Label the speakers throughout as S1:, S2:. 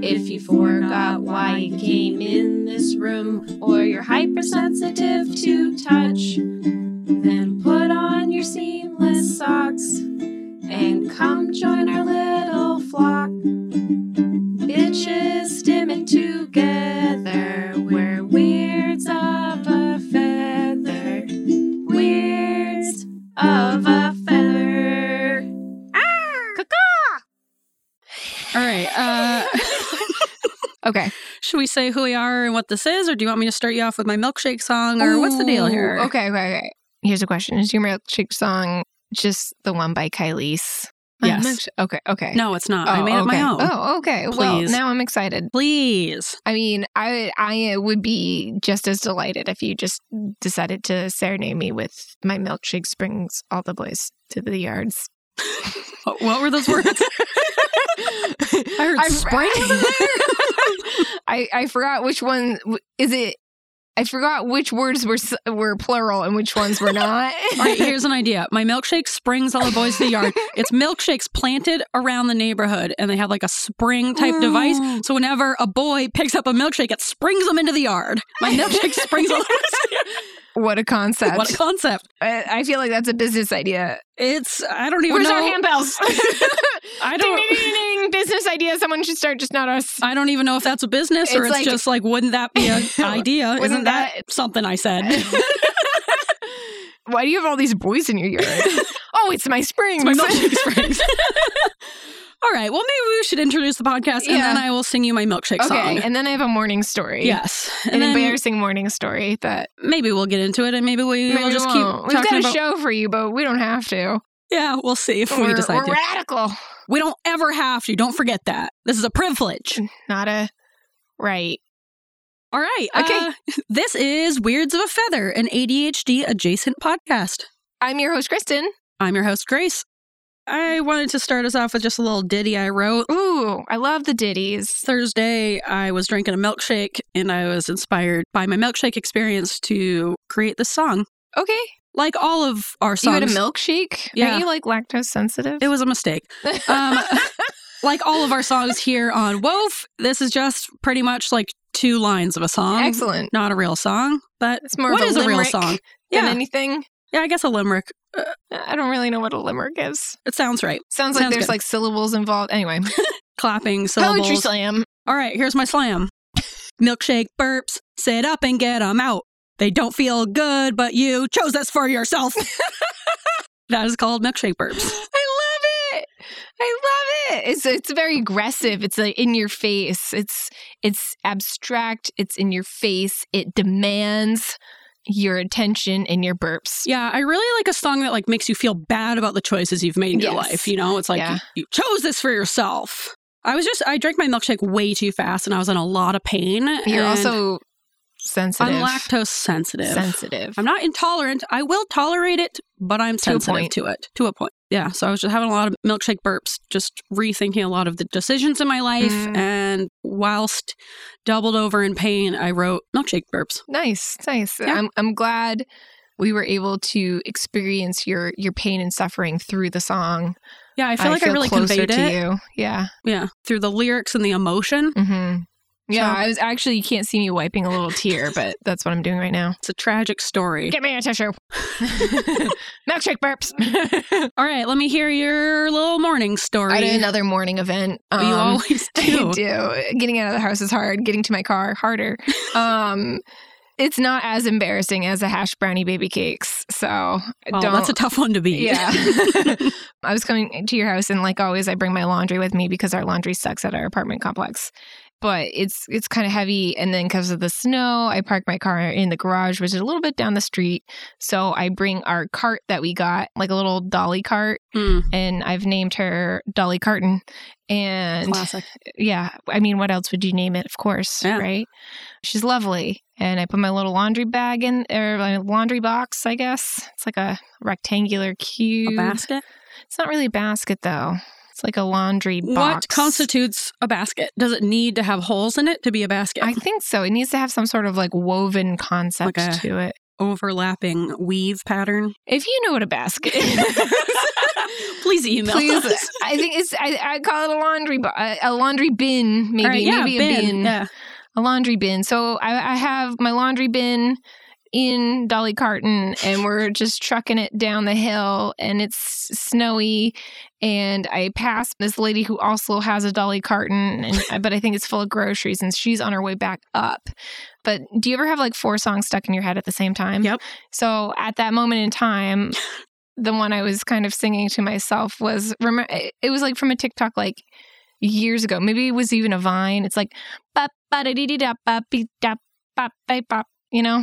S1: if you forgot why you came in this room or you're hypersensitive to touch, then put on your seamless socks and come join our little flock. Bitches stimming together, we're weirds of a feather. Weirds of a feather.
S2: All right. Uh, okay.
S3: Should we say who we are and what this is, or do you want me to start you off with my milkshake song, or what's the deal
S2: Ooh,
S3: here?
S2: Okay, okay, okay. Here's a question: Is your milkshake song just the one by Kylie's? My
S3: Yes.
S2: milkshake- Okay. Okay.
S3: No, it's not.
S2: Oh,
S3: I made
S2: okay.
S3: it my own.
S2: Oh, okay. Well,
S3: Please.
S2: now I'm excited.
S3: Please.
S2: I mean, I I would be just as delighted if you just decided to serenade me with my milkshake brings all the boys to the yards.
S3: Oh, What were those words? I heard spring.
S2: I I forgot which one w- is it. I forgot which words were s- were plural and which ones were not.
S3: all right, here's an idea. My milkshake springs all the boys to the yard. It's milkshakes planted around the neighborhood, and they have like a spring type
S2: Oh.
S3: device. So whenever a boy picks up a milkshake, it springs them into the yard. My milkshake springs all the boys to the yard.
S2: What a concept!
S3: What a concept.
S2: I, I feel like that's a business idea.
S3: It's, I don't even
S2: Where's
S3: know.
S2: our handbells?
S3: I
S2: ding,
S3: don't.
S2: ding, ding, ding, Business idea. Someone should start, just not us.
S3: I don't even know if that's a business or
S2: It's
S3: it's
S2: like-
S3: just like, wouldn't that be an idea?
S2: Wouldn't
S3: Isn't that,
S2: that-
S3: something I said?
S2: Why do you have all these boys in your yard? oh, it's my spring.
S3: It's my milkshake springs. All right. Well, maybe we should introduce the podcast and
S2: Yeah.
S3: then I will sing you my milkshake
S2: okay,
S3: song.
S2: and then I have a morning story.
S3: Yes.
S2: An
S3: And then
S2: embarrassing morning story that
S3: maybe we'll get into it and maybe we
S2: maybe
S3: will just keep
S2: won't. We've got
S3: talking
S2: a
S3: about
S2: show for you, but we don't have to.
S3: Yeah, we'll see if
S2: we're,
S3: we decide
S2: we're
S3: to.
S2: radical,
S3: We don't ever have to. Don't forget that. This is a privilege.
S2: not a right.
S3: All right.
S2: Okay.
S3: uh, this is Weirds of a Feather, an ADHD adjacent podcast.
S2: I'm your host, Kristen.
S3: I'm your host, Grace. I wanted to start us off with just a little ditty I wrote.
S2: Ooh, I love the ditties.
S3: Thursday, I was drinking a milkshake and I was inspired by my milkshake experience to create this song.
S2: Okay,
S3: Like all of our
S2: you had a
S3: songs,
S2: milkshake.
S3: Yeah.
S2: Aren't you like lactose sensitive?
S3: it was a mistake. um, Like all of our songs here on Woof, this is just pretty much like two lines of a song.
S2: Excellent.
S3: Not a real song, but
S2: It's more
S3: um, what
S2: of a
S3: is a real
S2: limerick
S3: song?
S2: than
S3: Yeah.
S2: anything.
S3: Yeah, I guess a limerick.
S2: I don't really know what a limerick is.
S3: It sounds right.
S2: Sounds like
S3: Sounds
S2: there's
S3: good.
S2: like syllables involved. Anyway,
S3: Clapping
S2: poetry
S3: syllables.
S2: slam.
S3: All right, here's my slam. Milkshake burps, sit up and get 'em out. They don't feel good, but you chose this for yourself. that is called milkshake burps.
S2: I love it. I love it. It's it's very aggressive. It's like in your face. It's it's abstract. It's in your face. It demands your attention and your burps.
S3: Yeah, I really like a song that like makes you feel bad about the choices you've made in your
S2: Yes.
S3: life. You know, it's like
S2: Yeah.
S3: you, you chose this for yourself. I was just I drank my milkshake way too fast, and I was in a lot of pain.
S2: You're
S3: and
S2: also sensitive.
S3: I'm lactose sensitive.
S2: sensitive.
S3: I'm not intolerant. I will tolerate it, but I'm
S2: a
S3: sensitive
S2: point.
S3: to it to a point. Yeah. So I was just having a lot of milkshake burps, just rethinking a lot of the decisions in my life.
S2: Mm.
S3: And whilst doubled over in pain, I wrote milkshake burps.
S2: Nice, nice.
S3: Yeah.
S2: I'm I'm glad we were able to experience your your pain and suffering through the song.
S3: Yeah. I feel like I really
S2: closer
S3: conveyed
S2: to
S3: it.
S2: you. Yeah.
S3: Yeah. Through the lyrics and the emotion.
S2: Mm-hmm. Yeah,
S3: So-
S2: I was actually you can't see me wiping a little tear, but that's what I'm doing right now.
S3: It's a tragic story.
S2: Get me a tissue. Milkshake burps.
S3: All right. Let me hear your little morning story.
S2: I did another morning event.
S3: You
S2: um,
S3: always
S2: I
S3: do.
S2: do. Getting out of the house is hard. Getting to my car harder. Um, it's not as embarrassing as a hash brownie baby cakes. So
S3: Oh,
S2: don't.
S3: that's a tough one to beat.
S2: yeah. I was coming to your house, and like always, I bring my laundry with me because our laundry sucks at our apartment complex. but it's it's kind of heavy and then because of the snow i park my car in the garage which is a little bit down the street so i bring our cart that we got like a little dolly cart
S3: Mm,
S2: and i've named her dolly carton and
S3: classic.
S2: yeah i mean what else would you name it of course
S3: Yeah.
S2: right she's lovely and i put my little laundry bag in or my laundry box i guess it's like a rectangular cube
S3: A basket.
S2: it's not really a basket though it's like a laundry box
S3: What constitutes a basket? Does it need to have holes in it to be a basket?
S2: I think so. It needs to have some sort of like woven concept
S3: Like a-
S2: to it.
S3: Overlapping weave pattern.
S2: If you know what a basket is,
S3: Please email
S2: please.
S3: us.
S2: I think it's I, I call it a laundry bo- a a laundry bin maybe
S3: All right, yeah,
S2: maybe a
S3: bin.
S2: bin
S3: Yeah.
S2: a laundry bin. So I, I have my laundry bin in Dolly Carton and we're just trucking it down the hill and it's snowy and I pass this lady who also has a Dolly Carton and but I think it's full of groceries and she's on her way back up. But do you ever have like four songs stuck in your head at the same time?
S3: Yep.
S2: So at that moment in time the one I was kind of singing to myself was remember it was like from a TikTok like years ago. Maybe it was even a Vine. It's like ba ba da dee dee da ba be da ba ba ba. You know.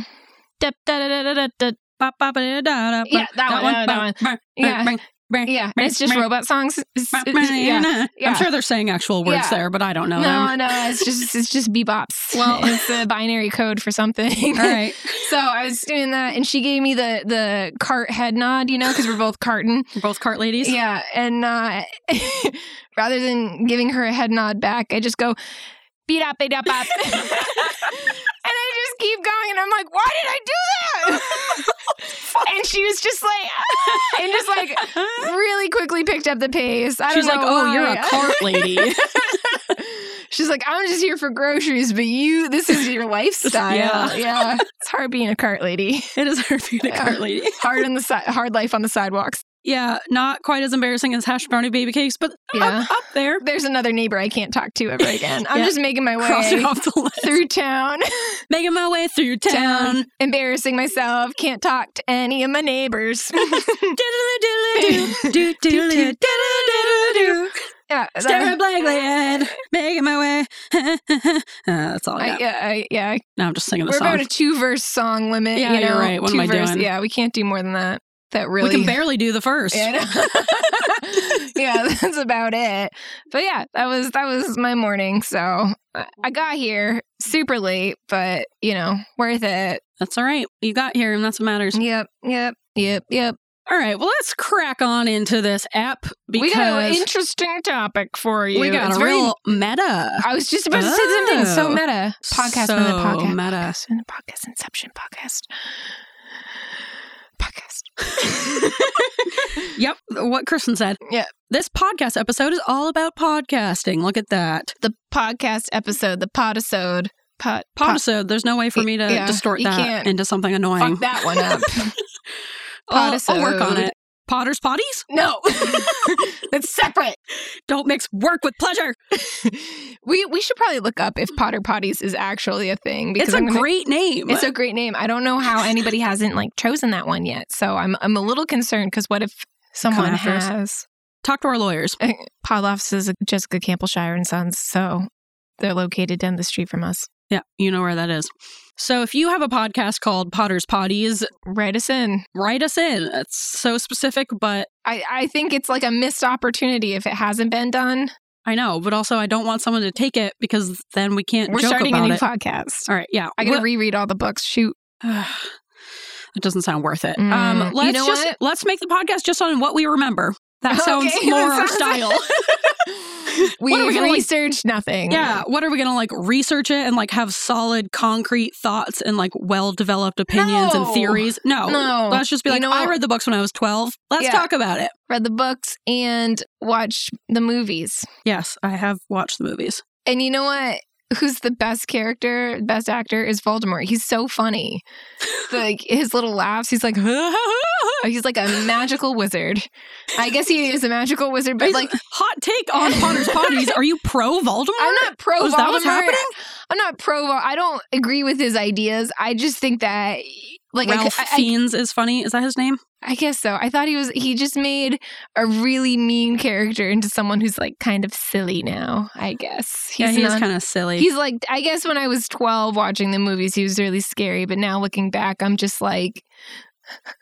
S2: Da, da, da, da, da, da.
S3: Ba, ba, ba, da, da, da, ba.
S2: Yeah, that one, that
S3: ba,
S2: one.
S3: ba,
S2: Yeah.
S3: ba, ba,
S2: Yeah, and it's just robot songs. It's-
S3: ba, ba,
S2: it's- yeah.
S3: na.
S2: yeah.
S3: I'm sure they're saying actual words
S2: Yeah.
S3: there, but I don't know
S2: No,
S3: them.
S2: no, it's just it's just bebops.
S3: Well-
S2: it's a binary code for something.
S3: All right.
S2: So I was doing that, and she gave me the the cart head nod, you know, because we're both carton.
S3: We're both cart ladies.
S2: Yeah, and uh, rather than giving her a head nod back, I just go beat up, beat up, up, and I just keep going, and I'm like, why did I do that? and she was just like, and just like really quickly picked up the pace. I
S3: She's
S2: don't
S3: like,
S2: know
S3: oh, you're a
S2: why."
S3: cart lady.
S2: She's like, I'm just here for groceries, but you, this is your lifestyle.
S3: Yeah.
S2: yeah, it's hard being a cart lady.
S3: it is her being a
S2: Yeah.
S3: cart lady.
S2: Hard on the si- hard life on the sidewalks.
S3: Yeah, not quite as embarrassing as hash brownie baby cakes, but
S2: Yeah.
S3: up, up there.
S2: There's another neighbor I can't talk to ever again. I'm
S3: Yeah.
S2: just making my way.
S3: Cross it off the list.
S2: through town,
S3: Making my way through town.
S2: embarrassing myself, can't talk to any of my neighbors.
S3: Diddly-diddly-doo, doo, diddly, diddly-diddly-doo.
S2: yeah, uh, that-
S3: Staring blankly at, making my way. Uh, That's all I
S2: I,
S3: got.
S2: yeah, I, yeah.
S3: Now I'm just singing the
S2: We're about
S3: song.
S2: a two verse song limit.
S3: Yeah,
S2: you know?
S3: you're right. What
S2: two
S3: am I
S2: verse,
S3: doing?
S2: Yeah, we can't do more than that. That
S3: We
S2: really.
S3: can barely do the first.
S2: Yeah, I know. yeah, that's about it. But yeah, that was that was my morning. So I- I got here super late, but you know, worth it.
S3: That's all right. You got here, and that's what matters.
S2: Yep, yep, yep, yep.
S3: All right. Well, let's crack on into this app because
S2: we got an interesting topic for you.
S3: we got
S2: It's
S3: a
S2: very
S3: real meta.
S2: I was just about to say something so
S3: Oh.
S2: meta. Podcast
S3: so
S2: meta podcast.
S3: meta.
S2: Podcast in the podcast inception podcast. Podcast.
S3: Yep. What Kristen said.
S2: Yeah.
S3: This podcast episode is all about podcasting. Look at that.
S2: the podcast episode, the podisode. Pod, pod,
S3: Podisode. There's no way for me to
S2: Yeah,
S3: distort
S2: you
S3: that
S2: can't.
S3: into something annoying.
S2: fuck that one up.
S3: I'll, I'll work on
S2: podisode.
S3: it. Potter's potties?
S2: no. That's separate.
S3: Don't mix work with pleasure.
S2: We we should probably look up if Potter Potties is actually a thing because
S3: It's a
S2: I'm gonna-
S3: great name.
S2: It's a great name. I don't know how anybody hasn't like chosen that one yet. So I'm I'm a little concerned because what if someone
S3: after us.
S2: has
S3: Talk to our lawyers.
S2: Podloff's is Jessica Campbellshire and Sons, so they're located down the street from us.
S3: Yeah, you know where that is. So if you have a podcast called Potter's Potties,
S2: Write us in.
S3: write us in. It's so specific, but
S2: I, I think it's like a missed opportunity if it hasn't been done.
S3: I know. But also, I don't want someone to take it because then we can't
S2: We're
S3: joke
S2: starting a
S3: about
S2: new
S3: it.
S2: podcast.
S3: All right. Yeah.
S2: I gotta
S3: Let-
S2: reread all the books. Shoot.
S3: That doesn't sound worth it.
S2: Mm,
S3: Um,
S2: you
S3: let's
S2: know
S3: just
S2: what?
S3: let's make the podcast just on what we remember. That sounds
S2: Okay,
S3: more
S2: that
S3: our
S2: sounds-
S3: style.
S2: we
S3: What are we gonna, like-
S2: researched nothing.
S3: yeah. What are we gonna like research it and like have solid, concrete thoughts and like well developed opinions
S2: No.
S3: and theories? No.
S2: No.
S3: Let's just be
S2: You
S3: like,
S2: know
S3: I
S2: what?
S3: read the books when I was twelve. Let's
S2: Yeah.
S3: talk about it.
S2: Read the books and watch the movies.
S3: Yes, I have watched the movies.
S2: And you know what? Who's the best character, best actor is Voldemort. He's so funny. like his little laughs, he's like, he's like a magical wizard. I guess he is a magical wizard, but
S3: He's-
S2: like
S3: Hot take on Potter's Potties. Are you pro Voldemort?
S2: I'm not pro
S3: Oh, is
S2: Voldemort.
S3: that what's happening?
S2: I'm not pro. Vol- I don't agree with his ideas. I just think that Like I,
S3: Ralph
S2: cou- I,
S3: Fiennes is funny. Is that his name?
S2: I guess so. I thought he was. He just made a really mean character into someone who's like kind of silly now. I guess
S3: yeah, he's
S2: not-
S3: kind of silly.
S2: He's like, I guess when I was 12 watching the movies, he was really scary. But now looking back, I'm just like,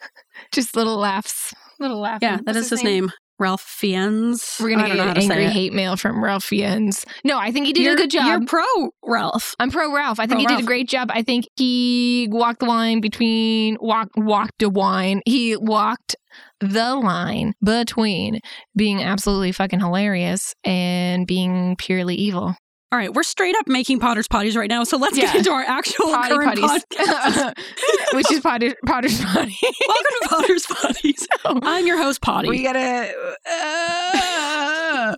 S2: just little laughs. Little laughs.
S3: yeah, that is his name. Ralph Fiennes.
S2: We're going
S3: I
S2: to
S3: don't know
S2: get
S3: how
S2: an
S3: to say
S2: angry
S3: it.
S2: hate mail from Ralph Fiennes. No, I think he did
S3: you're,
S2: a good job.
S3: You're pro Ralph.
S2: I'm pro Ralph. I think
S3: Pro
S2: he did
S3: Ralph.
S2: a great job. I think he walked the line between walk walked a wine. He walked the line between being absolutely fucking hilarious and being purely evil.
S3: All right, we're straight up making Potter's potties right now, so let's get
S2: Yeah.
S3: into our actual
S2: Potty
S3: current
S2: potties.
S3: podcast.
S2: Which is Potter, Potter's potty.
S3: Welcome to Potter's potties. I'm your host, Potty.
S2: Oh. We gotta. uh,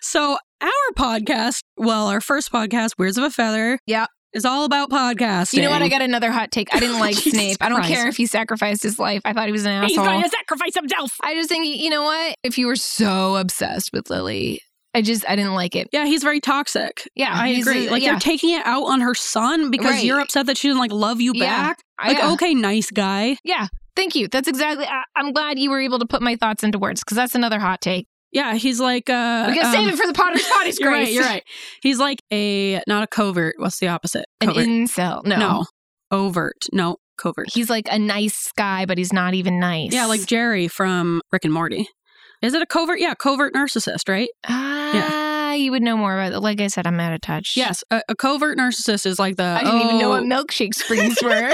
S3: So our podcast, well, our first podcast, Weirds of a Feather,
S2: Yeah.
S3: is all about podcasting.
S2: you know what? I got another hot take. I didn't like
S3: Jesus
S2: Snape. I don't
S3: Christ.
S2: care if he sacrificed his life. I thought he was an
S3: He's
S2: asshole.
S3: going to sacrifice himself.
S2: I just think you know what? If you were so obsessed with Lily, I just I didn't like it.
S3: Yeah, he's very toxic.
S2: Yeah,
S3: I
S2: he's
S3: agree.
S2: a-
S3: like
S2: yeah,
S3: you're taking it out on her son because
S2: Right.
S3: you're upset that she didn't like love you
S2: Yeah.
S3: back.
S2: I- uh,
S3: Like,
S2: yeah.
S3: okay, nice guy.
S2: yeah. Thank you. That's exactly. I, I'm glad you were able to put my thoughts into words because that's another hot take.
S3: Yeah, he's like uh
S2: We gotta save
S3: um,
S2: it for the Potter's Potty's
S3: You're
S2: Grace.
S3: right, you're right. He's like a not a covert. What's the opposite?
S2: An
S3: Covert.
S2: incel. No.
S3: no. Overt. No, covert.
S2: He's like a nice guy, but he's not even nice.
S3: Yeah, like Jerry from Rick and Morty. Is it a covert? Yeah, covert narcissist, right?
S2: ah, you would know more about that. Like I said, I'm out of touch.
S3: Yes, a, a covert narcissist is like the
S2: I didn't even know
S3: oh,
S2: what milkshake springs were.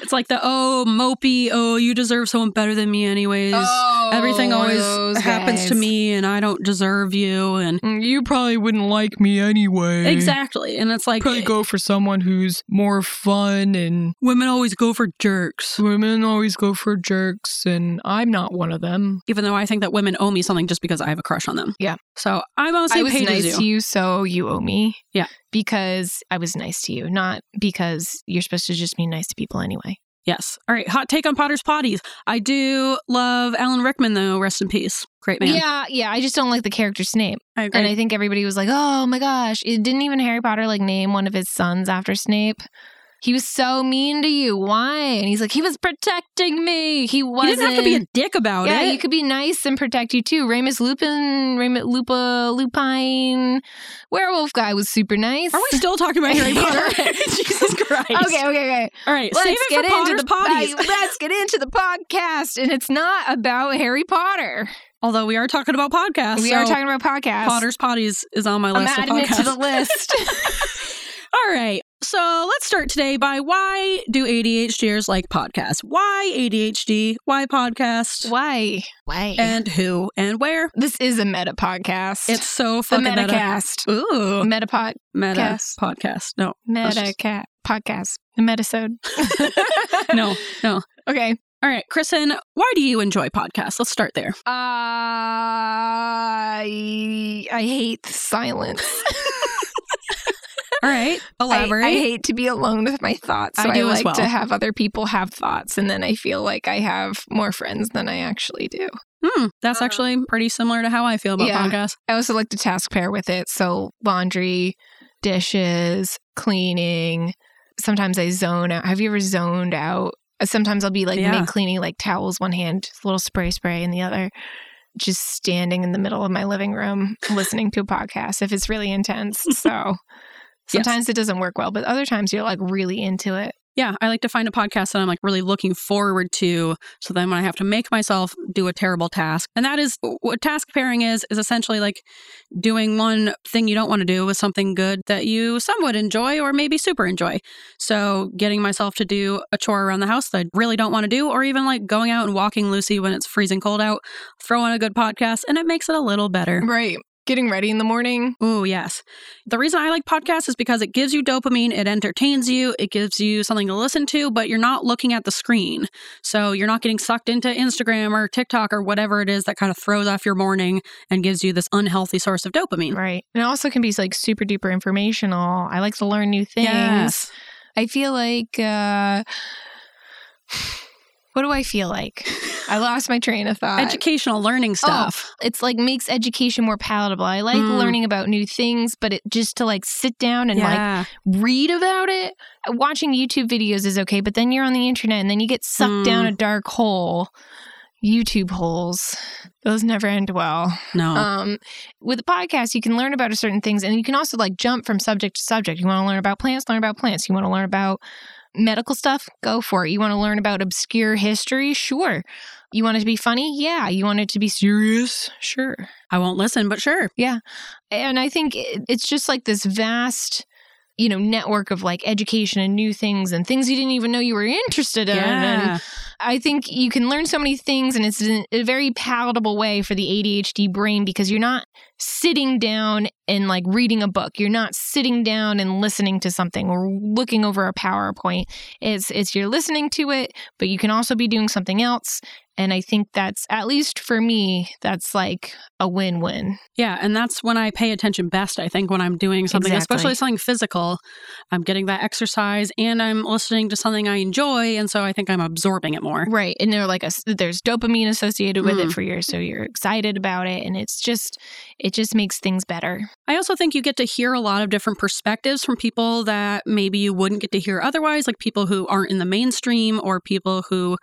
S3: It's like the oh mopey, oh you deserve someone better than me anyways.
S2: Oh,
S3: Everything
S2: one of
S3: always
S2: those
S3: happens to
S2: guys.
S3: me and I don't deserve you and
S4: Mm, You probably wouldn't like me anyway.
S3: exactly. And it's like
S4: Mm. Probably go for someone who's more fun, and
S3: women always go for jerks.
S4: women always go for jerks, and I'm not one of them.
S3: Even though I think that women owe me something just because I have a crush on them.
S2: Yeah.
S3: So I'm on the
S2: I
S3: same
S2: was
S3: page
S2: nice
S3: as you.
S2: to you, so you owe me.
S3: Yeah.
S2: Because I was nice to you, not because you're supposed to just be nice to people anyway.
S3: Yes. All right. Hot take on Potter's potties. I do love Alan Rickman though. Rest in peace. Great man.
S2: Yeah, yeah. I just don't like the character's name.
S3: I agree.
S2: And I think everybody was like, oh my gosh. It didn't even Harry Potter like name one of his sons after Snape. He was so mean to you. Why? And he's like, he was protecting me. He
S3: he
S2: wasn't.
S3: doesn't have to be a dick about
S2: yeah,
S3: it.
S2: you could be nice and protect you too. Ramus Lupin, Ramus Lupa, Lupine, werewolf guy was super nice.
S3: Are we still talking about Harry Potter?
S2: Okay.
S3: Jesus Christ.
S2: okay, okay, okay.
S3: All right, save it for Potter's potties.
S2: uh, let's get into the podcast, and it's not about Harry Potter.
S3: Although we are talking about podcasts,
S2: we
S3: Uh, so
S2: are talking about podcasts.
S3: Potter's potties is on my
S2: I'm
S3: list. of
S2: adding it to the
S3: podcasts.
S2: list.
S3: All right, so let's start today by why do ADHDers like podcasts? Why ADHD? Why podcast?
S2: Why? Why?
S3: And who and where?
S2: this is a meta podcast.
S3: It's so
S2: the
S3: fucking meta.
S2: metacast.
S3: Ooh,
S2: Meta pod
S3: meta
S2: Cast.
S3: podcast. No,
S2: meta cat podcast. The metasode.
S3: no, no.
S2: Okay.
S3: All right, Kristen, why do you enjoy podcasts? Let's start there.
S2: I I hate silence.
S3: All right,
S2: I,
S3: elaborate.
S2: I hate to be alone with my thoughts. So
S3: I
S2: I,
S3: do as
S2: like
S3: well.
S2: to have other people have thoughts, and then I feel like I have more friends than I actually do.
S3: Hmm, that's actually pretty similar to how I feel about
S2: Uh, Yeah.
S3: podcasts.
S2: I also like to task pair with it. So laundry, dishes, cleaning. Sometimes I zone out. Have you ever zoned out? Sometimes I'll be like
S3: Yeah.
S2: mid cleaning, like towels one hand, just little spray spray in the other, just standing in the middle of my living room listening to a podcast if it's really intense. So sometimes it doesn't work well, but other times you're like really into it.
S3: Yeah, I like to find a podcast that I'm like really looking forward to. So then when I have to make myself do a terrible task, and that is what task pairing is, is essentially like doing one thing you don't want to do with something good that you somewhat enjoy or maybe super enjoy. So getting myself to do a chore around the house that I really don't want to do, or even like going out and walking Lucy when it's freezing cold out, throw on a good podcast and it makes it a little better.
S2: Right. Getting ready in the morning.
S3: Oh, yes. The reason I like podcasts is because it gives you dopamine, it entertains you, it gives you something to listen to, but you're not looking at the screen. So you're not getting sucked into Instagram or TikTok or whatever it is that kind of throws off your morning and gives you this unhealthy source of dopamine.
S2: Right. And it also can be like super duper informational. I like to learn new things.
S3: Yes.
S2: I feel like uh what do I feel like? I lost my train of thought.
S3: Educational learning stuff.
S2: it's like makes education more palatable. I like
S3: Mm.
S2: learning about new things, but it just to like sit down and like
S3: yeah.
S2: read about it. Watching YouTube videos is okay, but then you're on the internet and then you get sucked
S3: Mm.
S2: down a dark hole. YouTube holes. Those never end well.
S3: no.
S2: Um, with a podcast, you can learn about certain things, and you can also like jump from subject to subject. You want to learn about plants, learn about plants. You want to learn about medical stuff, go for it. You want to learn about obscure history, sure. You want it to be funny, yeah. You want it to be serious, sure.
S3: I won't listen, but sure.
S2: And I think it- it's just like this vast. You know, network of like education and new things and things you didn't even know you were interested in. And
S3: Yeah.
S2: I think you can learn so many things, and it's in a very palatable way for the ADHD brain because you're not sitting down and like reading a book. You're not sitting down and listening to something or looking over a PowerPoint. It's it's you're listening to it, but you can also be doing something else. And I think that's at least for me, that's like a win-win.
S3: Yeah, and that's when I pay attention best, I think, when I'm doing something,
S2: Exactly.
S3: especially something physical. I'm getting that exercise and I'm listening to something I enjoy. And so I think I'm absorbing it more.
S2: Right. And they're like a, there's dopamine associated with it
S3: Mm.
S2: for you, so you're excited about it, and it's just it just makes things better.
S3: I also think you get to hear a lot of different perspectives from people that maybe you wouldn't get to hear otherwise, like people who aren't in the mainstream or people who,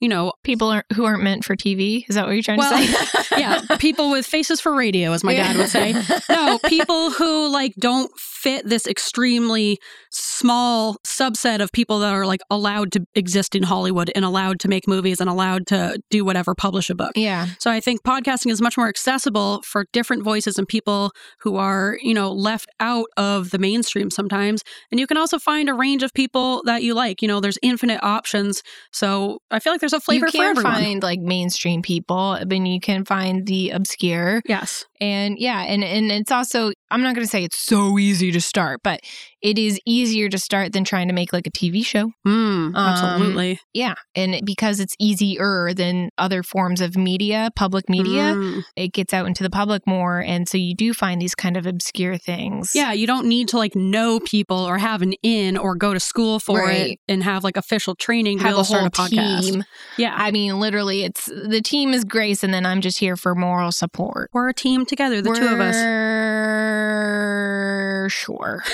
S3: you know,
S2: people aren't, who aren't meant for TV. Is that what you're trying
S3: Well,
S2: to say?
S3: yeah, people with faces for radio, as my dad would say. no, people who like don't fit this extremely small subset of people that are like allowed to exist in Hollywood and allowed to make movies and allowed to do whatever, publish a book.
S2: Yeah.
S3: So I think podcasting is much more accessible for different voices and people who are, you know, left out of the mainstream sometimes. And you can also find a range of people that you like. You know, there's infinite options. So I feel like there's a flavor
S2: you
S3: for
S2: can
S3: everyone.
S2: find like mainstream people, I mean, you can find the obscure.
S3: yes.
S2: And yeah, and, and it's also, I'm not going to say it's so easy to start, but it is easier to start than trying to make like a TV show. Um,
S3: Mm, absolutely.
S2: Yeah. And it- because it's easier than other forms of media, public media,
S3: Mm.
S2: it gets out into the public more. And so you do find these kind of obscure things.
S3: Yeah, you don't need to like know people or have an in or go to school for it
S2: Right.
S3: and have like official training to be
S2: Have
S3: able
S2: a
S3: to start
S2: whole
S3: a podcast.
S2: team.
S3: Yeah.
S2: I mean, literally, it's the team is Grace, and then I'm just here for moral support.
S3: We're a team together, the two of us.
S2: We're sure.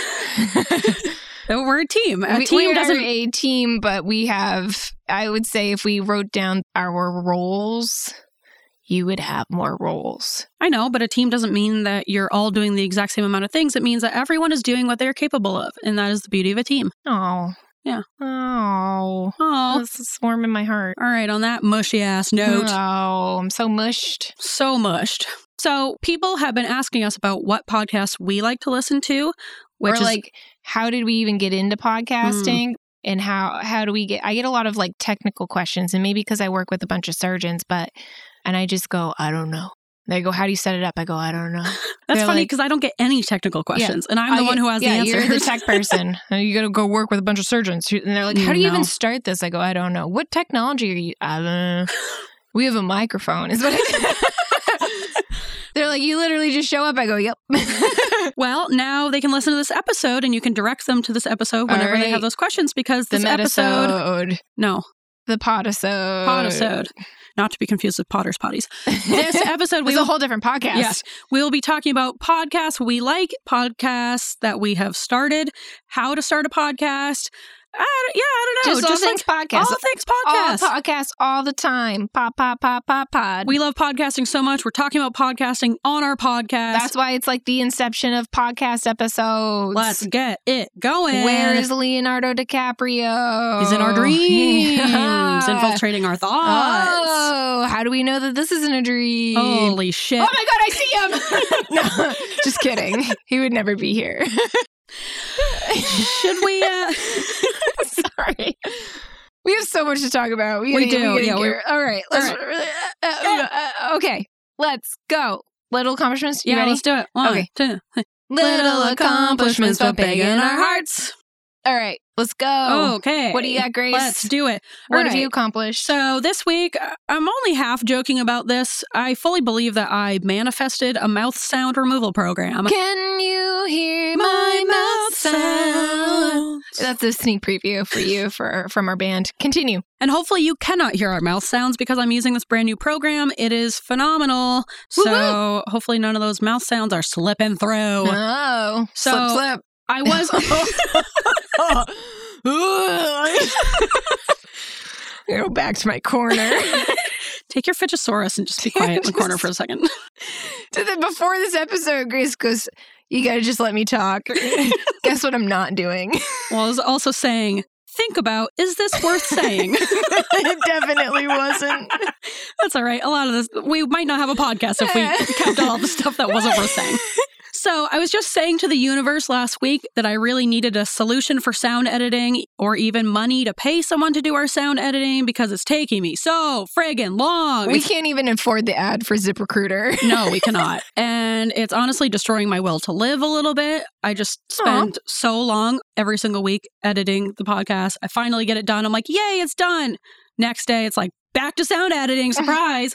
S3: Oh, We're a team. A
S2: we,
S3: team
S2: we
S3: doesn't
S2: are a team, but we have. I would say if we wrote down our roles, you would have more roles.
S3: I know, but a team doesn't mean that you're all doing the exact same amount of things. It means that everyone is doing what they're capable of, and that is the beauty of a team.
S2: Oh
S3: Yeah.
S2: Oh,
S3: Oh.
S2: this is warm in my heart.
S3: All right, on that mushy ass note.
S2: Oh, I'm so mushed.
S3: so mushed. So people have been asking us about what podcasts we like to listen to, which
S2: or
S3: is Mm.
S2: like how did we even get into podcasting and how how do we get i get a lot of like technical questions and maybe because i work with a bunch of surgeons but and i just go i don't know they go how do you set it up i go i don't know
S3: that's
S2: they're
S3: funny
S2: like-
S3: because I don't get any technical questions, and I'm the
S2: I-
S3: one who has
S2: yeah,
S3: the answers.
S2: you're the tech person and you gotta go work with a bunch of surgeons who- and they're like how do you
S3: No.
S2: even start this i go i don't know what technology are you i don't know we have a microphone is what I, they're like you literally just show up i go yep
S3: Well, now they can listen to this episode and you can direct them to this episode whenever they
S2: right.
S3: have those questions because
S2: the
S3: this episode
S2: metisode
S3: No,
S2: the podisode
S3: podisode. Not to be confused with Potter's Potties. This episode
S2: It was
S3: we
S2: a
S3: will,
S2: whole different podcast.
S3: Yes. we will be talking about podcasts we like, podcasts that we have started, how to start a podcast. I, yeah, I don't know.
S2: Just, all things
S3: like
S2: podcast.
S3: all things
S2: All
S3: podcasts.
S2: podcasts all the time. Pop, pop, pop, pop, pod.
S3: we love podcasting so much. We're talking about podcasting on our podcast.
S2: That's why it's like the inception of podcast episodes.
S3: Let's get it going.
S2: Where is Oh, Leonardo DiCaprio?
S3: He's in our dreams, infiltrating our thoughts.
S2: Oh, how do we know that this isn't a dream?
S3: Holy shit.
S2: Oh my god, I see him! no, just kidding. He would never be here.
S3: Should we? Uh,
S2: Sorry. We have so much to talk about. We,
S3: We
S2: gotta-
S3: do,
S2: gotta
S3: yeah,
S2: get-
S3: we're-
S2: all right. Let's, uh, uh, uh, okay. Let's go. Little accomplishments. You
S3: yeah,
S2: ready?
S3: let's do it. One,
S2: Okay.
S3: two. Little accomplishments, but big in our hearts.
S2: All right. Let's go.
S3: okay.
S2: Oh, What do you got, Grace?
S3: Let's do it.
S2: what
S3: All
S2: have you
S3: right.
S2: accomplished?
S3: So this week, uh, I'm only half joking about this. I fully believe that I manifested a mouth sound removal program.
S2: Can you hear my, mouth sound? that's a sneak preview for you for from our band. Continue.
S3: And hopefully you cannot hear our mouth sounds because I'm using this brand new program. It is phenomenal. So hopefully none of those mouth sounds are slipping through.
S2: Oh,
S3: So-
S2: slip, slip.
S3: I was
S2: Go back to my corner.
S3: take your fidgetosaurus and just be quiet in the corner for a second.
S2: to the, before this episode, Grace goes, "You gotta just let me talk." Guess what I'm not doing?
S3: Well, I was also saying, think about is this worth saying?
S2: it definitely wasn't.
S3: That's all right. A lot of this we might not have a podcast if we kept all the stuff that wasn't worth saying. So I was just saying to the universe last week that I really needed a solution for sound editing or even money to pay someone to do our sound editing because it's taking me so friggin' long.
S2: We
S3: It's-
S2: can't even afford the ad for ZipRecruiter.
S3: no, we cannot. And it's honestly destroying my will to live a little bit. I just spend so long every single week editing the podcast. I finally get it done. I'm like, yay, it's done. Next day, it's like back to sound editing, surprise.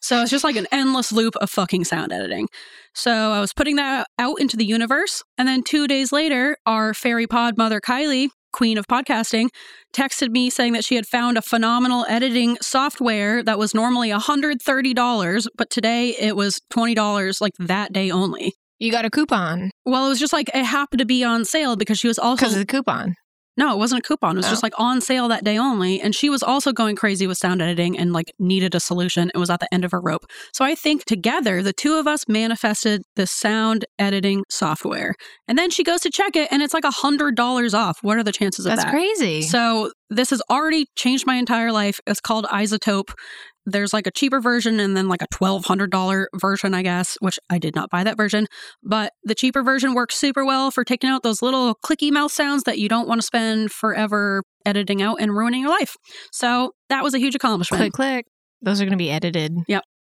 S3: so it's just like an endless loop of fucking sound editing. So I was putting that out into the universe. And then two days later, our fairy pod mother, Kylie, queen of podcasting, texted me saying that she had found a phenomenal editing software that was normally $130, but today it was $20 like that day only.
S2: You got a coupon
S3: Well, it was just like it happened to be on sale because she was also
S2: because of the coupon.
S3: no, it wasn't a coupon. It was
S2: Oh.
S3: just like on sale that day only. And she was also going crazy with sound editing and like needed a solution and was at the end of her rope. So I think together, the two of us manifested the sound editing software. And then she goes to check it and it's like a $100 off. What are the chances of
S2: That's
S3: that?
S2: crazy.
S3: So this has already changed my entire life. It's called Isotope. There's like a cheaper version and then like a $1,200 version, I guess, which I did not buy that version. But the cheaper version works super well for taking out those little clicky mouth sounds that you don't want to spend forever editing out and ruining your life. So that was a huge accomplishment.
S2: click, click. Those are going to be edited.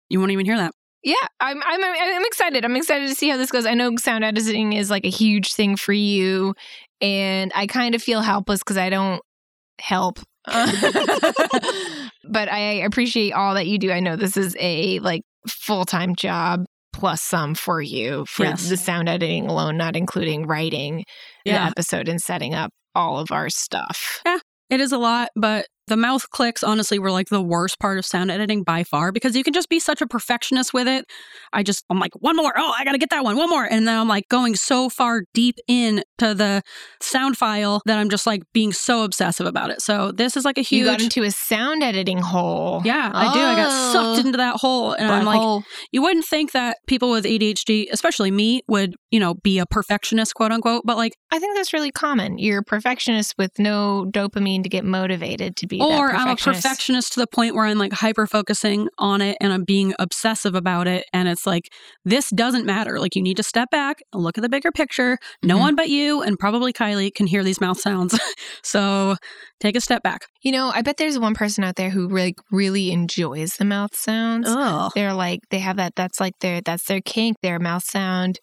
S3: You won't even hear that.
S2: Yeah, I'm, I'm I'm I'm excited. I'm excited to see how this goes. I know sound editing is like a huge thing for you, and I kind of feel helpless because I don't help. but I appreciate all that you do. I know this is a like full time job plus some for you for
S3: Yes.
S2: the sound editing alone, not including writing
S3: Yeah.
S2: the episode and setting up all of our stuff.
S3: It is a lot, but the mouth clicks honestly were like the worst part of sound editing by far because you can just be such a perfectionist with it. I just I'm like one more, oh I gotta get that one, one more, and then I'm like going so far deep in to the sound file that I'm just like being so obsessive about it. So this is like a huge,
S2: You got into a sound editing hole.
S3: yeah, I do. I got
S2: Oh.
S3: sucked into that hole, and I'm
S2: Black
S3: like,
S2: hole.
S3: you wouldn't think that people with ADHD, especially me, would you know be a perfectionist, quote unquote, but like.
S2: I think that's really common. You're a perfectionist with no dopamine to get motivated to be that
S3: or I'm a
S2: perfectionist.
S3: perfectionist to the point where I'm like hyper focusing on it and I'm being obsessive about it. And it's like, this doesn't matter. Like, you need to step back, look at the bigger picture. No
S2: Mhm.
S3: one but you and probably Kylie can hear these mouth sounds. so take a step back.
S2: You know, I bet there's one person out there who really really enjoys the mouth sounds.
S3: Ugh.
S2: They're like they have that that's like their that's their kink, their mouth sound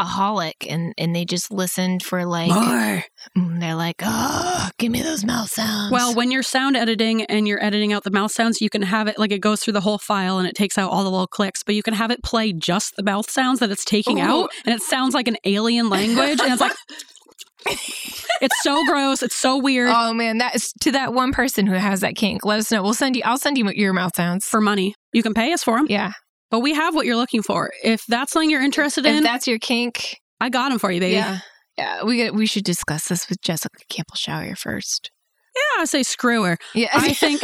S2: aholic and and they just listened for like
S3: More.
S2: mm, they're like, "Oh, give me those mouth sounds."
S3: Well, when you're sound editing and you're editing out the mouth sounds, you can have it like it goes through the whole file and it takes out all the little clicks, but you can have it play just the mouth sounds that it's taking
S2: Ooh.
S3: out and it sounds like an alien language. and it's like, it's so gross. It's so weird.
S2: Oh man, that is to that one person who has that kink. Let us know. We'll send you. I'll send you your mouth sounds.
S3: for money. You can pay us for them,
S2: yeah,
S3: but we have what you're looking for. If that's something you're interested
S2: if
S3: in,
S2: that's your kink,
S3: I got them for you, baby. Yeah,
S2: yeah, yeah. We get, we should discuss this with Jessica Campbell Shower first.
S3: I say screw her.
S2: Yeah,
S3: I think-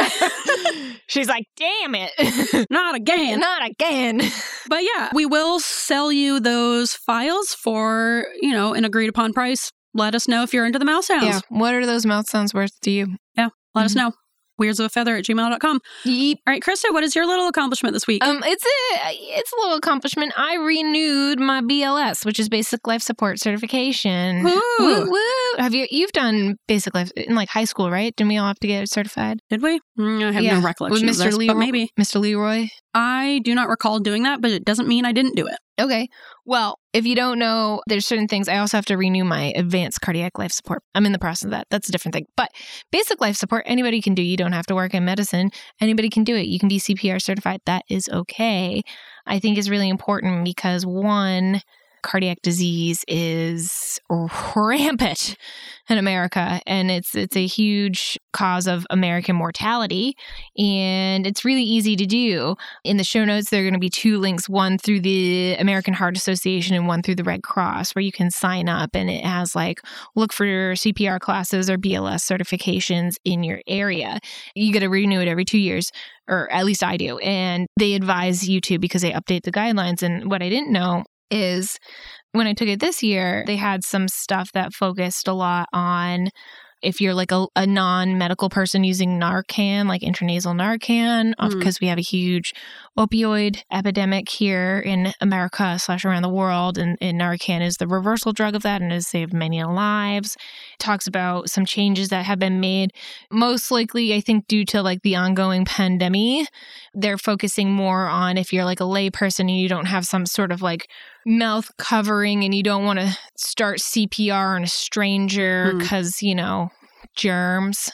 S2: she's like, "Damn it,
S3: Not again.
S2: not again."
S3: But yeah, we will sell you those files for, you know, an agreed upon price. Let us know if you're into the mouse sounds.
S2: Yeah, what are those mouth sounds worth to you?
S3: Let us
S2: Mhm.
S3: know. Weirds of a feather at gmail.com. All right, Krista, what is your little accomplishment this week?
S2: Um, it's a it's a little accomplishment. I renewed my BLS, which is Basic Life Support Certification.
S3: Woo!
S2: Woo woo! Have you you've done Basic Life in like high school, right? Didn't we all have to get certified?
S3: Did we? Mm, I have
S2: yeah.
S3: no recollection
S2: With
S3: of
S2: Mr.
S3: this,
S2: Lee-
S3: but maybe.
S2: Mr. Leroy.
S3: I do not recall doing that, but it doesn't mean I didn't do it.
S2: Okay. Well, if you don't know, there's certain things. I also have to renew my advanced cardiac life support. I'm in the process of that. That's a different thing. But basic life support, anybody can do. You don't have to work in medicine. Anybody can do it. You can be CPR certified. That is okay. I think is really important because one, cardiac disease is rampant in America and it's it's a huge cause of American mortality and it's really easy to do. In the show notes there are going to be two links, one through the American Heart Association and one through the Red Cross where you can sign up and it has like look for CPR classes or BLS certifications in your area. You got to renew it every 2 years or at least I do and they advise you to because they update the guidelines and what I didn't know is when I took it this year, they had some stuff that focused a lot on if you're like a, a non medical person using Narcan, like intranasal Narcan,
S3: Mm.
S2: because we have a huge opioid epidemic here in America slash around the world. And, and Narcan is the reversal drug of that and has saved many lives. talks about some changes that have been made, most likely, I think, due to like the ongoing pandemic. They're focusing more on if you're like a lay person and you don't have some sort of like mouth covering and you don't want to start CPR on a stranger
S3: Hmm.
S2: because, you know, germs.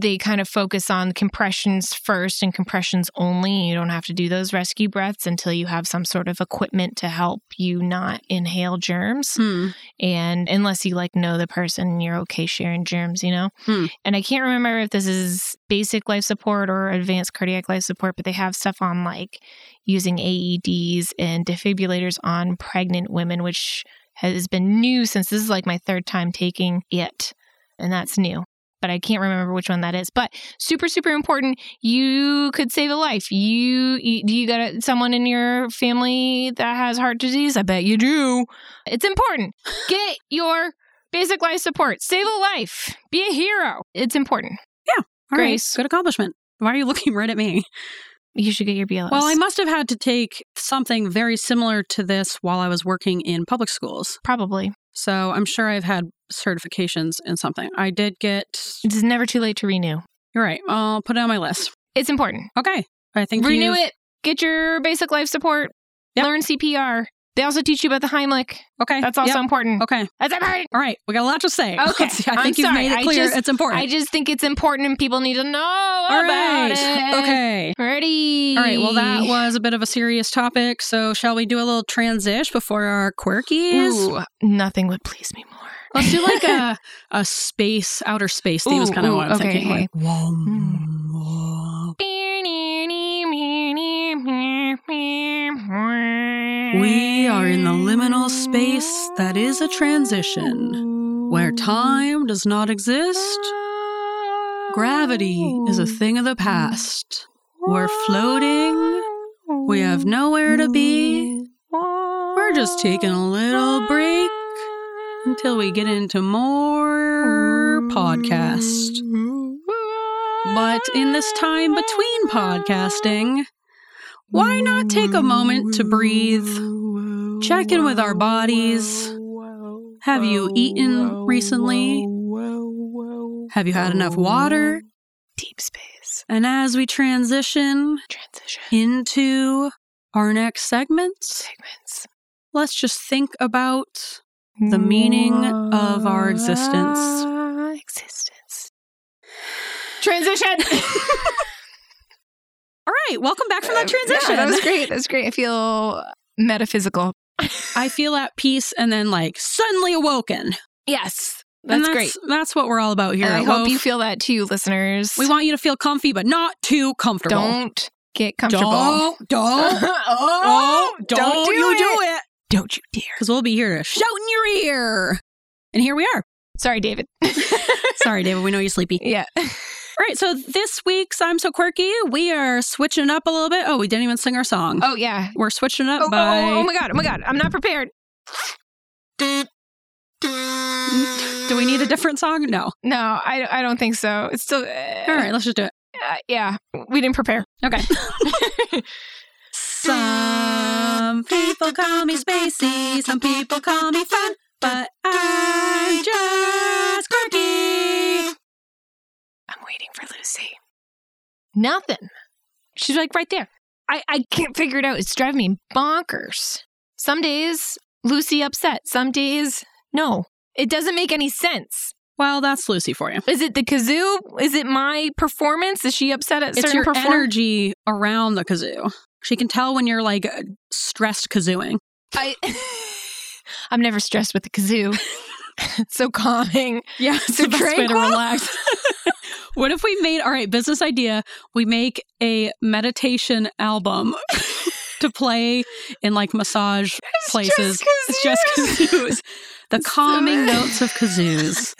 S2: They kind of focus on compressions first and compressions only. You don't have to do those rescue breaths until you have some sort of equipment to help you not inhale germs.
S3: Hmm.
S2: And unless you like know the person and you're okay sharing germs, you know?
S3: Hmm.
S2: And I can't remember if this is basic life support or advanced cardiac life support, but they have stuff on like using AEDs and defibrillators on pregnant women, which has been new since this is like my third time taking it. And that's new. But I can't remember which one that is. But super, super important. You could save a life. You you, you got a- someone in your family that has heart disease. I bet you do. It's important. Get your basic life support. Save a life. Be a hero. It's important.
S3: All right.
S2: Grace.
S3: Good accomplishment. Why are you looking right at me?
S2: You should get your BLS.
S3: Well, I must have had to take something very similar to this while I was working in public schools.
S2: probably.
S3: So I'm sure I've had certifications in something. I did get,
S2: It's never too late to renew.
S3: you're right. I'll put it on my list.
S2: It's important.
S3: Okay. I think
S2: renew
S3: you
S2: it. Get your basic life support.
S3: Yep.
S2: Learn CPR. They also teach you about the Heimlich.
S3: Okay.
S2: That's also
S3: Yep.
S2: important.
S3: Okay.
S2: That's important.
S3: All right. We got a lot to say.
S2: Okay.
S3: I think
S2: I'm
S3: you've
S2: sorry.
S3: made
S2: I
S3: it clear.
S2: just-
S3: it's important.
S2: I just think it's important and people need to know
S3: All
S2: about
S3: right.
S2: it.
S3: Okay.
S2: Ready.
S3: All right. Well, that was a bit of a serious topic. So, shall we do a little transish before our quirkies?
S2: Ooh, nothing would please me more.
S3: Let's do like a a space, outer space theme is
S2: Ooh,
S3: kind of
S2: ooh,
S3: what I'm
S2: okay,
S3: thinking.
S2: okay.
S3: Like, wom,
S2: Hmm.
S3: wom.
S2: We
S3: We are in the liminal space that is a transition, Where time does not exist, gravity is a thing of the past. We're floating. We have nowhere to be. We're just taking a little break until we get into more podcast. But in this time between podcasting, why not take a moment to breathe? Check in with our bodies. Have you eaten recently? Have you had enough water?
S2: deep space
S3: And as we transition
S2: transition
S3: into our next segment,
S2: segments.
S3: let's just think about The meaning of our existence.
S2: Existence. Transition.
S3: All right, welcome back from that transition.
S2: Yeah, that was great. That was great. I feel metaphysical.
S3: I feel at peace and then like suddenly awoken.
S2: Yes.
S3: and
S2: That's, great.
S3: That's what we're all about here.
S2: And I
S3: at
S2: hope
S3: Wove.
S2: you feel that too, listeners.
S3: We want you to feel comfy, but not too comfortable.
S2: don't get comfortable.
S3: Don't, don't, oh, don't,
S2: do
S3: you
S2: it.
S3: do it.
S2: Don't you dare.
S3: Because we'll be here to shout in your ear. And here we are.
S2: Sorry, David.
S3: Sorry, David, we know you're sleepy.
S2: yeah.
S3: All right, so this week's I'm So Quirky, we are switching it up a little bit. Oh, we didn't even sing our song.
S2: Oh yeah.
S3: We're switching it up
S2: Oh, oh,
S3: by.
S2: oh, oh my god. Oh my god. I'm not prepared.
S3: Do we need a different song? No.
S2: No, I, I don't think so. It's still. uh,
S3: All right, let's just do it.
S2: uh, yeah. We didn't prepare.
S3: Okay. Some people call me spacey, some people call me fun, but I'm just quirky.
S2: I'm waiting for Lucy. Nothing. She's like right there. I, I can't figure it out. It's driving me bonkers. Some days Lucy upset. Some days no. It doesn't make any sense.
S3: Well, that's Lucy for you.
S2: Is it the kazoo? Is it my performance? Is she upset at
S3: It's
S2: certain
S3: your
S2: performance?
S3: energy around the kazoo. She can tell when you're like stressed kazooing.
S2: I I'm never stressed with the kazoo. it's so calming.
S3: Yeah, it's
S2: So
S3: the best way to
S2: tranquil.
S3: relax. what if we made all right, business idea, we make a meditation album to play in like massage places. It's just kazoos. The calming
S2: bad.
S3: notes of kazoos.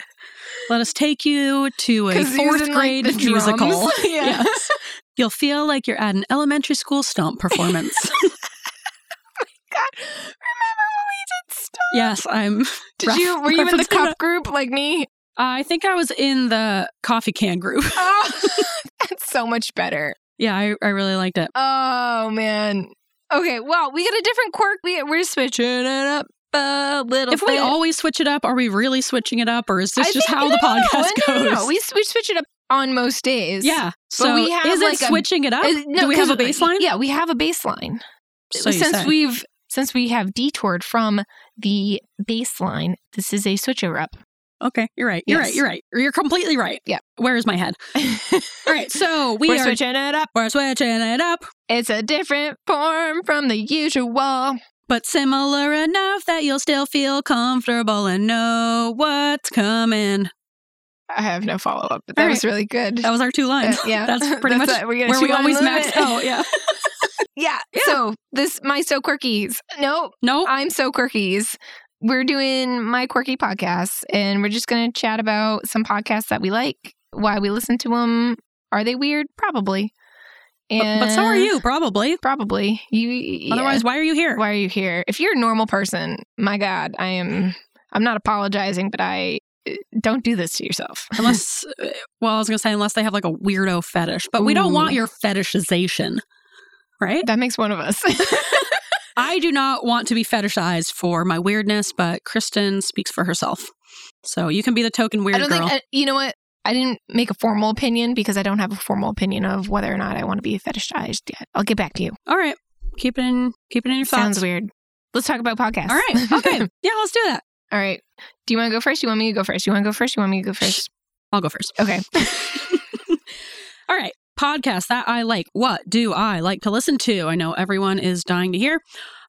S3: Let us take you to a
S2: Kazoos
S3: fourth
S2: and, like,
S3: grade
S2: the drums.
S3: musical.
S2: Yeah.
S3: Yes. You'll feel like you're at an elementary school stomp performance.
S2: God, remember when we did stuff?
S3: yes, I'm
S2: Did
S3: Ref-
S2: you were you in the
S3: referencing
S2: cup
S3: that.
S2: group like me?
S3: I think I was in the coffee can group.
S2: Oh, that's so much better.
S3: Yeah, I, I really liked it.
S2: Oh man. Okay, well, we got a different quirk. We we're switching it up a little.
S3: If we
S2: bit.
S3: always switch it up, are we really switching it up, or is this
S2: I
S3: just
S2: think-
S3: how
S2: no,
S3: the
S2: no, no,
S3: podcast
S2: no,
S3: goes?
S2: no, no. We, s- we switch it up on most days.
S3: yeah. So
S2: we have,
S3: is it
S2: like, a-
S3: switching it up?
S2: Is- no,
S3: Do we have a
S2: 'cause, like,
S3: baseline?
S2: Yeah, we have a baseline.
S3: So you
S2: since
S3: say.
S2: we've since we have detoured from the baseline, this is a switcher up.
S3: Okay, you're right. You're
S2: Yes.
S3: right. You're right. You're completely right.
S2: Yeah.
S3: Where is my head? All right. So we
S2: We're
S3: are
S2: switching it up.
S3: we're switching it up,
S2: It's a different form from the usual.
S3: but similar enough that you'll still feel comfortable and know what's coming.
S2: I have no follow up, but that
S3: All
S2: was really good.
S3: That was our two lines.
S2: Uh, yeah,
S3: That's pretty much
S2: it. We're gonna
S3: where we
S2: two-line
S3: always
S2: limit.
S3: max out. Yeah.
S2: Yeah. So this my so quirkies. Nope,
S3: No.
S2: I'm so quirkies. We're doing my quirky podcasts, and we're just gonna chat about some podcasts that we like, why we listen to them. Are they weird? Probably.
S3: But, but so are
S2: And-
S3: you, probably.
S2: Probably. You. yeah.
S3: Otherwise, why are you here?
S2: why are you here? If you're a normal person, my God, I am. I'm not apologizing, but I uh, don't do this to yourself.
S3: unless uh, well i was gonna say unless they have like a weirdo fetish but we don't
S2: Ooh.
S3: want your fetishization right
S2: That makes one of us.
S3: i do not want to be fetishized for my weirdness but kristen speaks for herself so you can be the token weird
S2: I don't
S3: girl
S2: think I, you know what. I didn't make a formal opinion because I don't have a formal opinion of whether or not I want to be fetishized yet. I'll get back to you.
S3: all right keep it in keep it in your thoughts
S2: Sounds weird. Let's talk about podcasts.
S3: all right okay yeah let's do that
S2: All right. Do you want to go first? You want me to go first? You want to go first? You want me to go first?
S3: i'll go first
S2: Okay.
S3: all right podcast that i like what do i like to listen to i know everyone is dying to hear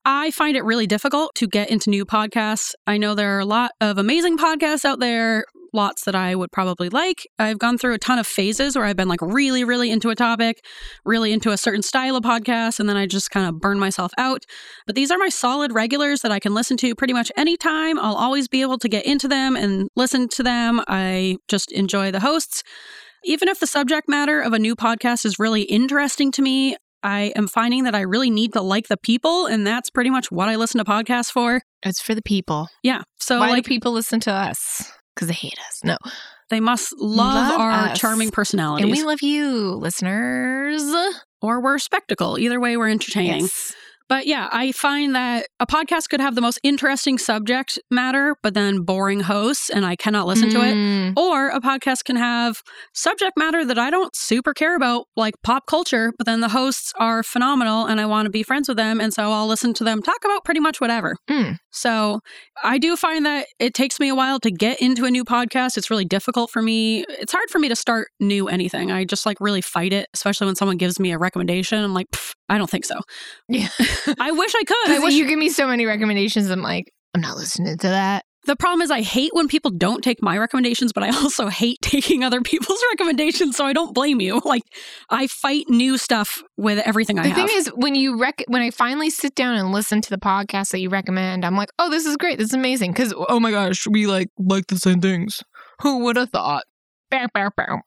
S3: I find it really difficult to get into new podcasts. I know there are a lot of amazing podcasts out there, lots that I would probably like. I've gone through a ton of phases where I've been like really, really into a topic, really into a certain style of podcast, and then I just kind of burn myself out. But these are my solid regulars that I can listen to pretty much anytime. I'll always be able to get into them and listen to them. I just enjoy the hosts. Even if the subject matter of a new podcast is really interesting to me, I am finding that I really need to like the people, and that's pretty much what I listen to podcasts for.
S2: It's for the people.
S3: Yeah. So,
S2: why
S3: like,
S2: do people listen to us? Because they hate us. No.
S3: they must love,
S2: love
S3: our
S2: us?
S3: charming personalities.
S2: And we love you, listeners.
S3: or we're a spectacle. Either way, we're entertaining.
S2: Yes.
S3: But yeah, I find that a podcast could have the most interesting subject matter, but then boring hosts, and I cannot listen to it.
S2: Mm.
S3: Or a podcast can have subject matter that I don't super care about, like pop culture, but then the hosts are phenomenal and I want to be friends with them. And so I'll listen to them talk about pretty much whatever.
S2: Mm.
S3: So I do find that it takes me a while to get into a new podcast. It's really difficult for me. It's hard for me to start new anything. I just like really fight it, especially when someone gives me a recommendation. I'm like, "Pff, I don't think so.
S2: Yeah.
S3: I wish I could. I
S2: Because
S3: wish
S2: you give me so many recommendations. I'm like, I'm not listening to that.
S3: The problem is, I hate when people don't take my recommendations, but I also hate taking other people's recommendations. So I don't blame you. Like, I fight new stuff with everything I
S2: the
S3: have.
S2: thing is, when you rec- when I finally sit down and listen to the podcast that you recommend, I'm like, oh, this is great. This is amazing. Because oh my gosh, we like like the same things. Who would have thought? Bow, bow, bow.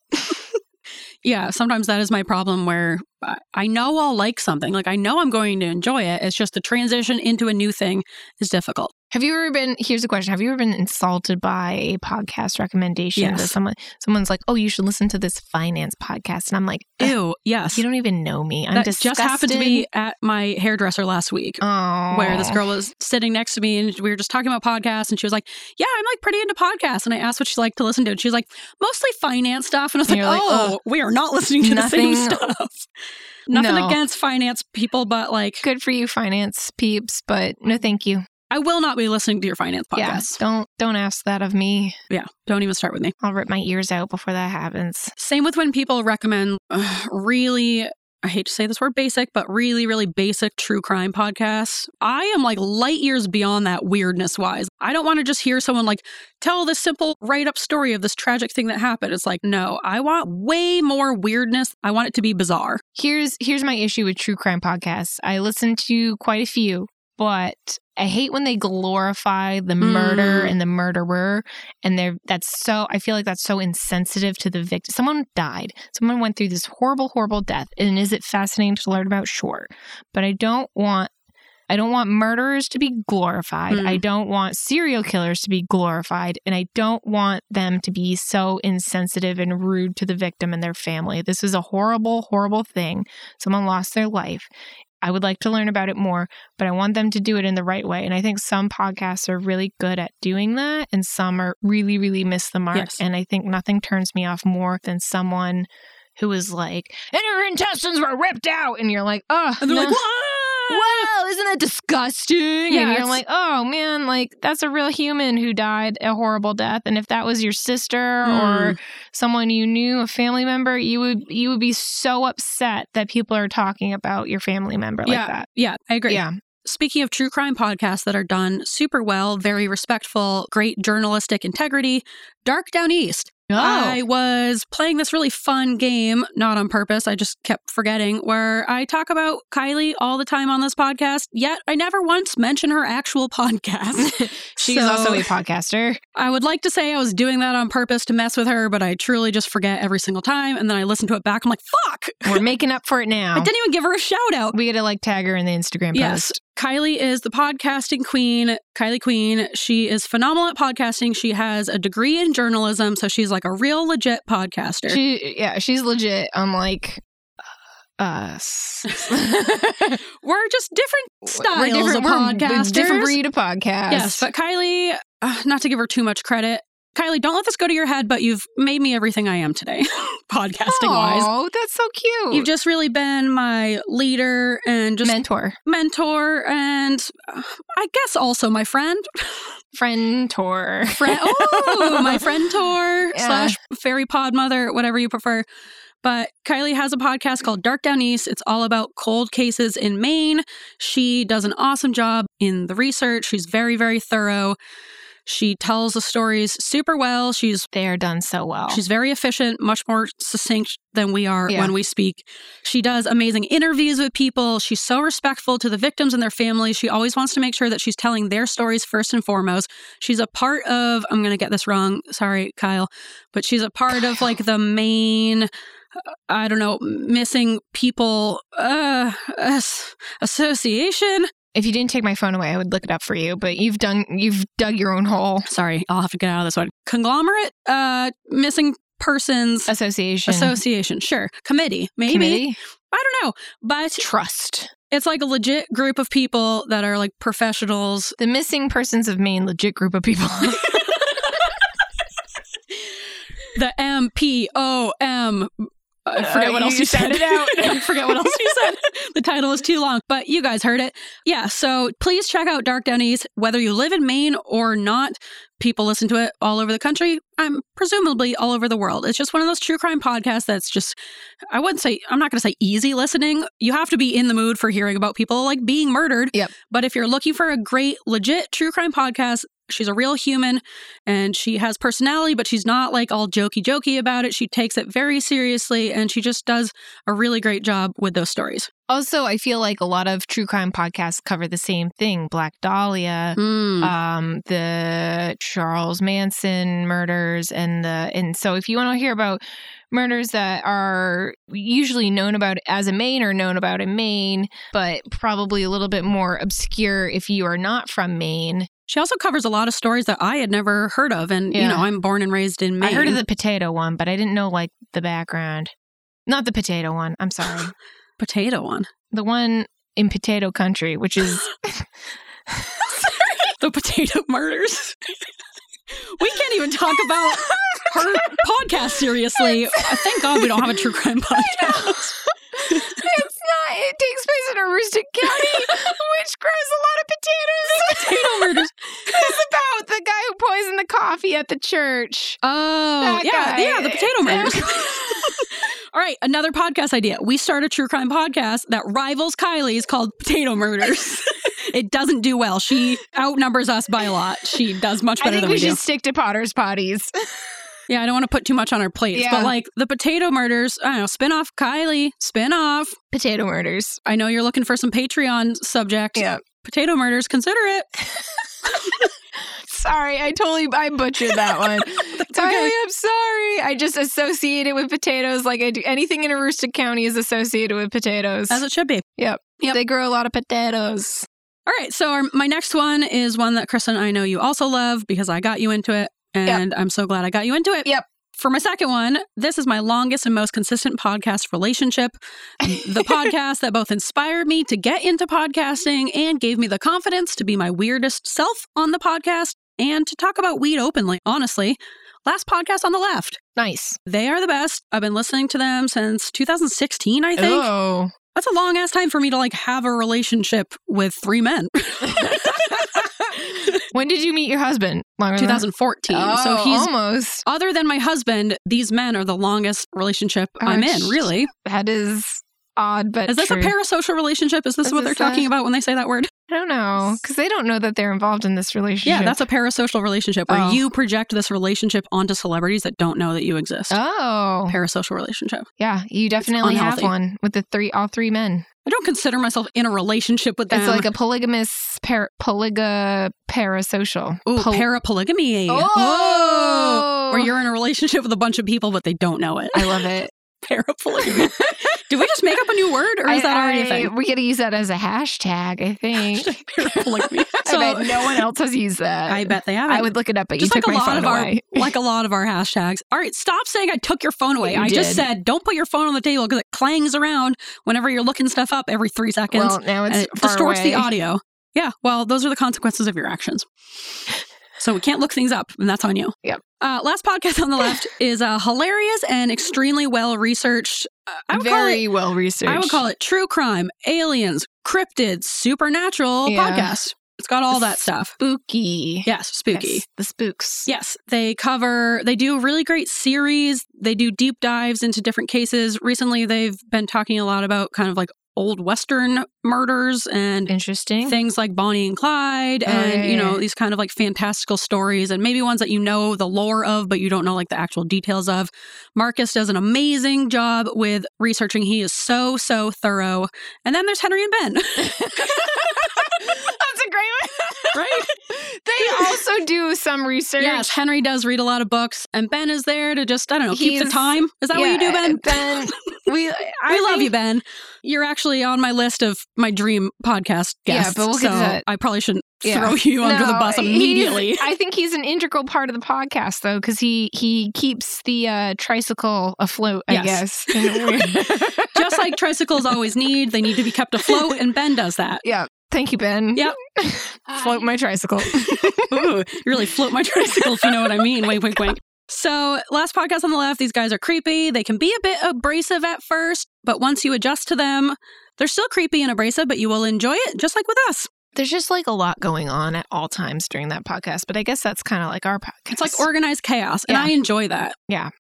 S3: yeah, sometimes that is my problem where I- I know I'll like something. Like, I know I'm going to enjoy it. It's just the transition into a new thing is difficult.
S2: Have you ever been? Here's a question: Have you ever been insulted by a podcast recommendation that
S3: Yes.
S2: someone someone's like, oh, you should listen to this finance podcast, and I'm like, "Ugh,
S3: Ew, yes.
S2: you don't even know me. I'm
S3: that
S2: disgusted.
S3: just happened to be at my hairdresser last week.
S2: oh,
S3: where this girl was sitting next to me and we were just talking about podcasts and she was like, Yeah, I'm like pretty into podcasts. And I asked what she liked to listen to. And she was like, mostly finance stuff. And I was
S2: And
S3: like,
S2: you're like,
S3: Oh, we are not listening to the same
S2: nothing-
S3: stuff. Nothing
S2: No.
S3: against finance people, but like
S2: Good for you, finance peeps, but no, thank you.
S3: I will not be listening to your finance
S2: Yeah,
S3: podcast.
S2: don't don't ask that of me.
S3: Yeah. Don't even start with me.
S2: I'll rip my ears out before that happens.
S3: Same with when people recommend ugh, really I hate to say this word basic, but really, really basic true crime podcasts. I am like light years beyond that weirdness wise. I don't want to just hear someone like tell this simple write up story of this tragic thing that happened. It's like, no, I want way more weirdness. I want it to be bizarre.
S2: Here's here's my issue with true crime podcasts. I listen to quite a few, but I hate when they glorify the murder
S3: Mm.
S2: and the murderer and they're that's so I feel like that's so insensitive to the victim. Someone died. Someone went through this horrible horrible death. And is it fascinating to learn about? Sure. But I don't want I don't want murderers to be glorified.
S3: Mm.
S2: I don't want serial killers to be glorified. And I don't want them to be so insensitive and rude to the victim and their family. This is a horrible, horrible thing. Someone lost their life. I would like to learn about it more, but I want them to do it in the right way. And I think some podcasts are really good at doing that, and some are really, really miss the mark.
S3: Yes.
S2: And I think nothing turns me off more than someone who is like, and her intestines were ripped out. And you're like, oh,
S3: And they're
S2: no
S3: like, "What?"
S2: whoa, isn't that disgusting?
S3: Yeah,
S2: and you're
S3: it's-
S2: like, oh man, like that's a real human who died a horrible death. And if that was your sister
S3: Hmm.
S2: or someone you knew, a family member, you would you would be so upset that people are talking about your family member like that.
S3: Yeah, I agree.
S2: Yeah.
S3: Speaking of true crime podcasts that are done super well, very respectful, great journalistic integrity, Dark Down East.
S2: Oh. Uh,
S3: I was playing this really fun game, not on purpose. I just kept forgetting where I talk about Kylie all the time on this podcast, yet I never once mention her actual podcast.
S2: She's
S3: So-
S2: also a podcaster.
S3: I would like to say I was doing that on purpose to mess with her, but I truly just forget every single time. And then I listen to it back. I'm like, fuck,
S2: We're making up for it
S3: I
S2: now.
S3: didn't even give her a shout out.
S2: We gotta like tag her in the Instagram
S3: Yes.
S2: post.
S3: Kylie is the podcasting queen, Kylie Queen. She is phenomenal at podcasting. She has a degree in journalism, so she's like a real legit podcaster.
S2: She yeah, she's legit unlike uh, us.
S3: we're just different styles
S2: we're different,
S3: of
S2: we're a
S3: podcasters.
S2: different breed of podcast.
S3: Yes, but Kylie, uh, not to give her too much credit, Kylie, don't let this go to your head, but you've made me everything I am today, podcasting wise.
S2: Oh, that's so cute.
S3: You've just really been my leader and just
S2: mentor,
S3: mentor, and uh, I guess also my friend.
S2: friend, tour.
S3: friend. Oh, my friend tour
S2: Yeah.
S3: slash fairy pod mother, whatever you prefer. But Kylie has a podcast called Dark Down East. It's all about cold cases in Maine. She does an awesome job in the research. She's very, very thorough. She tells the stories super well. She's
S2: They are done so well.
S3: She's very efficient, much more succinct than we are
S2: Yeah.
S3: when we speak. She does amazing interviews with people. She's so respectful to the victims and their families. She always wants to make sure that she's telling their stories first and foremost. She's a part of, I'm going to get this wrong. Sorry, Kyle, but she's a part of
S2: Kyle.
S3: like the main. uh, I don't know, missing people uh, as- association.
S2: if you didn't take my phone away, I would look it up for you. But you've done, you've dug your own hole.
S3: Sorry, I'll have to get out of this one. Conglomerate uh, missing persons
S2: Association,
S3: association. Sure, committee, maybe.
S2: committee,
S3: I don't know. But
S2: trust.
S3: it's like a legit group of people that are like professionals.
S2: The missing persons of Maine, legit group of people.
S3: The M P O M. I forget
S2: Uh,
S3: what else
S2: you
S3: you said.
S2: said it out.
S3: I forget what else you said. The title is too long, but you guys heard it. Yeah, so please check out Dark Down East. Whether you live in Maine or not, people listen to it all over the country. I'm presumably all over the world. It's just one of those true crime podcasts that's just, I wouldn't say, I'm not going to say easy listening. You have to be in the mood for hearing about people like being murdered.
S2: Yep.
S3: But if you're looking for a great, legit true crime podcast, She's a real human and she has personality, but she's not like all jokey jokey about it. She takes it very seriously and she just does a really great job with those stories.
S2: also, I feel like a lot of true crime podcasts cover the same thing: Black Dahlia,
S3: Mm. Hmm.
S2: um, the Charles Manson murders, and the and so if you want to hear about murders that are usually known about as a Maine or known about in Maine, but probably a little bit more obscure if you are not from Maine.
S3: She also covers a lot of stories that I had never heard of. And, you
S2: Yeah.
S3: know, I'm born and raised in Maine.
S2: I heard of the potato one, but I didn't know like the background. Not the potato one. I'm sorry.
S3: potato one.
S2: the one in potato country, which is
S3: The potato murders. we can't even talk about her podcast seriously. Thank God we don't have a true crime podcast.
S2: it's not. It takes place in Aroostook County, which grows a lot of potatoes.
S3: potato murders.
S2: it's about the guy who poisoned the coffee at the church.
S3: Oh,
S2: That
S3: yeah.
S2: guy.
S3: Yeah, the potato murders. All right, another podcast idea. We start a true crime podcast that rivals Kylie's called Potato Murders. it doesn't do well. She outnumbers us by a lot. She does much
S2: I
S3: better
S2: think
S3: than
S2: we
S3: we, do.
S2: should stick to Potter's potties.
S3: Yeah, I don't want to put too much on our plates,
S2: Yeah.
S3: but like the Potato Murders, I don't know, spin off Kylie, spin off.
S2: Potato murders.
S3: I know you're looking for some Patreon subject.
S2: Yeah.
S3: Potato Murders, consider it.
S2: Sorry, I totally I butchered that one. Kylie,
S3: okay.
S2: I'm sorry. I just associate it with potatoes like I do anything in Aroostook County is associated with potatoes.
S3: As it should be. Yep.
S2: They grow a lot of potatoes.
S3: All right, so our, my next one is one that Kristen, I know you also love because I got you into it, and I'm so glad I got you into it.
S2: Yep.
S3: For my second one, this is my longest and most consistent podcast relationship. The podcast that both inspired me to get into podcasting and gave me the confidence to be my weirdest self on the podcast and to talk about weed openly, honestly. Last podcast on the left.
S2: Nice.
S3: They are the best. I've been listening to them since 2016, I think.
S4: Oh,
S3: That's a long ass time for me to like have a relationship with three men.
S4: when did you meet your husband? Longer than that?
S3: 2014. so
S4: Oh,
S3: he's
S4: almost.
S3: other than my husband, these men are the longest relationship I'm in,
S2: Gosh.
S3: really.
S2: That is odd, but
S3: Is this
S2: Oh, true.
S3: a parasocial relationship? Is this
S2: Is uh,
S3: what they're
S2: this a-
S3: talking about when they say that word?
S2: I don't know because they don't know that they're involved in this relationship.
S3: Yeah, that's a parasocial relationship where
S2: Oh.
S3: you project this relationship onto celebrities that don't know that you exist.
S2: oh
S3: Parasocial relationship.
S2: yeah. You definitely have
S3: unhealthy.
S2: one with the three, all three men.
S3: I don't consider myself in a relationship with them.
S2: It's like a polygamous par- polyga parasocial.
S3: Ooh,
S2: Pol-
S3: parapolygamy. Oh!
S2: oh,
S3: Where you're in a relationship with a bunch of people, but they don't know it.
S2: I love it.
S3: Parapolygamy. Did we just make up a new word, or is that already a
S2: I-
S3: thing?
S2: We gotta use that as a hashtag. I think.
S3: Parapolygamy. So
S2: I bet no one else has used that.
S3: I bet they haven't.
S2: I would look it up, but
S3: just
S2: you
S3: like
S2: took
S3: a
S2: my
S3: lot
S2: phone
S3: of
S2: away.
S3: our like a lot of our hashtags. All right, stop saying I took your phone away.
S2: You
S3: I just
S2: did.
S3: said don't put your phone on the table because it clangs around whenever you're looking stuff up every three seconds.
S2: well, now it's
S3: and it
S2: far
S3: uh, distorts the
S2: away.
S3: audio. Yeah, well, those are the consequences of your actions. So we can't look things up, and that's on you.
S2: Yep.
S3: Uh, last podcast on the left is a hilarious and extremely well researched. Uh, I would call it
S4: Very well researched.
S3: I would call it true crime, aliens, cryptids, supernatural
S2: Yeah.
S3: podcast. It's got all that stuff.
S2: Spooky.
S3: Yes, spooky.
S2: Yes, the spooks.
S3: Yes, they cover, they do really great series. They do deep dives into different cases. Recently, they've been talking a lot about kind of like old Western murders and
S2: Interesting.
S3: things like Bonnie and Clyde
S2: Oh,
S3: and,
S2: yeah,
S3: you know,
S2: yeah.
S3: these kind of like fantastical stories and maybe ones that you know the lore of, but you don't know like the actual details of. Marcus does an amazing job with researching. He is so, so thorough. And then there's Henry and Ben.
S2: That's a great one.
S3: Right?
S2: they also do some research.
S3: yes, Henry does read a lot of books, and Ben is there to just, I don't know, keep the
S2: He's-
S3: time. Is that what you do, Ben?
S2: Ben, we I
S3: I love
S2: think-
S3: you, Ben. You're actually on my list of my dream podcast
S2: Yeah,
S3: guests.
S2: but we'll get to
S3: so
S2: that.
S3: I probably shouldn't
S2: Yeah.
S3: throw you under the
S2: No,
S3: bus
S2: he's-
S3: immediately.
S2: I think he's an integral part of the podcast though, because he he keeps the uh, tricycle afloat. I
S3: Yes.
S2: guess. in a weird-
S3: Just like tricycles always need, they need to be kept afloat, and Ben does that.
S2: Thank you, Ben.
S3: Yep.
S2: Float my tricycle.
S3: Ooh, you really float my tricycle, if you know what I mean. Wink, wink, wink. So, last podcast on the left, these guys are creepy. They can be a bit abrasive at first, but once you adjust to them, they're still creepy and abrasive, but you will enjoy it just like with us.
S4: There's just like a lot going on at all times during that podcast, but I guess that's kind of like our podcast.
S3: It's like organized chaos, and
S4: Yeah.
S3: I enjoy that.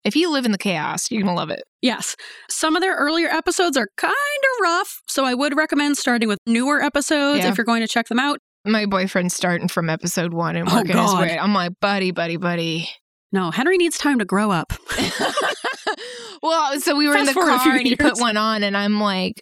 S4: if you live in the chaos, you're gonna love it.
S3: Yes. Some of their earlier episodes are kind of rough, so I would recommend starting with newer episodes
S4: Yeah.
S3: if you're going to check them out.
S4: My boyfriend's starting from episode one and
S3: Oh,
S4: working his
S3: God.
S4: way. I'm like, buddy, buddy, buddy.
S3: No, Henry needs time to grow up.
S4: well, so we were
S3: Fast
S4: in the
S3: forward a
S4: car
S3: few
S4: and he put
S3: years.
S4: one on, and I'm like,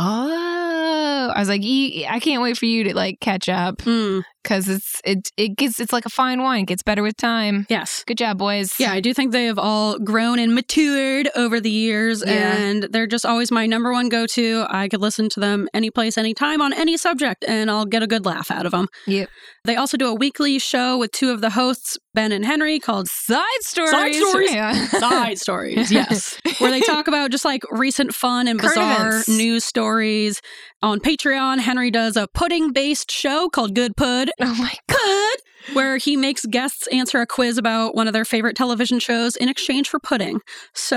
S4: oh, I was like, "You- I can't wait for you to like catch up
S3: Mm,
S4: because it's it it gets it's like a fine wine, it gets better with time.
S3: yes.
S4: Good job, boys.
S3: Yeah, I do think they have all grown and matured over the years,
S4: Yeah.
S3: and they're just always my number one go to. I could listen to them any place, anytime on any subject, and I'll get a good laugh out of them.
S4: Yep.
S3: They also do a weekly show with two of the hosts, Ben and Henry, called
S4: Side stories.
S3: stories.
S4: Yeah.
S3: Side Stories. Yes. where they talk about just like recent fun and
S4: Current
S3: bizarre
S4: events.
S3: news stories. On Patreon, Henry does a pudding based show called Good Pud,
S4: oh my
S3: Pud, where he makes guests answer a quiz about one of their favorite television shows in exchange for pudding. So.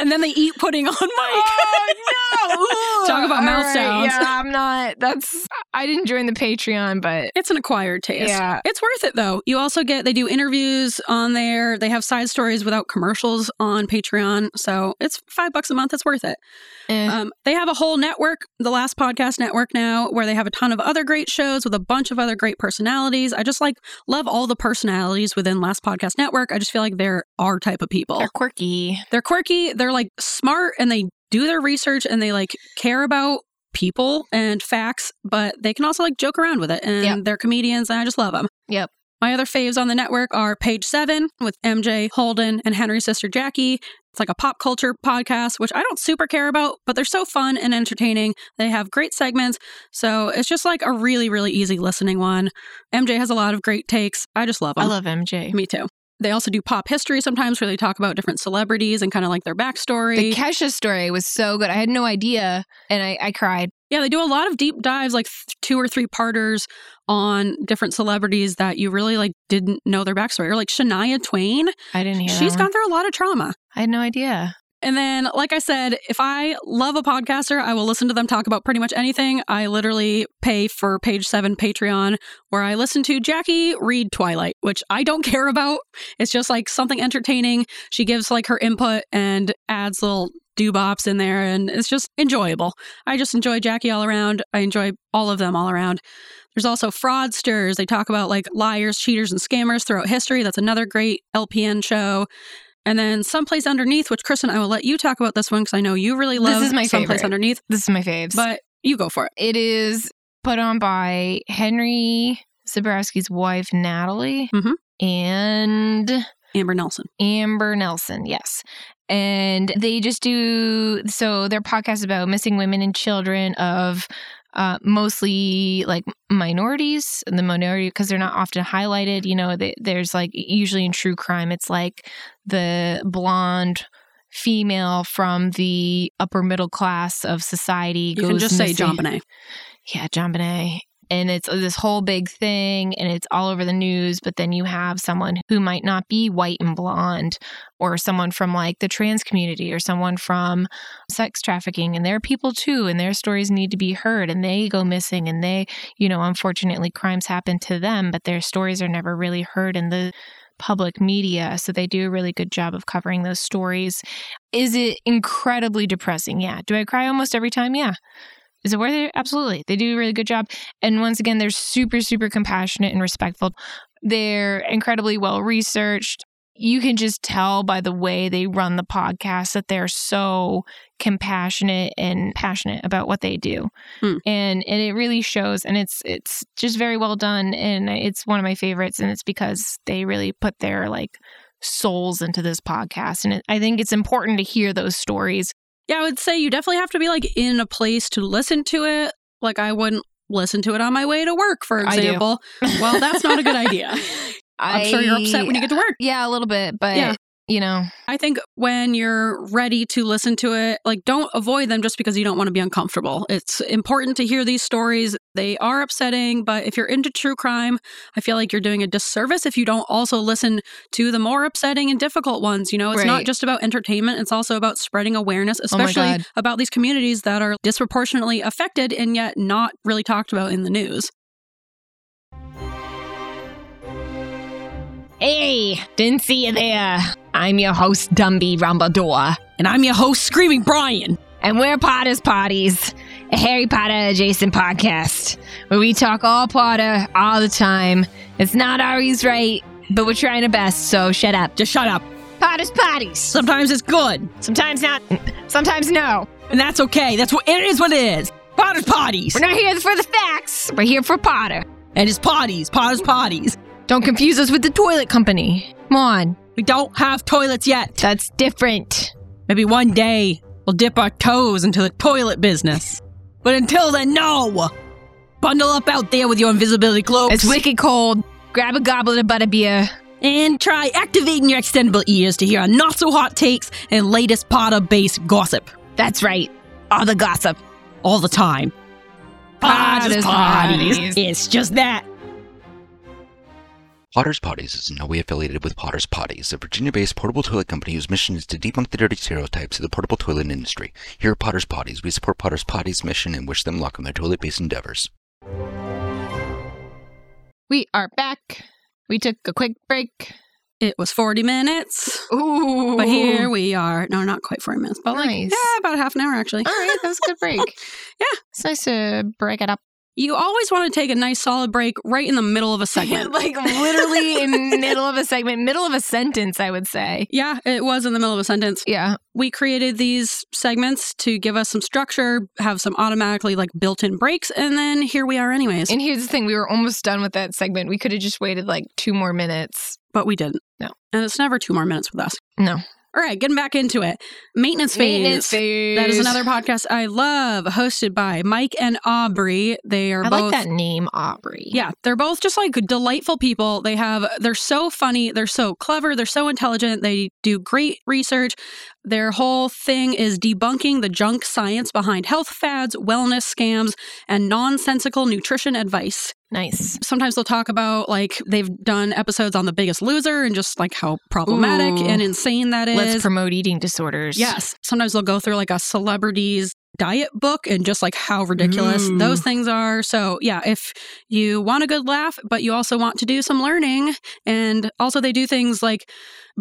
S3: and then they eat pudding on Mike.
S2: Oh,
S3: Talk about mouth sounds.
S2: Yeah, I'm not. That's. I didn't join the Patreon, but
S3: It's an acquired taste.
S2: Yeah.
S3: It's worth it though. You also get they do interviews on there. They have side stories without commercials on Patreon. So it's five bucks a month. It's worth it.
S2: eh.
S3: Um, they have a whole network, the last podcast network now, where they have a ton of other great shows with a bunch of other great personalities. I just like love all the personalities within Last Podcast Network. I just feel like they're our type of people.
S2: they're quirky.
S3: They're quirky, they're like smart, and they do their research and they like care about people and facts, but they can also like joke around with it. And
S2: Yep.
S3: they're comedians, and I just love them.
S2: Yep.
S3: My other faves on the network are Page Seven with MJ Holden and Henry's sister Jackie. It's like a pop culture podcast, which I don't super care about, but they're so fun and entertaining. They have great segments. So it's just like a really, really easy listening one. MJ has a lot of great takes. I just love them.
S2: I love MJ.
S3: um, Me too. They also do pop history sometimes where they talk about different celebrities and kind of like their backstory.
S2: The Kesha story was so good. I had no idea, and I, I cried.
S3: Yeah, they do a lot of deep dives, like th- two or three parters on different celebrities that you really like didn't know their backstory. Or like Shania Twain,
S2: I didn't hear.
S3: she's
S2: that one.
S3: gone through a lot of trauma.
S2: I had no idea.
S3: And then, like I said, if I love a podcaster, I will listen to them talk about pretty much anything. I literally pay for Page Seven Patreon, where I listen to Jackie read Twilight, which I don't care about. It's just like something entertaining. She gives like her input and adds little do bops in there, and it's just enjoyable. I just enjoy Jackie all around. I enjoy all of them all around. There's also fraudsters. They talk about like liars, cheaters, and scammers throughout history. That's another great LPN show. And then someplace underneath, which Kristen, I will let you talk about this one because I know you really
S2: This
S3: love
S2: is my
S3: someplace
S2: favorite.
S3: underneath.
S2: This is my faves.
S3: But you go for it.
S2: it is put on by Henry Zabrowski's wife, Natalie,
S3: Mhm.
S2: and
S3: Amber Nelson.
S2: Amber Nelson, yes. And they just do so their podcast is about missing women and children of uh, mostly like minorities and the minority because they're not often highlighted. You know, they, there's like usually in true crime, it's like the blonde female from the upper middle class of society.
S3: You can
S2: goes
S3: just say
S2: missing.
S3: John Bonet.
S2: Yeah, John Bonet. And it's uh, this whole big thing and it's all over the news. But then you have someone who might not be white and blonde or someone from like the trans community or someone from sex trafficking. And they're people too. And their stories need to be heard and they go missing. And they, you know, unfortunately, crimes happen to them, but their stories are never really heard in the public media. So they do a really good job of covering those stories. Is it incredibly depressing? Yeah. Do I cry almost every time? Yeah. Is it worth it? Absolutely. They do a really good job. And once again, they're super, super compassionate and respectful. They're incredibly well researched. You can just tell by the way they run the podcast that they're so compassionate and passionate about what they do.
S3: Hmm.
S2: And and it really shows and it's it's just very well done and it's one of my favorites and it's because they really put their like souls into this podcast and it, I think it's important to hear those stories.
S3: Yeah, I would say you definitely have to be like in a place to listen to it. Like I wouldn't listen to it on my way to work, for
S2: I do.
S3: example. Well, that's not a good idea. I'm sure you're upset when you get to work.
S2: Yeah, a little bit, but
S3: Yeah.
S2: you know,
S3: I think when you're ready to listen to it, like don't avoid them just because you don't want to be uncomfortable. It's important to hear these stories. They are upsetting, but if you're into true crime, I feel like you're doing a disservice if you don't also listen to the more upsetting and difficult ones. You know, it's not
S2: Right. Oh
S3: just about entertainment, it's also about spreading awareness,
S2: my
S3: especially
S2: God.
S3: about these communities that are disproportionately affected and yet not really talked about in the news.
S2: Hey, didn't see you there. I'm your host, Dumby Rumbledore,
S3: And I'm your host, Screaming Brian.
S2: and we're Potter's Potties, a Harry Potter adjacent podcast where we talk all Potter all the time. It's not always right, but we're trying our best, so shut up.
S3: Just shut up.
S2: Potter's Potties.
S3: Sometimes it's good.
S2: Sometimes not, sometimes no.
S3: And that's okay. That's what it is. What it is. Potter's potties.
S2: We're not here for the facts, we're here for Potter.
S3: and his potties. Potter's potties.
S2: Don't confuse us with the toilet company. Come on,
S3: We don't have toilets yet.
S2: that's different.
S3: Maybe one day we'll dip our toes into the toilet business. But until then, no. Bundle up out there with your invisibility cloaks.
S2: It's wicked cold. Grab a goblet of butterbeer.
S3: and try activating your extendable ears to hear our not so hot takes and latest Potter based gossip
S2: That's right, all the gossip.
S3: all the time. Potter's
S2: Potter's
S3: potties.
S2: potties.
S3: It's just that.
S5: Potter's Potties is in no way affiliated with Potter's Potties, a Virginia based portable toilet company whose mission is to debunk the dirty stereotypes of the portable toilet industry. Here at Potter's Potties, we support Potter's Potties' mission and wish them luck on their toilet based endeavors.
S2: We are back. We took a quick break.
S3: It was 40 minutes,
S2: Ooh.
S3: but here we are. No, not quite 40 minutes, but like,
S2: Nice.
S3: yeah, about half an hour actually.
S2: All right, that was a good break.
S3: Yeah.
S2: It's nice to break it up.
S3: You always want to take a nice solid break right in the middle of a segment.
S2: like literally in middle of a segment, middle of a sentence, I would say.
S3: yeah, it was in the middle of a sentence.
S2: Yeah.
S3: We created these segments to give us some structure, have some automatically like built in breaks, and then here we are, anyways.
S2: And here's the thing, we were almost done with that segment. We could have just waited like two more minutes.
S3: but we didn't.
S2: No.
S3: And it's never two more minutes with us.
S2: No.
S3: All right, getting back into it. Maintenance phase.
S2: Maintenance phase.
S3: That is another podcast I love, hosted by Mike and Aubrey. They are
S2: I
S3: both
S2: like that name, Aubrey.
S3: Yeah, they're both just like delightful people. They have they're so funny, they're so clever, they're so intelligent. They do great research. Their whole thing is debunking the junk science behind health fads, wellness scams, and nonsensical nutrition advice.
S2: Nice.
S3: Sometimes they'll talk about like they've done episodes on the biggest loser and just like how problematic
S2: Ooh.
S3: and insane that
S2: Let's
S3: is.
S2: promote eating disorders.
S3: Yes. Sometimes they'll go through like a celebrity's diet book and just like how ridiculous
S2: Mm.
S3: those things are. So, yeah, if you want a good laugh, but you also want to do some learning, and also they do things like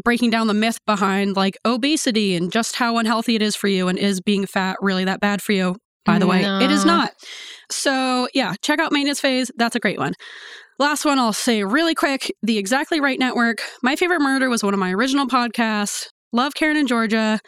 S3: breaking down the myth behind like obesity and just how unhealthy it is for you and is being fat really that bad for you? By the way, it is
S2: No.
S3: not. So, yeah, check out Maintenance Phase. That's a great one. Last one I'll say really quick the Exactly Right Network. My Favorite Murder was one of my original podcasts. Love Karen and Georgia.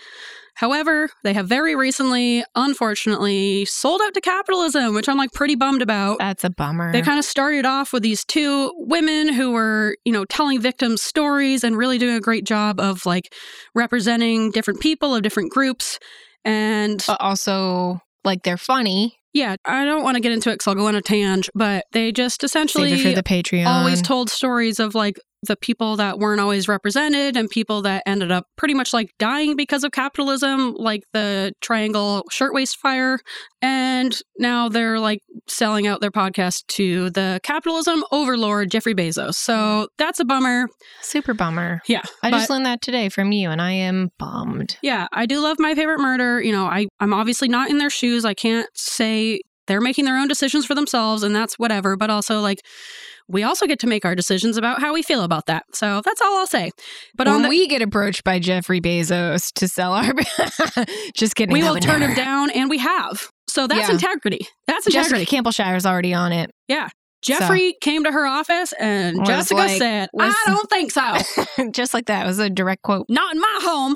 S3: However, they have very recently, unfortunately, sold out to capitalism, which I'm like pretty bummed about.
S2: That's a bummer.
S3: They kind of started off with these two women who were, you know, telling victims stories and really doing a great job of like representing different people of different groups. And
S2: but also like they're funny.
S3: yeah, I don't want to get into it because I'll go on a tangent, but they just essentially
S2: Save it for the Patreon.
S3: always told stories of like the people that weren't always represented and people that ended up pretty much like dying because of capitalism, like the Triangle Shirtwaist Fire. And now they're like selling out their podcast to the capitalism overlord, Jeffrey Bezos. So that's a bummer.
S2: Super bummer.
S3: Yeah.
S2: I just
S3: but-
S2: learned that today from you, and I am bummed.
S3: Yeah, I do love my favorite murder. You know, I, I'm obviously not in their shoes. I can't say they're making their own decisions for themselves, and that's whatever. But also, like, we also get to make our decisions about how we feel about that. So that's all I'll say. But
S2: But when
S3: on the,
S2: we get approached by Jeffrey Bezos to sell our, just kidding,
S3: we
S2: I
S3: will
S2: would
S3: turn
S2: never.
S3: him down, and we have. So that's
S2: Yeah.
S3: integrity. That's
S2: Jessica
S3: integrity.
S2: Campleshire's already on it.
S3: Jeffrey came to her office, and
S2: Was
S3: Jessica
S2: like,
S3: said,
S2: was-
S3: "I don't think so.
S2: just like that. It was a direct quote.
S3: Not in my home."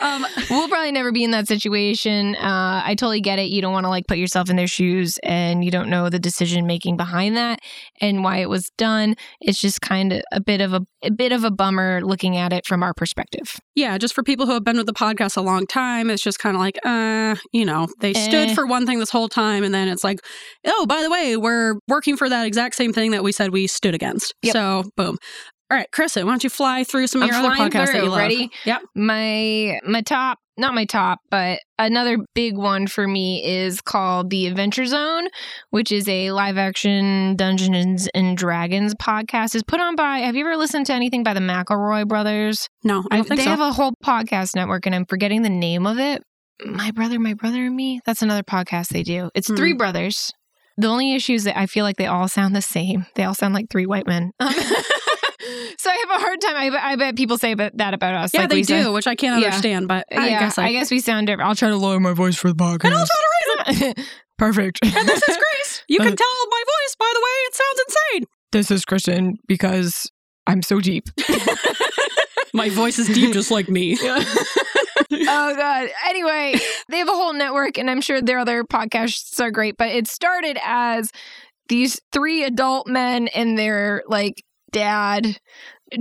S3: Um,
S2: we'll probably never be in that situation. Uh, I totally get it. You don't want to like put yourself in their shoes and you don't know the decision making behind that and why it was done. It's just kind of a bit of a, a bit of a bummer looking at it from our perspective.
S3: yeah, just for people who have been with the podcast a long time, it's just kind of like, uh, you know, they
S2: Eh.
S3: stood for one thing this whole time, and then it's like, oh, by the way, we're working for that exact same thing that we said we stood against.
S2: Yep.
S3: So, boom. All right, Kristen, why don't you fly through some of
S2: I'm
S3: your other
S2: flying
S3: podcasts that
S2: through.
S3: you love?
S2: Ready?
S3: Yep.
S2: my my top not my top but another big one for me is called the adventure zone which is a live action dungeons and dragons podcast is put on by have you ever listened to anything by the mcelroy brothers
S3: No, I don't think
S2: they
S3: so.
S2: have a whole podcast network and i'm forgetting the name of it my brother my brother and me that's another podcast they do it's
S3: Hmm.
S2: three brothers the only issue is that i feel like they all sound the same they all sound like three white men Um, so i have a hard time i, bet- I bet people say about- that about us
S3: yeah,
S2: like
S3: they
S2: we
S3: do,
S2: sound-
S3: which I can't
S2: Yeah.
S3: understand, but I
S2: yeah,
S3: guess I,
S2: I guess we sound different. I'll try to lower my voice for the podcast. And I'll try to raise it. Perfect.
S3: And this is Grace. You
S2: Uh.
S3: can tell my voice, by the way. It sounds insane.
S2: this is Christian because I'm so deep.
S3: My voice is deep, just like me.
S2: oh god. Anyway, they have a whole network, and I'm sure their other podcasts are great. But it started as these three adult men and their like dad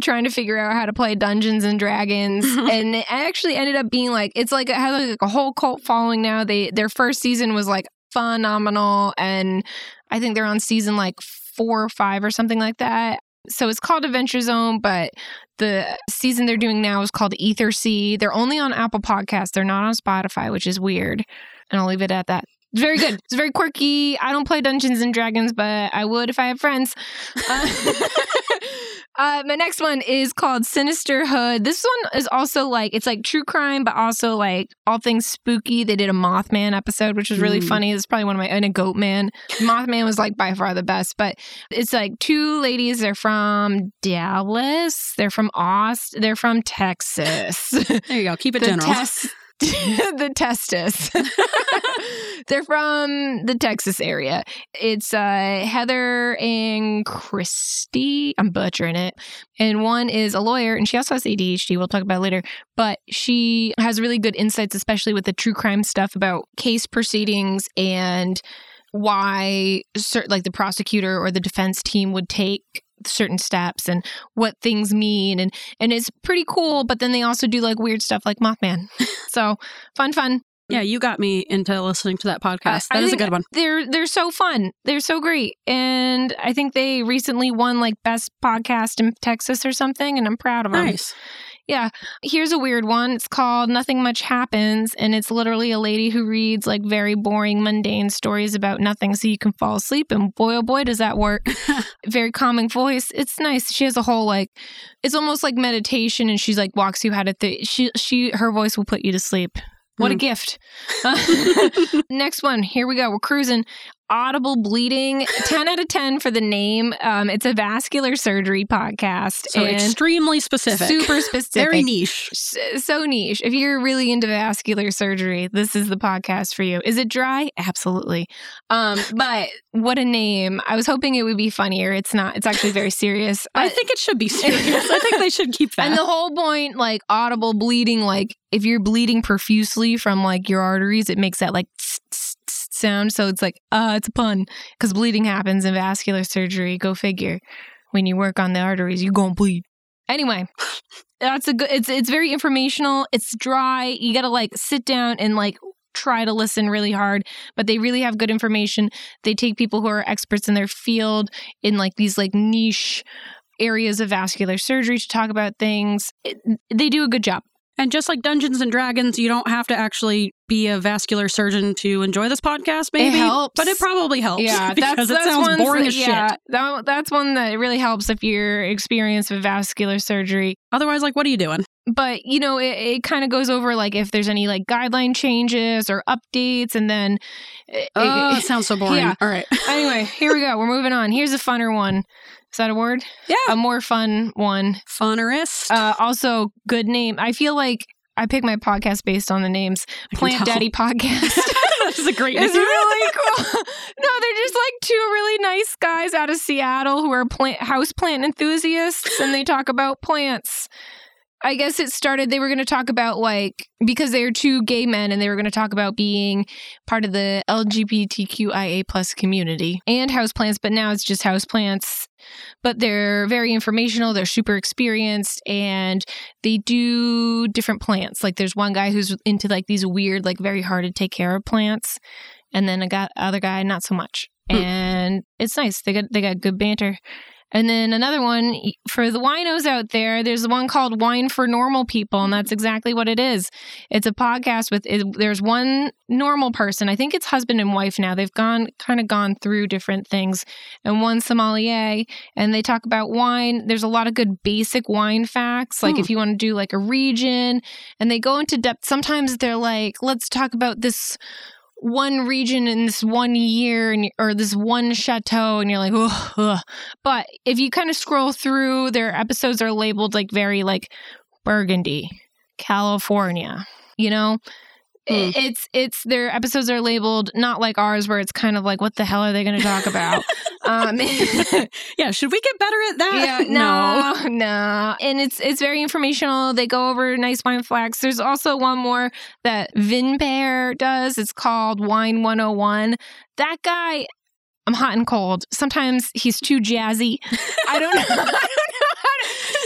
S2: trying to figure out how to play Dungeons and Dragons, and it actually ended up being like it's like it had like a whole cult following now. They their first season was like phenomenal, and I think they're on season like four or five or something like that. So it's called Adventure Zone, but the season they're doing now is called Ether Sea. They're only on Apple Podcasts. They're not on Spotify, which is weird. And I'll leave it at that. It's very good. It's very quirky. I don't play Dungeons and Dragons, but I would if I had friends. Uh, uh, my next one is called Sinisterhood. This one is also like it's like true crime, but also like all things spooky. They did a Mothman episode, which was really
S3: Mm.
S2: funny. It's probably one of my and a Goatman. Mothman was like by far the best, but it's like two ladies. They're from Dallas. They're from Austin. They're from Texas.
S3: There you go. Keep it
S2: the
S3: general.
S2: test the testis they're from the texas area it's uh heather and christy i'm butchering it and one is a lawyer and she also has adhd we'll talk about it later but she has really good insights especially with the true crime stuff about case proceedings and why certain like the prosecutor or the defense team would take certain steps and what things mean and and it's pretty cool but then they also do like weird stuff like mothman so fun fun
S3: yeah, you got me into listening to that podcast.
S2: I
S3: That is a
S2: think-
S3: good one.
S2: they're they're so fun they're so great and i think they recently won like best podcast in texas or something and i'm proud of them
S3: Nice.
S2: here's a weird one it's called nothing much happens and it's literally a lady who reads like very boring mundane stories about nothing so you can fall asleep and boy oh boy does that work very calming voice. It's nice. She has a whole like, it's almost like meditation, and she's like walks you how to think. She she her voice will put you to sleep. What a
S3: Hmm.
S2: gift. Next one. Here we go. We're cruising. Audible bleeding. Ten out of ten for the name. Um, it's a vascular surgery podcast.
S3: So extremely specific.
S2: Super specific.
S3: Very niche.
S2: S- so niche. If you're really into vascular surgery, this is the podcast for you. Is it dry? Absolutely. Um, but what a name. I was hoping it would be funnier. It's not. It's actually very serious.
S3: I
S2: Uh,
S3: think it should be serious. I think they should keep that.
S2: and the whole point, like audible bleeding, like if you're bleeding profusely from like your arteries, it makes that like tss, tss, tss sound. So it's like, uh, it's a pun because bleeding happens in vascular surgery. Go figure. When you work on the arteries, you gonna bleed. Anyway, that's a good. It's it's very informational. It's dry. You gotta like sit down and like try to listen really hard but they really have good information they take people who are experts in their field in like these like niche areas of vascular surgery to talk about things. It, they do a good job.
S3: And just like Dungeons and Dragons, you don't have to actually be a vascular surgeon to enjoy this podcast, maybe.
S2: helps.
S3: But it probably helps.
S2: Yeah,
S3: Oh. because
S2: that's, that's
S3: it sounds
S2: ones
S3: boring
S2: that-
S3: as
S2: yeah,
S3: shit.
S2: that- that's one that really helps if you're experienced with vascular surgery.
S3: Otherwise, like, what are you doing?
S2: But you know, it, it kind of goes over like if there's any like guideline changes or updates, and then eh, it-
S3: Oh, it
S2: it-
S3: sounds so boring.
S2: Uh, Yeah.
S3: All right.
S2: anyway, here we go. We're moving on. Here's a funner one. Is that a word?
S3: Yeah.
S2: A more fun one.
S3: Funnerist.
S2: Uh, also, good name. I feel like I pick my podcast based on the names.
S3: I can
S2: Plant
S3: tell.
S2: Daddy Podcast.
S3: this is a great
S2: It's
S3: name.
S2: really cool. No, they're just like two really nice guys out of Seattle who are plant house plant enthusiasts and they talk about plants. I guess it started they were going to talk about like because they are two gay men and they were going to talk about being part of the LGBTQIA plus community and houseplants, but now it's just houseplants. But they're very informational, they're super experienced, and they do different plants. Like there's one guy who's into like these weird, like very hard to take care of plants, and then a guy, other guy, not so much.
S3: Hmm.
S2: And it's nice. They got they got good banter. And then another one for the winos out there. There's one called Wine for Normal People, and that's exactly what it is. It's a podcast with it, there's one normal person. I think it's husband and wife now. They've gone kind of gone through different things, and one sommelier, and they talk about wine. There's a lot of good basic wine facts, like
S3: Hmm.
S2: if you want to do like a region, and they go into depth. Sometimes they're like, let's talk about this one region in this one year and or this one chateau and you're like oh ugh. but if you kind of scroll through their episodes are labeled like very like burgundy california you know
S3: Hmm.
S2: it's it's their episodes are labeled not like ours where it's kind of like what the hell are they going to talk about um
S3: yeah, should we get better at
S2: yeah
S3: that?
S2: no no and it's it's very informational they go over nice wine flags there's also one more that vinbear does it's called wine 101 that guy i'm hot and cold sometimes he's too jazzy i don't know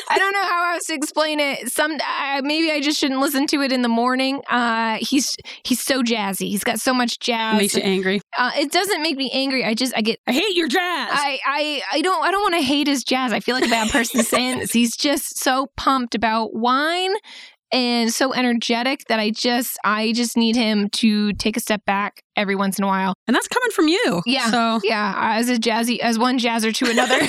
S2: I don't know how to- I don't know how else to explain it. Some I maybe I just shouldn't listen to it in the morning. Uh, he's he's so jazzy. He's got so much
S3: It makes
S2: jazz.
S3: you angry.
S2: Uh, it doesn't make me angry. I just I get
S3: I hate your jazz.
S2: I, I, I don't I don't want to hate his jazz. I feel like a bad person saying this. He's just so pumped about wine and so energetic that I just I just need him to take a step back every once in a while.
S3: And that's coming from you.
S2: Yeah.
S3: So
S2: Yeah, as a jazzy as one jazzer to another.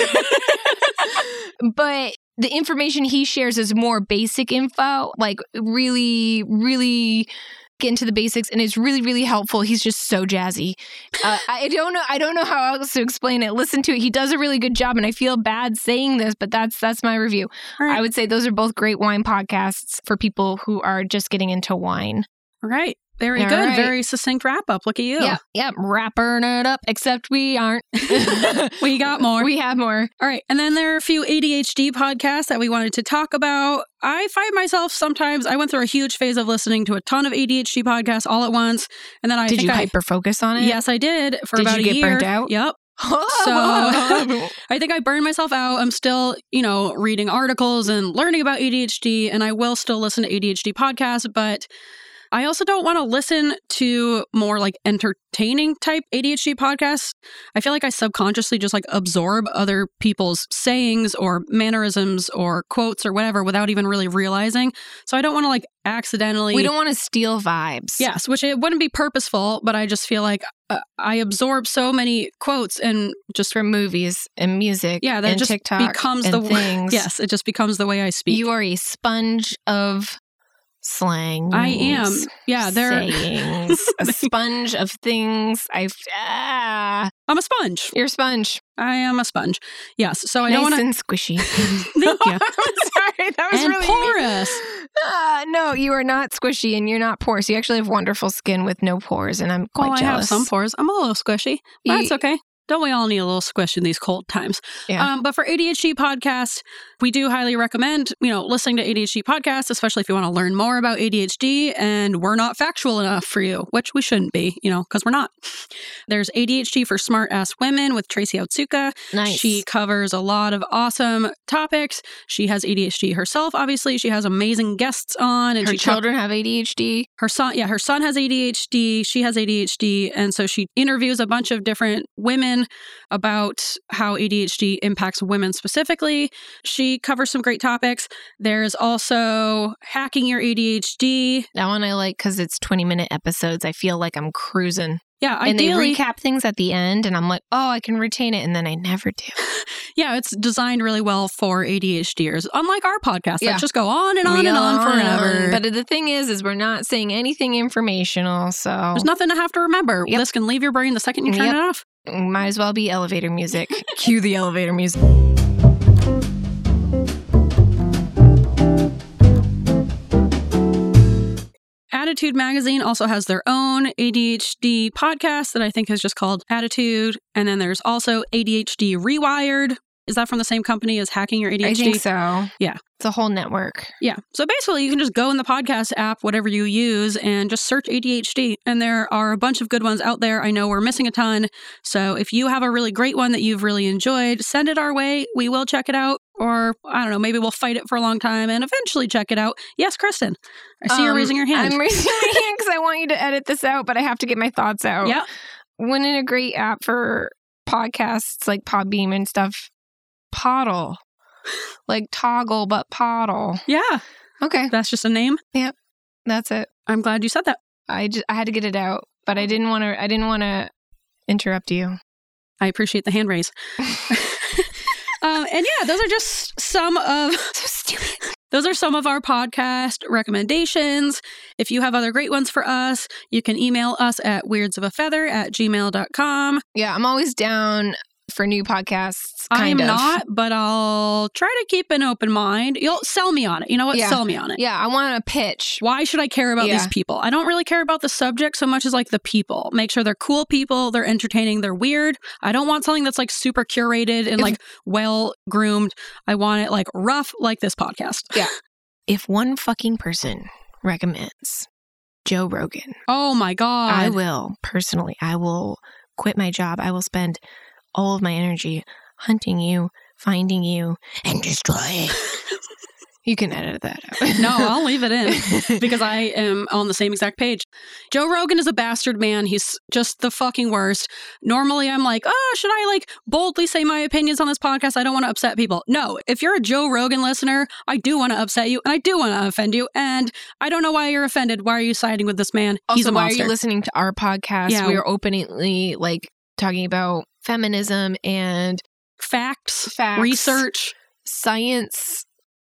S2: but the information he shares is more basic info, like really really get into the basics and it's really really helpful he's just so jazzy uh, i don't know i don't know how else to explain it listen to it he does a really good job and i feel bad saying this but that's that's my review
S3: All right.
S2: i would say those are both great wine podcasts for people who are just getting into wine
S3: All right. Very
S2: All
S3: good.
S2: right.
S3: Very succinct wrap up. Look at you.
S2: yep yep wrapping it up except we aren't
S3: We got more.
S2: we have more
S3: All right. And then there are a few ADHD podcasts that we wanted to talk about. I find myself sometimes, I went through a huge phase of listening to a ton of ADHD podcasts all at once. And then I
S2: did
S3: think
S2: you
S3: I,
S2: hyper focus on it
S3: Yes, I did for
S2: Did
S3: about
S2: you
S3: a
S2: get
S3: year.
S2: burnt out?
S3: Yep.
S2: so
S3: I think I burned myself out. I'm still, you know, reading articles and learning about ADHD, and I will still listen to ADHD podcasts, but I also don't want to listen to more like entertaining type ADHD podcasts. I feel like I subconsciously just like absorb other people's sayings or mannerisms or quotes or whatever without even really realizing. So I don't want to like accidentally.
S2: we don't want to steal vibes
S3: Yes, which it wouldn't be purposeful, but I just feel like uh, I absorb so many quotes and just
S2: from movies and music
S3: Yeah, that
S2: and
S3: just
S2: TikTok
S3: becomes
S2: and
S3: the-
S2: things.
S3: Yes, it just becomes the way I speak.
S2: You are a sponge of slang.
S3: I am. Yeah, there.
S2: sayings. a sponge of things. I ah,
S3: I'm a sponge.
S2: you're a sponge.
S3: I am a sponge. Yes. So Oh, I
S2: nice
S3: don't want to.
S2: and squishy.
S3: Thank you.
S2: Sorry, that was
S3: And
S2: really
S3: porous.
S2: Uh, no, you are not squishy, and you're not porous. You actually have wonderful skin with no pores, and I'm quite
S3: Well, Oh, I have
S2: jealous.
S3: some pores. I'm a little squishy. But
S2: You-
S3: that's okay. Don't we all need a little squish in these cold times?
S2: Yeah.
S3: Um, but for ADHD podcast, we do highly recommend you know listening to ADHD podcasts, especially if you want to learn more about ADHD. And we're not factual enough for you, which we shouldn't be, you know, because we're not. There's ADHD for smart ass women with Tracy Otsuka.
S2: nice.
S3: She covers a lot of awesome topics. She has ADHD herself, obviously. She has amazing guests on, and
S2: Her
S3: she talk-
S2: children have ADHD.
S3: her son, yeah, her son has ADHD. She has ADHD, and so she interviews a bunch of different women about how ADHD impacts women specifically. She covers some great topics. There's also hacking your ADHD.
S2: That one I like because it's 20 minute episodes. I feel like I'm cruising.
S3: Yeah,
S2: and
S3: ideally,
S2: they recap things at the end, and I'm like, oh, I can retain it, and then I never do.
S3: yeah, it's designed really well for ADHDers. Unlike our podcast,
S2: Yeah.
S3: that just go on and on
S2: We
S3: and on,
S2: are
S3: forever.
S2: But the thing is, is we're not saying anything informational, so
S3: There's nothing to have to remember.
S2: Yep.
S3: This can leave your brain the second you turn
S2: Yep.
S3: it off.
S2: might as well be elevator music. Cue the elevator music.
S3: Attitude Magazine also has their own ADHD podcast that I think is just called Attitude. And then there's also ADHD Rewired. Is that from the same company as Hacking Your ADHD?
S2: I think so.
S3: Yeah.
S2: it's a whole network.
S3: Yeah. So basically, you can just go in the podcast app, whatever you use, and just search ADHD. And there are a bunch of good ones out there. I know we're missing a ton. So if you have a really great one that you've really enjoyed, send it our way. We will check it out. Or I don't know, maybe we'll fight it for a long time and eventually check it out. Yes, Kristen. I see you're
S2: Um,
S3: raising your hand.
S2: I'm raising my hand because I want you to edit this out, but I have to get my thoughts out.
S3: Yeah.
S2: Wouldn't a great app for podcasts like Podbeam and stuff? Poddle, like toggle, but Poddle.
S3: yeah.
S2: Okay,
S3: That's just a name.
S2: that's it.
S3: I'm glad you said that.
S2: I just I had to get it out, but I didn't want to. I didn't want to interrupt you.
S3: I appreciate the hand raise. um, and yeah, those are just some of those are some of our podcast recommendations. If you have other great ones for us, you can email us at weirdsofafeather at gmail.com.
S2: Yeah, I'm always down for new podcasts.
S3: I am
S2: Kind of.
S3: not, but I'll try to keep an open mind. You'll sell me on it. You know what?
S2: Yeah.
S3: Sell me on it.
S2: Yeah, I want a pitch.
S3: Why should I care about
S2: Yeah.
S3: these people? I don't really care about the subject so much as like the people. Make sure they're cool people, they're entertaining, they're weird. I don't want something that's like super curated and
S2: If-
S3: like well groomed. I want it like rough, like this podcast.
S2: If one fucking person recommends Joe Rogan,
S3: Oh my
S2: I
S3: God.
S2: will personally. I will quit my job. I will spend all of my energy hunting you, finding you, and destroying. You can edit that out.
S3: No, I'll leave it in because I am on the same exact page. Joe Rogan is a bastard man. He's just the fucking worst. Normally, I'm like, oh, should I like boldly say my opinions on this podcast? I don't want to upset people. No, if you're a Joe Rogan listener, I do want to upset you and I do want to offend you. And I don't know why you're offended. Why are you siding with this man?
S2: also,
S3: He's a
S2: why are
S3: monster.
S2: you listening to our podcast?
S3: Yeah.
S2: We are openly like talking about feminism and
S3: Facts,
S2: facts,
S3: research.
S2: science,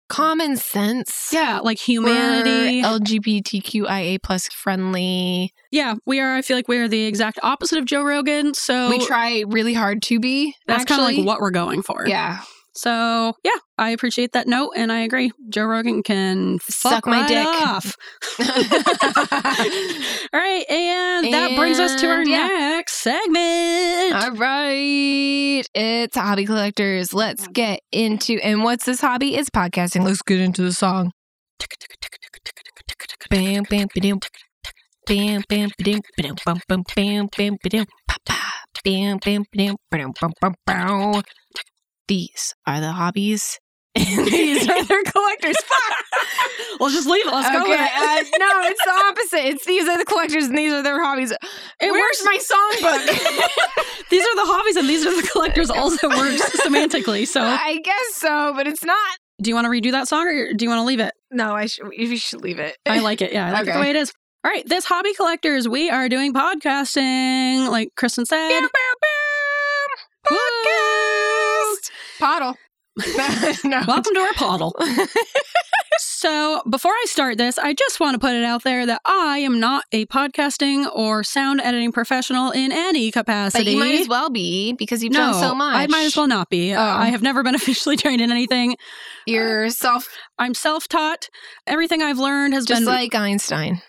S2: common sense.
S3: Yeah, like
S2: We're
S3: humanity.
S2: LGBTQIA plus friendly.
S3: yeah, we are. I feel like we are the exact opposite of Joe Rogan. So
S2: we try really hard to be.
S3: that's kind of like
S2: actually.
S3: what we're going for.
S2: Yeah.
S3: So yeah, I appreciate that note, and I agree. Joe Rogan can fuck
S2: Suck my
S3: right
S2: dick.
S3: off. All right, and, that brings us to our
S2: And, yeah.
S3: next segment.
S2: All right. It's hobby collectors.
S3: Mm.
S2: Let's get into and what's this hobby? It's podcasting. Let's get into the song. Bam bam ba-dum. Bam bam ba-dum, ba-dum, bum, bum, bam bam ba-dum, pa, pa. Bam bam ba-dum, ba-dum, bum, bum, bow. These are the hobbies. And these are their collectors.
S3: we'll just leave it. Let's go. With it.
S2: uh, no, it's the opposite. It's these are the collectors and these are their hobbies. Where's my songbook?
S3: These are the hobbies, and these are the collectors. Also works semantically. So,
S2: I guess so, but it's not
S3: do you want to redo that song, or do you want to leave it?
S2: No, I should. You should leave it.
S3: I like it. Yeah, I like it the
S2: Okay.
S3: way it is. All right, this hobby collectors, we are doing podcasting, like Kristen said. Woo!
S2: Poddle. no.
S3: Welcome to our poddle. so, before I start this, I just want to put it out there that I am not a podcasting or sound editing professional in any
S2: But
S3: capacity.
S2: you might as well be because you've
S3: no,
S2: done so much.
S3: I might as well not be.
S2: Oh.
S3: I have never been officially trained in anything.
S2: You're self,
S3: I'm self-taught. Everything I've learned has
S2: just
S3: been
S2: like Einstein.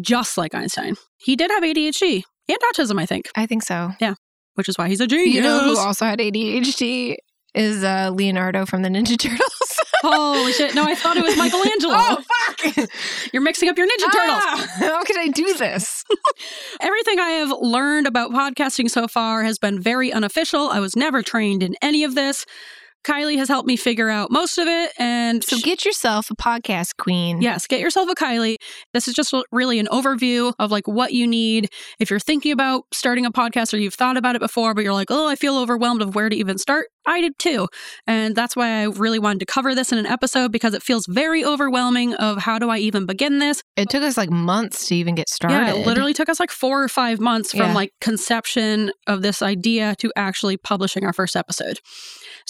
S3: just like Einstein. He did have ADHD and autism, I think,
S2: I think so.
S3: which is why he's a
S2: You
S3: genius.
S2: know who also had ADHD is uh, Leonardo from the Ninja Turtles.
S3: Holy shit! No, I thought it was Michelangelo.
S2: oh fuck!
S3: You're mixing up your Ninja Turtles.
S2: Ah, how could I do this?
S3: Everything I have learned about podcasting so far has been very unofficial. I was never trained in any of this. Kylie has helped me figure out most of it. And
S2: So get yourself a podcast queen.
S3: yes, get yourself a Kylie. This is just really an overview of like what you need. If you're thinking about starting a podcast or you've thought about it before, but you're like, oh, I feel overwhelmed of where to even start, I did too. And that's why I really wanted to cover this in an episode because it feels very overwhelming of how do I even begin this?
S2: It took us like months to even get started.
S3: Yeah, it literally took us like four or five months from
S2: Yeah.
S3: like conception of this idea to actually publishing our first episode.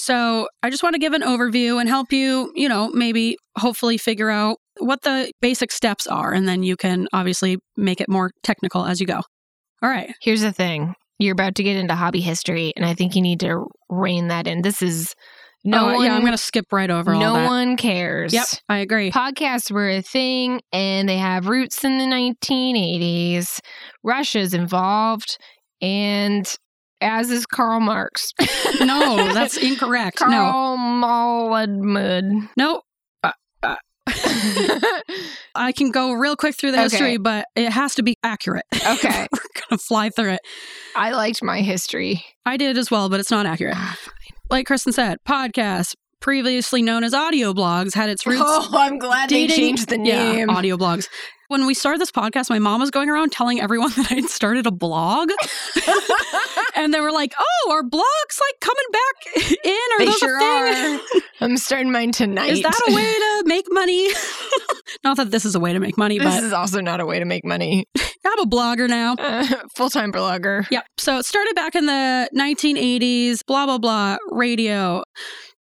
S3: So I just want to give an overview and help you, you know, maybe hopefully figure out what the basic steps are. And then you can obviously make it more technical as you go. All right.
S2: Here's the thing. You're about to get into hobby history, and I think you need to rein that in. This is no
S3: Oh,
S2: one.
S3: yeah, I'm going to skip right over all
S2: no
S3: that.
S2: one cares.
S3: Yep, I agree.
S2: Podcasts were a thing, and they have roots in the 1980s. Russia's involved, and as is Karl Marx.
S3: no, that's incorrect. No,
S2: Karl Malamud.
S3: no, I can go real quick through the
S2: Okay.
S3: history, but it has to be accurate.
S2: Okay.
S3: We're going to fly through it.
S2: I liked my history.
S3: I did as well, but it's not accurate.
S2: Ah,
S3: Like Kristen said, podcasts, previously known as audio blogs, had its roots.
S2: I'm glad
S3: dating-
S2: Oh, the
S3: Yeah, audio blogs. When we started this podcast, my mom was going around telling everyone that I'd started a blog. and they were like, oh, are blogs like coming back in? Are
S2: They
S3: those
S2: sure
S3: a thing?
S2: are. I'm starting mine tonight.
S3: Is that a way to make money? not that this is a way to make money,
S2: This
S3: but
S2: is also not a way to make money.
S3: I'm a blogger now.
S2: Full time blogger.
S3: Yep. So it started back in the 1980s, blah, blah, blah, radio.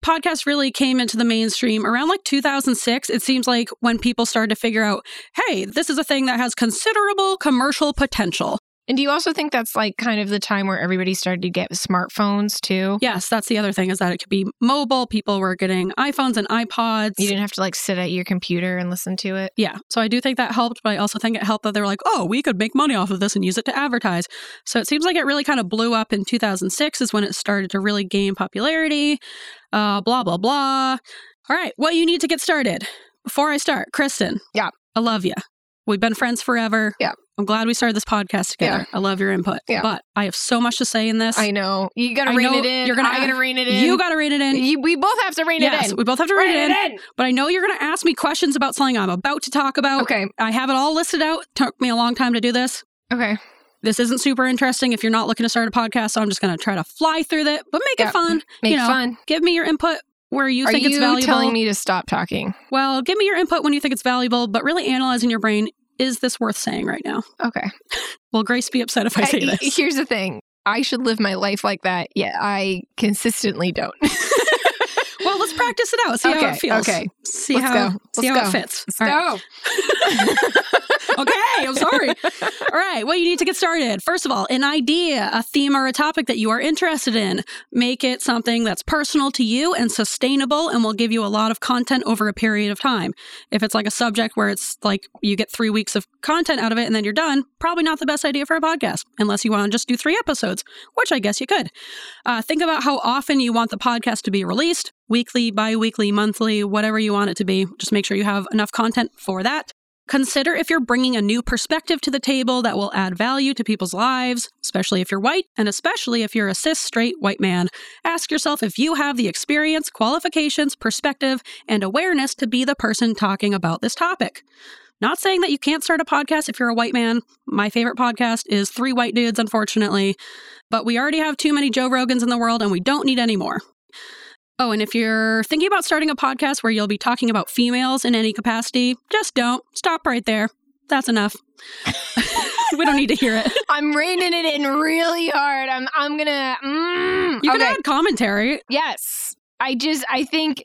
S3: Podcasts really came into the mainstream around like 2006. It seems like when people started to figure out, hey, this is a thing that has considerable commercial potential.
S2: And do you also think that's like kind of the time where everybody started to get smartphones too?
S3: Yes, that's the other thing is that it could be mobile. People were getting iPhones and iPods.
S2: You didn't have to like sit at your computer and listen to it.
S3: yeah. So I do think that helped, but I also think it helped that they were like, oh, we could make money off of this and use it to advertise. So it seems like it really kind of blew up in 2006 is when it started to really gain popularity. Uh, blah, blah, blah. All right. What you need to get started. Before I start, Kristen.
S2: Yeah.
S3: I love you. We've been friends forever.
S2: Yeah.
S3: I'm glad we started this podcast together. I love your input.
S2: Yeah.
S3: But I have so much to say in this.
S2: I know. You got
S3: I
S2: to rein
S3: know
S2: it in.
S3: you're gonna
S2: I got to rein it in.
S3: you got to read it in.
S2: You- we both have to rein
S3: yes,
S2: it in.
S3: we both have to read it in. But I know you're going to ask me questions about something I'm about to talk about.
S2: Okay.
S3: I have it all listed out. Took me a long time to do this.
S2: Okay.
S3: This isn't super interesting if you're not looking to start a podcast, so I'm just going to try to fly through it, but make
S2: Yeah.
S3: it fun.
S2: Make
S3: You know,
S2: fun.
S3: Give me your input where you
S2: Are
S3: think
S2: you
S3: it's valuable.
S2: telling me to stop talking?
S3: well, give me your input when you think it's valuable, but really analyze in your brain is this worth saying right now?
S2: Okay.
S3: Will Grace be upset if I say
S2: I-
S3: this?
S2: Here's the thing. I should live my life like that, yet I consistently don't.
S3: well, let's practice it out. See how
S2: Okay,
S3: it feels.
S2: okay.
S3: See
S2: Let's
S3: how
S2: go.
S3: see
S2: Let's
S3: how it
S2: go.
S3: fits.
S2: Let's
S3: All right.
S2: go.
S3: okay, I'm sorry. All right, well, you need to get started. First of all, an idea, a theme, or a topic that you are interested in. Make it something that's personal to you and sustainable and will give you a lot of content over a period of time. If it's like a subject where it's like you get three weeks of content out of it and then you're done, probably not the best idea for a podcast, unless you want to just do three episodes, which I guess you could. Uh, think about how often you want the podcast to be released weekly, bi weekly, monthly, whatever you want it to be. Just make sure you have enough content for that. Consider if you're bringing a new perspective to the table that will add value to people's lives, especially if you're white, and especially if you're a cis, straight white man. Ask yourself if you have the experience, qualifications, perspective, and awareness to be the person talking about this topic. Not saying that you can't start a podcast if you're a white man. My favorite podcast is Three White Dudes, unfortunately, but we already have too many Joe Rogans in the world and we don't need any more. Oh, and if you're thinking about starting a podcast where you'll be talking about females in any capacity, just don't. Stop right there. That's enough. we don't need to hear it.
S2: I'm reining it in really hard. I'm I'm gonna. Mm,
S3: You
S2: okay.
S3: can add commentary.
S2: Yes. I just, I think,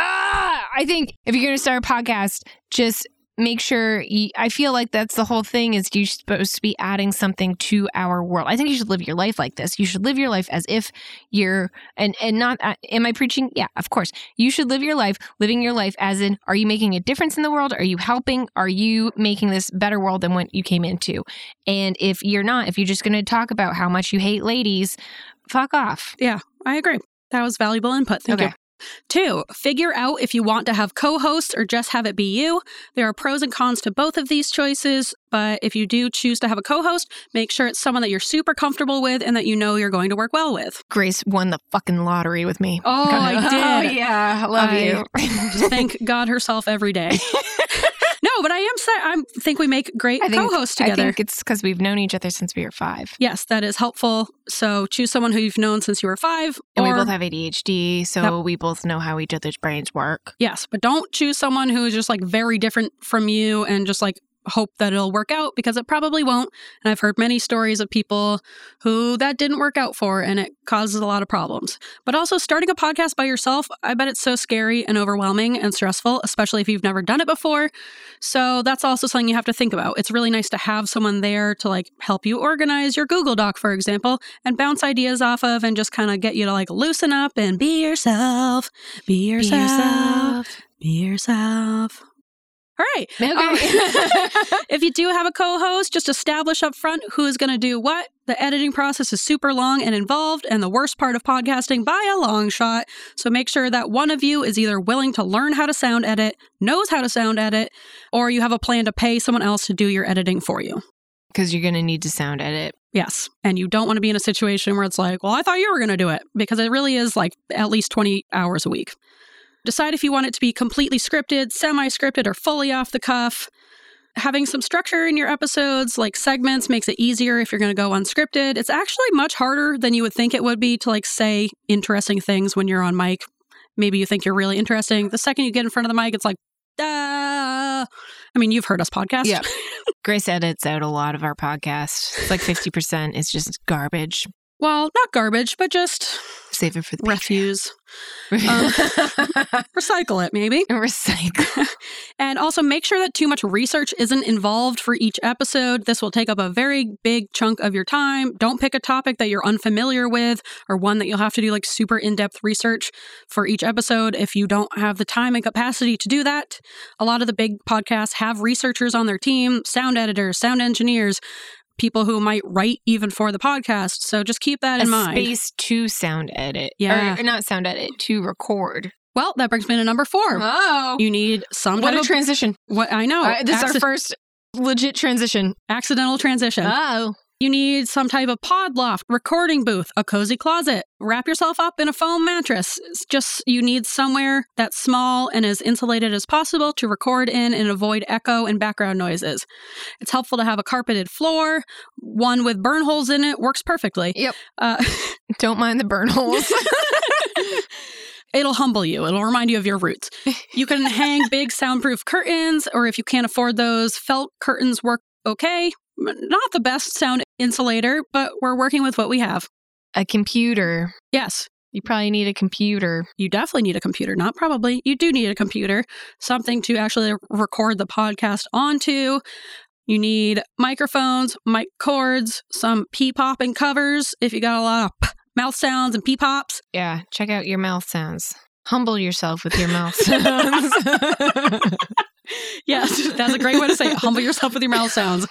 S2: ah, I think if you're going to start a podcast, just make sure you, I feel like that's the whole thing is you're supposed to be adding something to our world. I think you should live your life like this. You should live your life as if you're, and, and not, uh, am I preaching? Yeah, of course. You should live your life, living your life as in, are you making a difference in the world? Are you helping? Are you making this better world than what you came into? And if you're not, if you're just going to talk about how much you hate ladies, fuck off.
S3: I agree. That was valuable input. Thank
S2: Okay.
S3: you. Two, figure out if you want to have co hosts or just have it be you. There are pros and cons to both of these choices, but if you do choose to have a co host, make sure it's someone that you're super comfortable with and that you know you're going to work well with.
S2: Grace won the fucking lottery with me.
S3: Oh, I did.
S2: yeah, I love
S3: I-
S2: you.
S3: Thank God herself every day. no, but I am. sa- I think we make great
S2: I think-
S3: co-hosts
S2: I
S3: together.
S2: think it's because we've known each other since we were five,
S3: yes, that is helpful. So choose someone who you've known since you were five,
S2: and
S3: or-
S2: we both have ADHD, so we both know how each other's brains work.
S3: Yes, but don't choose someone who is just like very different from you and just like hope that it'll work out because it probably won't. And I've heard many stories of people who that didn't work out for and it causes a lot of problems. But also, starting a podcast by yourself, I bet it's so scary and overwhelming and stressful, especially if you've never done it before. So that's also something you have to think about. It's really nice to have someone there to like help you organize your Google Doc, for example, and bounce ideas off of and just kind of get you to like loosen up and be yourself. Be yourself. Oh, Be yourself. All right. Um, if you do have a co host, just establish up front who is going to do what. The editing process is super long and involved, and the worst part of podcasting by a long shot. So make sure that one of you is either willing to learn how to sound edit, knows how to sound edit, or you have a plan to pay someone else to do your editing for you.
S2: Because you're gonna need to sound edit.
S3: Yes. And you don't want to be in a situation where it's like, well, I thought you were going to do it because it really is like at least 20 hours a week. Decide if you want it to be completely scripted, semi scripted, or fully off the cuff. Having some structure in your episodes, like segments, makes it easier if you're going to go unscripted. It's actually much harder than you would think it would be to like say interesting things when you're on mic. Maybe you think you're really interesting. The second you get in front of the mic, it's like, Duh. I mean, you've heard us podcast.
S2: Yeah. Grace edits out a lot of our podcast. It's like fifty percent. It's just garbage.
S3: Well, not garbage, but just
S2: Save it for the
S3: refuse. Oh.
S2: Patreon.
S3: recycle it maybe
S2: And recycle.
S3: and also make sure that too much research isn't involved for each episode this will take up a very big chunk of your time don't pick a topic that you're unfamiliar with or one that you'll have to do like super in-depth research for each episode if you don't have the time and capacity to do that a lot of the big podcasts have researchers on their team sound editors sound engineers people who might write even for the podcast so just keep that in
S2: a
S3: mind
S2: space to sound edit.
S3: Yeah.
S2: Or, not sound edit to record.
S3: well that brings me to number four
S2: Oh,
S3: you need some
S2: what
S3: type
S2: a
S3: of
S2: transition!
S3: what i know
S4: oh,
S2: Uh, this is
S3: Access-
S2: our first Legit transition.
S3: Accidental transition.
S2: Oh.
S3: You need some type of pod loft, recording booth, a cozy closet. Wrap yourself up in a foam mattress. It's just you need somewhere that's small and as insulated as possible to record in and avoid echo and background noises. It's helpful to have a carpeted floor. One with burn holes in it works perfectly.
S2: Yep.
S3: Uh,
S2: Don't mind the burn holes.
S3: It'll humble you. It'll remind you of your roots. You can hang big soundproof curtains, or if you can't afford those, felt curtains work okay. M- Not the best sound insulator, but we're working with what we have.
S4: A computer.
S3: Yes,
S4: You probably need a computer.
S3: you definitely need a computer. Not probably. You do need a computer, something to actually record the podcast onto. You need microphones, mic cords, some pee popping covers if you got a lot of p- mouth sounds and pee pops.
S4: Yeah, check out your mouth sounds. Humble yourself with your mouth sounds.
S3: Yes, that's a great way to say it. Humble yourself with your mouth sounds.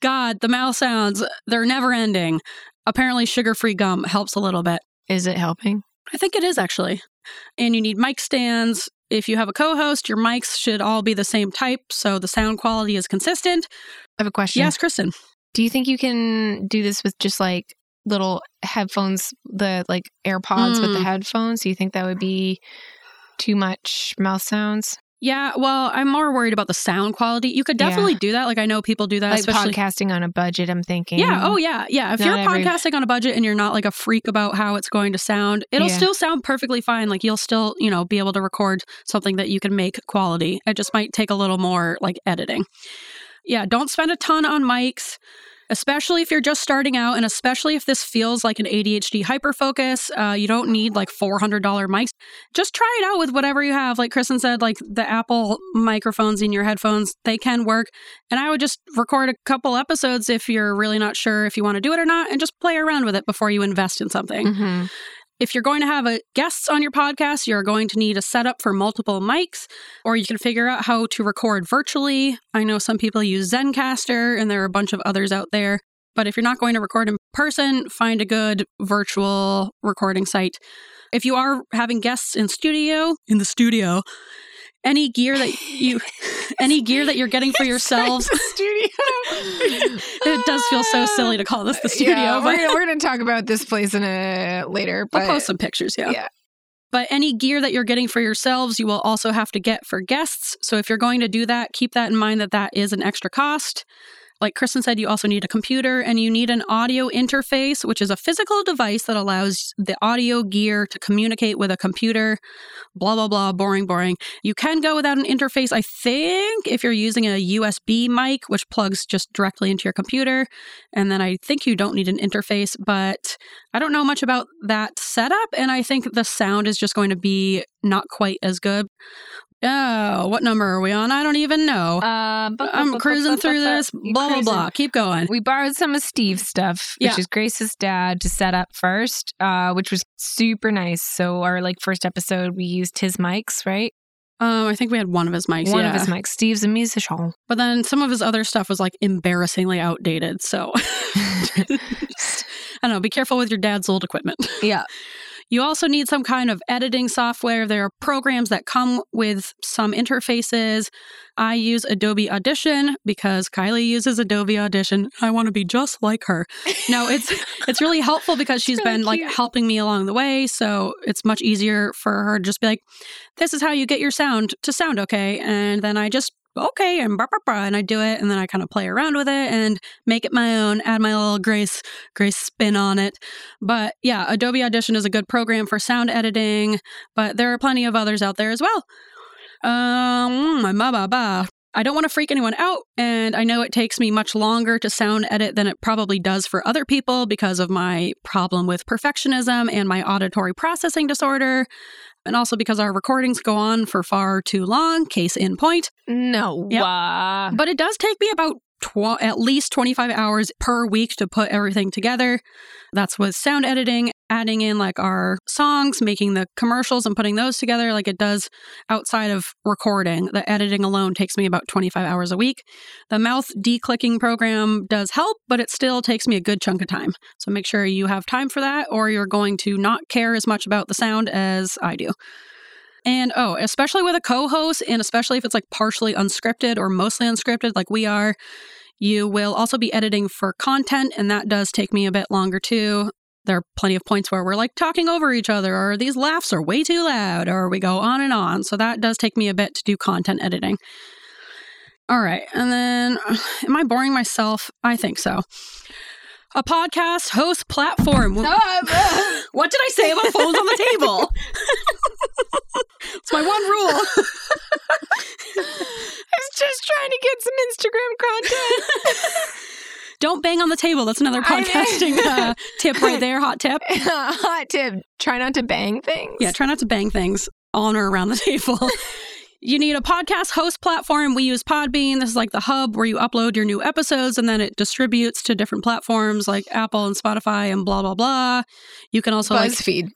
S3: God, the mouth sounds, they're never ending. Apparently, sugar free gum helps a little bit.
S4: Is it helping?
S3: I think it is actually. And you need mic stands. If you have a co host, your mics should all be the same type so the sound quality is consistent.
S4: I have a question.
S3: Yes, Kristen.
S4: Do you think you can do this with just like little headphones, the like AirPods with the
S3: Mm.
S4: headphones? Do you think that would be too much mouth sounds?
S3: Yeah, well, I'm more worried about the sound quality. You could
S4: Yeah.
S3: definitely do that. Like, I know people do that,
S4: Like
S3: especially.
S4: podcasting on a budget, I'm thinking.
S3: Yeah. Oh, yeah. Yeah. If
S4: Not
S3: you're
S4: every-
S3: podcasting on a budget and you're not like a freak about how it's going to sound, it'll
S4: Yeah.
S3: still sound perfectly fine. Like you'll still, you know, be able to record something that you can make quality. It just might take a little more like editing. Yeah. Don't spend a ton on mics. Especially if you're just starting out, and especially if this feels like an ADHD hyperfocus, uh, you don't need like $400 mics. Just try it out with whatever you have. Like Kristen said, like the Apple microphones in your headphones, they can work. And I would just record a couple episodes if you're really not sure if you want to do it or not and just play around with it before you invest in something.
S4: hmm
S3: If you're going to have a guests on your podcast, you're going to need a setup for multiple mics or you can figure out how to record virtually. I know some people use Zencaster and there are a bunch of others out there. But if you're not going to record in person, find a good virtual recording site. If you are having guests in studio, in the studio, any gear that you any gear that you're getting for yourselves
S4: studio.
S3: it does feel so silly to call this the studio,
S4: Yeah,
S3: but
S4: we're, gonna- we're going to talk about this place in a later. But
S3: we'll post some pictures. Yeah.
S4: yeah.
S3: But any gear that you're getting for yourselves, you will also have to get for guests. So if you're going to do that, keep that in mind that that is an extra cost. Like Kristen said, you also need a computer and you need an audio interface, which is a physical device that allows the audio gear to communicate with a computer. Blah, blah, blah, boring, boring. You can go without an interface, I think, if you're using a USB mic, which plugs just directly into your computer. And then I think you don't need an interface, but I don't know much about that setup, and I think the sound is just going to be not quite as good. Oh, what number are we on? I don't even know.
S4: Uh, bu- bu- bu-
S3: I'm
S4: bu-
S3: cruising
S4: bu-
S3: through
S4: bu-
S3: this. Blah
S4: you
S3: blah
S4: cruising.
S3: blah. Keep going.
S4: We borrowed some of Steve's stuff, which
S3: Yeah.
S4: is Grace's dad, to set up first, uh, which was super nice. So our like first episode, we used his mics, right?
S3: Um, I think we had one of his mics.
S4: One
S3: yeah.
S4: of his mics. Steve's a musician.
S3: But then some of his other stuff was like embarrassingly outdated. So Just- I don't know. Be careful with your dad's old equipment.
S4: Yeah.
S3: You also need some kind of editing software. There are programs that come with some interfaces. I use Adobe Audition because Kylie uses Adobe Audition. I want to be just like her. No, it's it's really helpful because she's
S4: really
S3: been like
S4: cute.
S3: helping me along the way, so it's much easier for her to just be like, "This is how you get your sound to sound okay," and then I just okay and blah blah blah, and I do it, and then I kind of play around with it and make it my own, add my little grace grace spin on it. But yeah, Adobe Audition is a good program for sound editing, but there are plenty of others out there as well. Um, blah, blah, blah. I don't want to freak anyone out, and I know it takes me much longer to sound edit than it probably does for other people because of my problem with perfectionism and my auditory processing disorder, and also because our recordings go on for far too long, case in point.
S4: No.
S3: Yep.
S4: uh,
S3: But it does take me about tw- at least 25 hours per week to put everything together. That's with sound editing, adding in like our songs, making the commercials and putting those together like it does outside of recording. The editing alone takes me about 25 hours a week. The mouth declicking program does help, but it still takes me a good chunk of time. So make sure you have time for that or you're going to not care as much about the sound as I do. And oh, especially with a co host, and especially if it's like partially unscripted or mostly unscripted, like we are, you will also be editing for content. And that does take me a bit longer too. There are plenty of points where we're like talking over each other, or these laughs are way too loud, or we go on and on. So that does take me a bit to do content editing. All right. And then, am I boring myself? I think so. A podcast host platform. what did I say about phones on the table? it's my one rule.
S2: I was just trying to get some Instagram content.
S3: Don't bang on the table. That's another
S2: I mean-
S3: podcasting uh, tip right there. Hot tip.
S2: Hot tip: try not to bang things.
S3: Yeah, try not to bang things on or around the table. you need a podcast host platform. We use Podbean. This is like the hub where you upload your new episodes and then it distributes to different platforms like Apple and Spotify and blah, blah, blah. You can also like,
S2: BuzzFeed.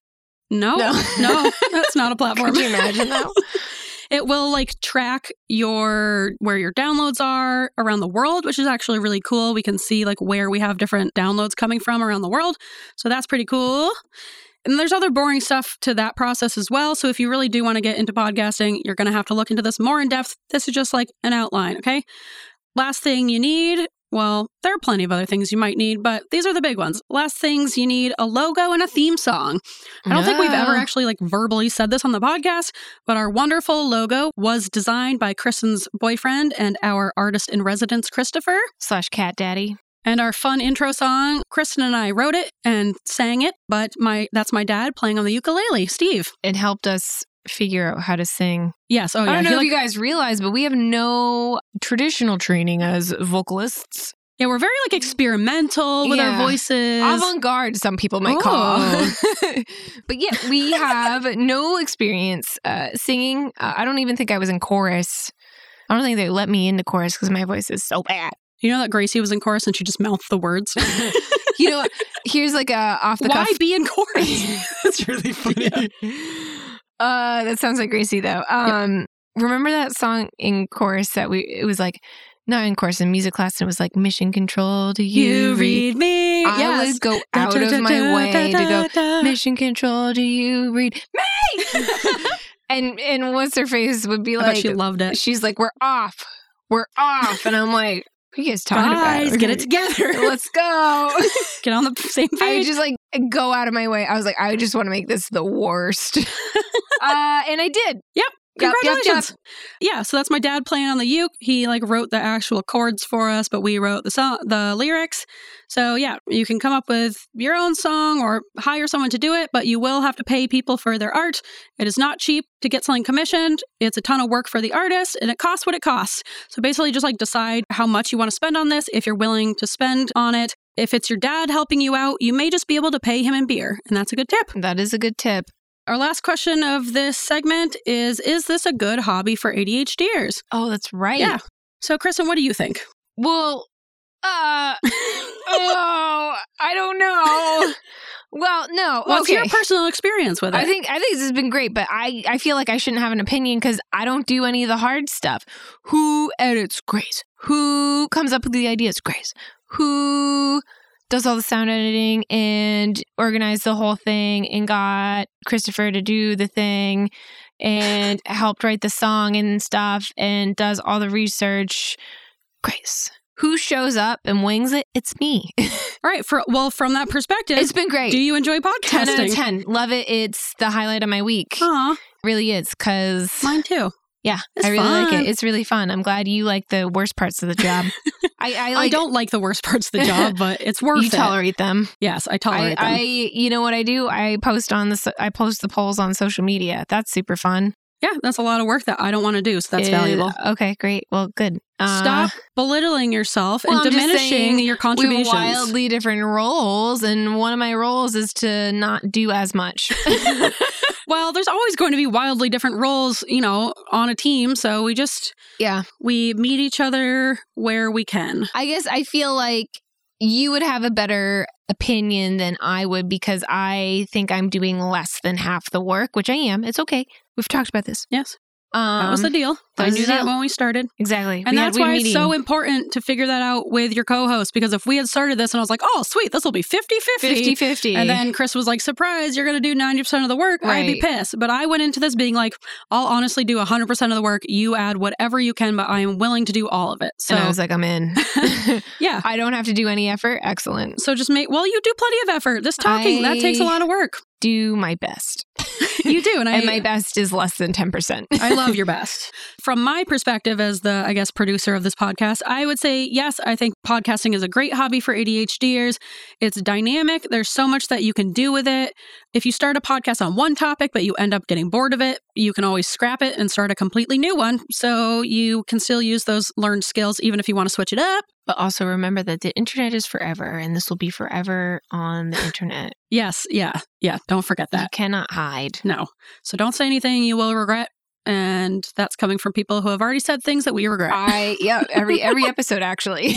S3: no, no,
S2: No.
S3: that's not a platform.
S2: Could you imagine though?
S3: it will like track your where your downloads are around the world which is actually really cool we can see like where we have different downloads coming from around the world so that's pretty cool and there's other boring stuff to that process as well so if you really do want to get into podcasting you're going to have to look into this more in depth this is just like an outline okay last thing you need well, there are plenty of other things you might need, but these are the big ones. Last things you need a logo and a theme song. I don't think we've ever
S2: No.
S3: actually like verbally said this on the podcast, but our wonderful logo was designed by Kristen's boyfriend and our artist in residence, Christopher.
S2: slash cat daddy.
S3: And our fun intro song, Kristen and I wrote it and sang it, but my that's my dad playing on the ukulele, Steve.
S2: It helped us figure out how to sing.
S3: Yes. Oh yeah.
S2: I don't
S3: He,
S2: know if
S3: like-
S2: you guys realize, but we have no traditional training as vocalists.
S3: yeah, we're very like experimental with our
S2: Yeah.
S3: voices.
S2: avant-garde some people might call Oh. but yeah we have no experience uh, singing uh, i don't even think i was in chorus i don't think they let me into chorus because my voice is so bad
S3: you know that Gracie was in chorus and she just mouthed the words.
S2: you know here's like a off the
S3: Why
S2: cuff
S3: be in chorus?
S6: That's really funny.
S2: uh that sounds like gracie though um remember that song in chorus that we it was like not in chorus in music class and it was like mission control to you, read
S3: me.
S2: i would go out of my way to go mission control do you read me and and what's her face would be
S3: I bet
S2: like
S3: she loved it.
S2: she's like we're off we're off and i'm like what are you guys talking
S3: Guys,
S2: about
S3: get it together.
S2: let's go
S3: get on the same
S2: i
S3: page.
S2: just like go out of my way i was like i just want to make this the worst uh and i did
S3: Yep.
S2: Yup, yup, yup.
S3: Congratulations. Yeah, so that's my dad playing on the uke. He like wrote the actual chords for us, but we wrote the song, the lyrics. So yeah, you can come up with your own song or hire someone to do it, but you will have to pay people for their art. It is not cheap to get something commissioned. It's a ton of work for the artist, and it costs what it costs. So basically, just like decide how much you want to spend on this, if you're willing to spend on it. If it's your dad helping you out, you may just be able to pay him in beer, and that's a good tip.
S2: that is a good tip
S3: Our last question of this segment is Is this a good hobby for ADHDers?
S2: oh that's right
S3: Yeah. So, Kristen, what do you think?
S2: well uh oh i don't know well no
S3: What's
S2: okay
S3: your personal experience with it?
S2: I think I think this has been great, but I I feel like I shouldn't have an opinion because I don't do any of the hard stuff. Who edits Grace? Who comes up with the ideas? Grace. Who does all the sound editing and organized the whole thing and got Christopher to do the thing and helped write the song and stuff and does all the research? Grace. Who shows up and wings it? It's me.
S3: All right. For, well, from that perspective,
S2: it's been great.
S3: do you enjoy
S2: 10 out of
S3: podcasting?
S2: 10. Love it. It's the highlight of my week.
S3: Aw,
S2: Really is because,
S3: mine too.
S2: yeah,
S3: It's
S2: I really like
S3: fun.
S2: it. It's really fun. I'm glad you like the worst parts of the job. I, I,
S3: I,
S2: like,
S3: don't like the worst parts of the job, but it's worth
S2: you
S3: it.
S2: tolerate them.
S3: Yes, I
S2: I,
S3: tolerate them.
S2: I, you know what I do? I post on the, so- I post the polls on social media. That's super fun.
S3: yeah, that's a lot of work that I don't want to do, so that's
S2: Uh,
S3: valuable.
S2: Okay, great. Well, good. Uh,
S3: Stop belittling yourself
S2: well,
S3: and
S2: I'm just
S3: diminishing
S2: saying
S3: your
S2: We have
S3: contributions.
S2: wildly different roles, and one of my roles is to not do as much.
S3: well, there's always going to be wildly different roles, you know, on a team. So we just
S2: yeah.
S3: we meet each other where we can.
S2: I guess I feel like you would have a better opinion than I would because I think I'm doing less than half the work, which I am. It's okay. We've talked about this.
S3: Yes.
S7: Um,
S3: that was the deal.
S2: that
S3: I
S2: was
S3: knew
S2: the
S3: that
S2: deal.
S3: when we started.
S2: Exactly.
S3: And
S2: We had-
S3: that's
S2: we had
S3: why
S2: a
S3: it's
S2: meeting.
S3: so important to figure that out with your co host because if we had started this and I was like, oh, sweet, this will be 50 50.
S2: 50-50.
S3: And then Chris was like, surprise, you're going to do 90% of the work. I'd be
S2: Right.
S3: pissed. But I went into this being like, I'll honestly do 100% of the work. You add whatever you can, but I am willing to do all of it. So,
S2: and I was like, I'm in.
S3: yeah.
S2: I don't have to do any effort. Excellent.
S3: So just make, well, you do plenty of effort. This talking, that takes a
S2: I-
S3: lot of work.
S2: Do my best.
S3: You do. And I,
S2: and my best is less than 10%.
S3: I love your best. From my perspective as the, I guess, producer of this podcast, I would say, yes, I think podcasting is a great hobby for ADHDers. It's dynamic. There's so much that you can do with it. If you start a podcast on one topic, but you end up getting bored of it, you can always scrap it and start a completely new one. So you can still use those learned skills, even if you want to switch it up.
S2: But also remember that the internet is forever and this will be forever on the internet.
S3: Yes. Yeah. Yeah. Don't forget
S2: You
S3: that.
S2: cannot hide.
S3: No. So don't say anything you will regret. And that's coming from people who have already said things that we regret.
S2: I yeah, every every episode actually.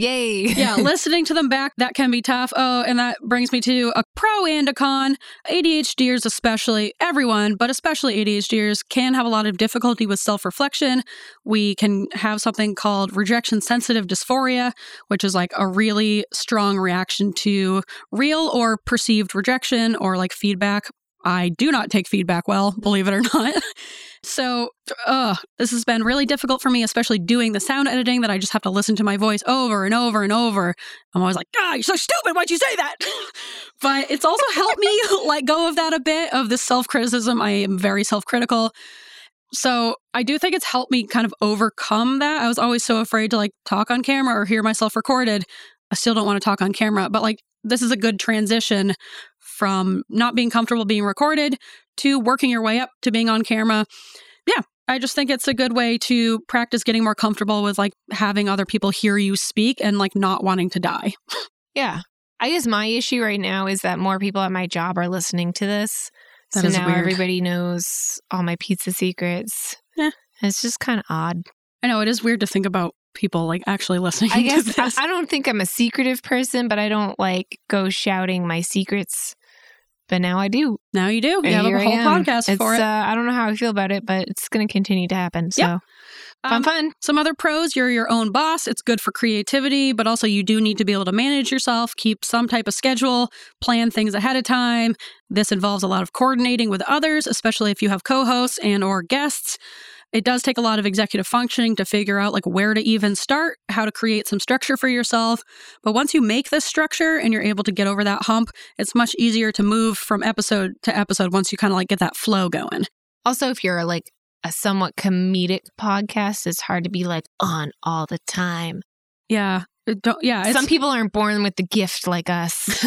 S2: Yay.
S3: yeah, listening to them back, that can be tough. Oh, and that brings me to a pro and a con. ADHDers, especially everyone, but especially ADHDers, can have a lot of difficulty with self reflection. We can have something called rejection sensitive dysphoria, which is like a really strong reaction to real or perceived rejection or like feedback. I do not take feedback well, believe it or not. So, uh, this has been really difficult for me, especially doing the sound editing that I just have to listen to my voice over and over and over. I'm always like, ah, you're so stupid. Why'd you say that? but it's also helped me let go of that a bit of this self criticism. I am very self critical. So, I do think it's helped me kind of overcome that. I was always so afraid to like talk on camera or hear myself recorded. I still don't want to talk on camera, but like, this is a good transition from not being comfortable being recorded to working your way up to being on camera. Yeah, I just think it's a good way to practice getting more comfortable with like having other people hear you speak and like not wanting to die.
S2: Yeah. I guess my issue right now is that more people at my job are listening to this.
S3: That
S2: so
S3: is
S2: now
S3: weird.
S2: everybody knows all my pizza secrets.
S3: Yeah.
S2: It's just kind of odd.
S3: I know it is weird to think about people like actually listening
S2: I
S3: to
S2: guess
S3: this.
S2: I, I don't think I'm a secretive person, but I don't like go shouting my secrets. But now I do.
S3: now you do. You
S2: And
S3: have
S2: here
S3: a
S2: I
S3: whole
S2: am.
S3: podcast
S2: It's,
S3: for it.
S2: Uh, I don't know how I feel about it, but it's going to continue to happen. So
S3: Yep.
S2: fun,
S3: Um,
S2: fun.
S3: Some other pros, you're your own boss. It's good for creativity, but also you do need to be able to manage yourself, keep some type of schedule, plan things ahead of time. This involves a lot of coordinating with others, especially if you have co-hosts and or guests. It does take a lot of executive functioning to figure out like where to even start, how to create some structure for yourself. But once you make this structure and you're able to get over that hump, it's much easier to move from episode to episode once you kind of like get that flow going.
S2: Also, if you're like a somewhat comedic podcast, it's hard to be like on all the time.
S3: Yeah. It Don't, yeah, it's-
S2: Some people aren't born with the gift like us.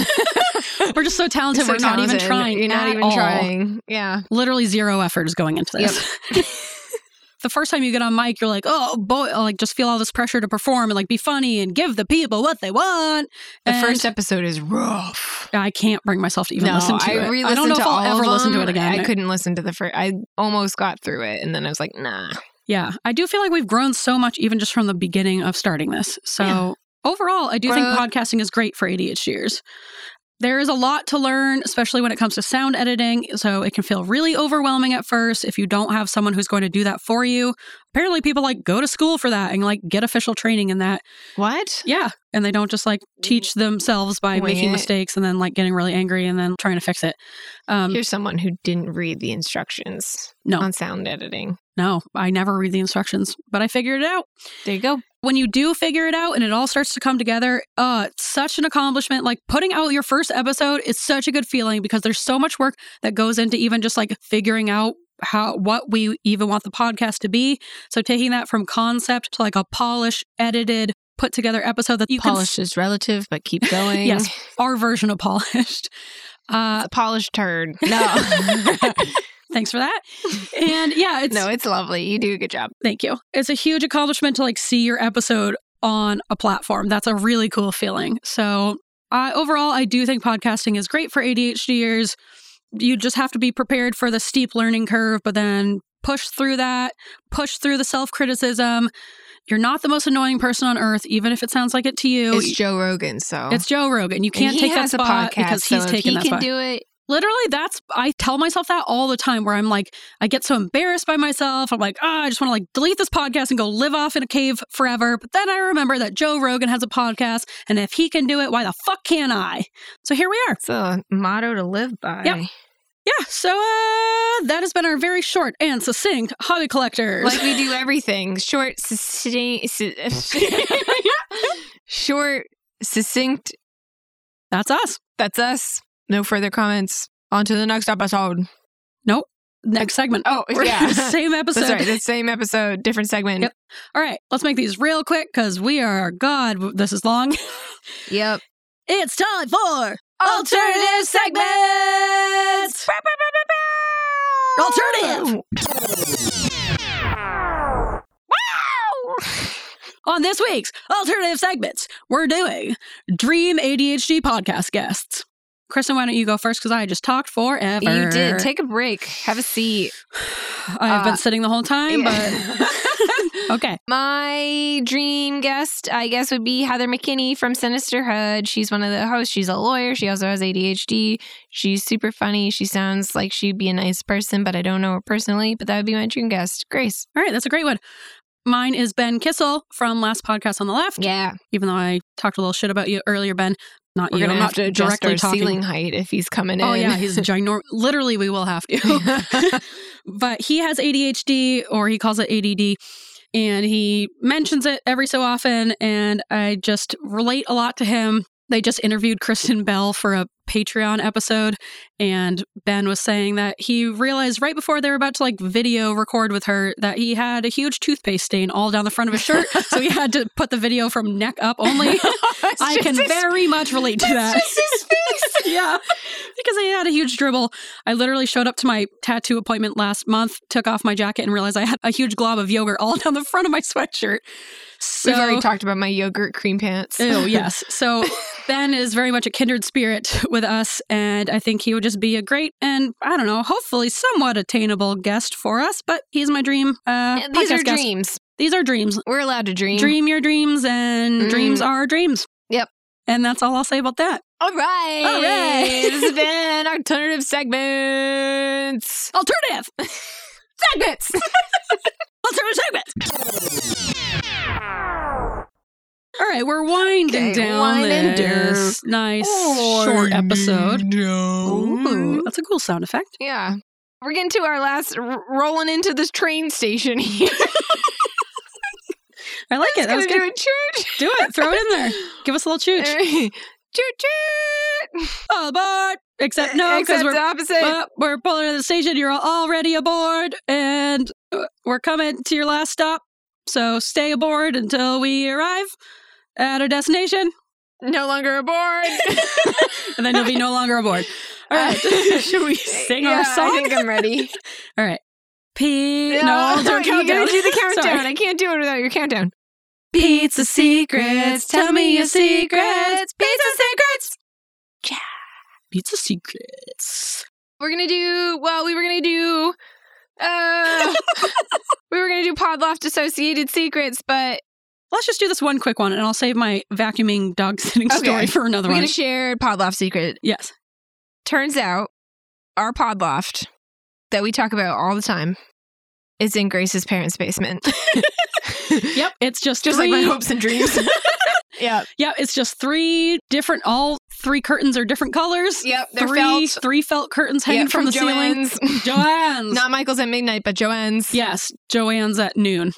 S3: we're just so talented. we're not even trying.
S2: You're not
S3: at
S2: even
S3: all.
S2: trying. Yeah.
S3: Literally zero effort is going into this. the first time you get on mic, you're like, oh boy, I, like just feel all this pressure to perform and like be funny and give the people what they want.
S2: The
S3: And
S2: first episode is rough.
S3: I can't bring myself to even
S2: no,
S3: listen to
S2: I
S3: it.
S2: re
S3: I don't know if I'll ever listen to it again.
S2: I couldn't listen to the first. I almost got through it, and then I was like, nah.
S3: Yeah, I do feel like we've grown so much even just from the beginning of starting this. So
S2: Yeah.
S3: overall, I do
S2: Growth.
S3: think podcasting is great for ADHDers. There is a lot to learn, especially when it comes to sound editing. So it can feel really overwhelming at first if you don't have someone who's going to do that for you. Apparently, people like go to school for that and like get official training in that.
S2: What?
S3: Yeah, and they don't just like teach themselves by making
S2: Wait.
S3: mistakes and then like getting really angry and then trying to fix it. Um,
S2: Here's someone who didn't read the instructions
S3: No.
S2: on sound editing.
S3: no, I never read the instructions, but I figured it out.
S2: There you go.
S3: when you do figure it out and it all starts to come together, uh, it's such an accomplishment. Like putting out your first episode is such a good feeling because there's so much work that goes into even just like figuring out how what we even want the podcast to be. So taking that from concept to like a polished, edited, put together episode that you
S2: Polished is relative, but keep going.
S3: Yes. can our version of polished. Uh,
S2: It's a polished turd. No.
S3: thanks for that. And yeah, it's
S2: no, it's lovely. You do a good job.
S3: Thank you. It's a huge accomplishment to like see your episode on a platform. That's a really cool feeling. So, I overall, I do think podcasting is great for ADHDers. You just have to be prepared for the steep learning curve, but then push through that, push through the self criticism. You're not the most annoying person on earth, even if it sounds like it to you.
S2: It's Joe Rogan, so
S3: It's Joe Rogan. You
S2: And
S3: can't
S2: he
S3: take that
S2: has a
S3: spot
S2: podcast,
S3: because he's
S2: so if
S3: taking
S2: he
S3: that
S2: can
S3: spot.
S2: do it.
S3: Literally, that's, I tell myself that all the time where I'm like, I get so embarrassed by myself. I'm like, ah, I just want to like delete this podcast and go live off in a cave forever. But then I remember that Joe Rogan has a podcast. And if he can do it, why the fuck can't I? So here we are.
S2: It's a motto to live by.
S3: Yep. Yeah. So uh, that has been our very short and succinct hobby collectors.
S2: Like we do everything short, succinct, short, succinct.
S3: that's us.
S2: That's us. No further comments. On to the next episode.
S3: Next segment.
S2: Oh,
S3: We're-
S2: yeah.
S3: Same episode.
S2: That's right. The same episode, different segment.
S3: Yep. All right, let's make these real quick because we are, God, this is long.
S2: Yep.
S3: It's time for Alternative Segments! Alternative! On this week's Alternative Segments, we're doing Dream ADHD podcast guests. Kristen, why don't you go first? Because I just talked forever.
S2: You did. Take a break. Have a seat.
S3: I've
S2: uh,
S3: been sitting the whole time,
S2: yeah.
S3: but okay.
S2: My dream guest, I guess, would be Heather McKinney from Sinisterhood. She's one of the hosts. She's a lawyer. She also has ADHD. She's super funny. She sounds like she'd be a nice person, but I don't know her personally. But that would be my dream guest, Grace.
S3: All right, that's a great one. Mine is Ben Kissel from Last Podcast on the Left.
S2: Yeah,
S3: Even though I talked a little shit about you earlier, Ben. Not
S2: we're
S3: you.
S2: gonna
S3: I'm
S2: have to adjust
S3: directly
S2: our
S3: talking.
S2: ceiling height if he's coming in.
S3: Oh yeah, he's ginormous. Literally, we will have to. but he has ADHD, or he calls it ADD, and he mentions it every so often. And I just relate a lot to him. They just interviewed Kristen Bell for a Patreon episode, and Ben was saying that he realized right before they were about to like video record with her that he had a huge toothpaste stain all down the front of his shirt, so he had to put the video from neck up only. I can very much relate to that. yeah. Because I had a huge dribble. I literally showed up to my tattoo appointment last month, took off my jacket, and realized I had a huge glob of yogurt all down the front of my sweatshirt. So,
S2: We've already talked about my yogurt cream pants.
S3: Ew, yes. So Ben is very much a kindred spirit with us, and I think he would just be a great and I don't know, hopefully somewhat attainable guest for us. But he's my dream. Uh,
S2: And These
S3: podcast
S2: are
S3: guest.
S2: dreams.
S3: These are dreams.
S2: We're allowed to dream.
S3: Dream your dreams, and
S2: Mm.
S3: dreams are dreams.
S2: Yep.
S3: And that's all I'll say about that.
S2: All right.
S3: All right.
S2: this has been alternative segments.
S3: Alternative.
S2: Segments.
S3: Alternative segment. All right, we're winding
S2: Okay,
S3: down
S2: wind and
S3: this nice short episode. Ooh, that's a cool sound effect.
S2: Yeah. We're getting to our last r- rolling into this train station here.
S3: I like it.
S2: It's
S3: I was
S2: gonna do Eh.
S3: gonna
S2: a church.
S3: do it. Throw it in there. Give us a little chooch.
S2: Choo choo.
S3: All aboard, except no, because
S2: Except
S3: we're
S2: the opposite.
S3: uh, we're pulling to the station. You're already aboard, and uh, we're coming to your last stop. So stay aboard until we arrive at our destination,
S2: no longer aboard.
S3: and then you'll be no longer aboard. All right, should we sing
S2: Uh, yeah,
S3: our song?
S2: I think I'm ready.
S3: P-
S2: Yeah.
S3: no, don't
S2: you
S3: count
S2: gotta
S3: down.
S2: do the
S3: Sorry.
S2: countdown. I can't do it without your countdown.
S3: Pizza secrets. Tell me your secrets. Pizza secrets. Yeah. Pizza secrets.
S2: we're gonna do well we were gonna do uh we were gonna do podloft associated secrets but
S3: Let's just do this one quick one, and I'll save my vacuuming dog sitting
S2: Okay.
S3: story for another
S2: we're
S3: one.
S2: gonna share podloft secret
S3: yes.
S2: turns out our podloft that we talk about all the time is in grace's parents basement
S3: Yep. It's just
S2: just like my
S3: three-
S2: hopes and dreams yeah
S3: Yeah. It's just three different. All three curtains are different colors.
S2: yep they're
S3: Three
S2: felt
S3: three felt curtains
S2: yeah,
S3: hanging from, the ceiling.
S2: joanne's
S3: Joanne's.
S2: not michael's at midnight but joanne's
S3: yes. Joanne's at noon.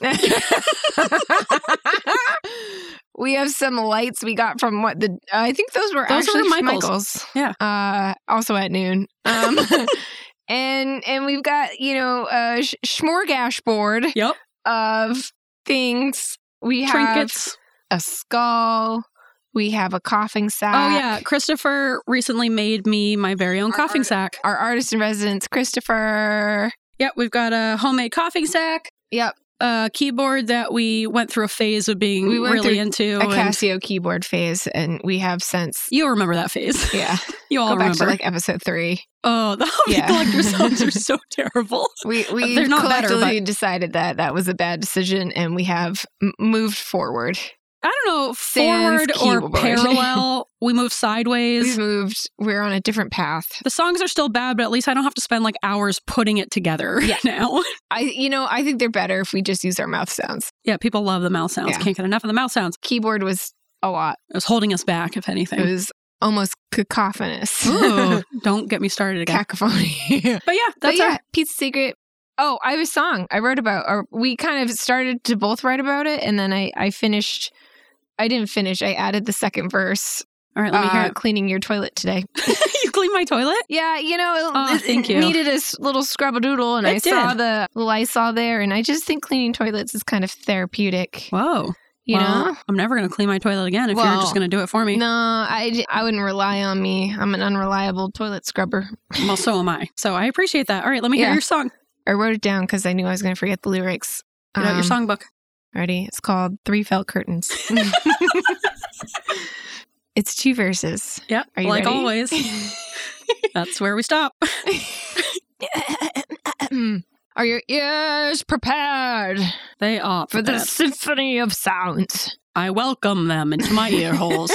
S2: we have some lights we got from what the I think those were
S3: Those were
S2: actually from
S3: Michael's.
S2: Michaels. Yeah. Uh, also at noon. Um, and and we've got you know a sh- smorgasbord
S3: Yep.
S2: of things. We have
S3: Trinkets.
S2: a skull. We have a coughing sack.
S3: Oh yeah, Christopher recently made me my very own
S2: Our
S3: coughing
S2: art-
S3: sack.
S2: Our artist in residence, Christopher.
S3: Yep, we've got a homemade coughing sack,
S2: Yep.
S3: a keyboard that we went through a phase of being
S2: We went
S3: really
S2: through
S3: into.
S2: A
S3: Oh, and-
S2: Casio keyboard phase, and we have since.
S3: You'll remember that phase.
S2: Yeah,
S3: You all
S2: go back
S3: remember.
S2: to like episode three.
S3: oh, the homemade
S2: Yeah.
S3: collector songs are so terrible.
S2: We we
S3: They're Uh, not better,
S2: collectively decided that that was a bad decision, and we have m- moved forward.
S3: I don't know, forward
S2: Sans
S3: or
S2: keyboard.
S3: parallel. we move
S2: We've
S3: sideways.
S2: moved. We're on a different path.
S3: The songs are still bad, but at least I don't have to spend like hours putting it together
S2: Yeah.
S3: now.
S2: I, you know, I think they're better if we just use our mouth sounds.
S3: yeah, people love the mouth sounds.
S2: Yeah.
S3: Can't get enough of the mouth sounds.
S2: Keyboard was a lot.
S3: It was holding us back, if anything.
S2: It was almost cacophonous.
S3: Ooh, don't get me started again.
S2: Cacophony.
S3: But yeah,
S2: But
S3: that's
S2: yeah,
S3: our-
S2: Pizza Secret. Oh, I was song I wrote about, or we kind of started to both write about it, and then I I finished. I didn't finish. I added the second verse.
S3: All right, let me
S2: uh,
S3: hear
S2: Cleaning your toilet today.
S3: it. you clean my toilet?
S2: Yeah, you know, it,
S3: Oh,
S2: it-
S3: thank
S2: it
S3: you.
S2: needed a s- little scrub a doodle, and
S3: It
S2: I saw
S3: did.
S2: the little I saw there, and I just think cleaning toilets is kind of therapeutic.
S3: Whoa.
S2: You
S3: Well,
S2: know,
S3: I'm never going to clean my toilet again if you're
S2: Well,
S3: just going to do it for me.
S2: no, I j- I wouldn't rely on me. I'm an unreliable toilet scrubber.
S3: Well, so am I. So I appreciate that. All right, let me
S2: Yeah.
S3: hear your song.
S2: I wrote it down because I knew I was going to forget the lyrics.
S3: Get out your
S2: Um,
S3: songbook.
S2: Ready? It's called Three Felt Curtains. it's two verses.
S3: Yeah,
S2: Are you
S3: like
S2: ready?
S3: always. That's where we stop.
S2: Are your ears prepared
S3: They are
S2: for the
S3: this.
S2: symphony of sounds?
S3: I welcome them into my ear holes.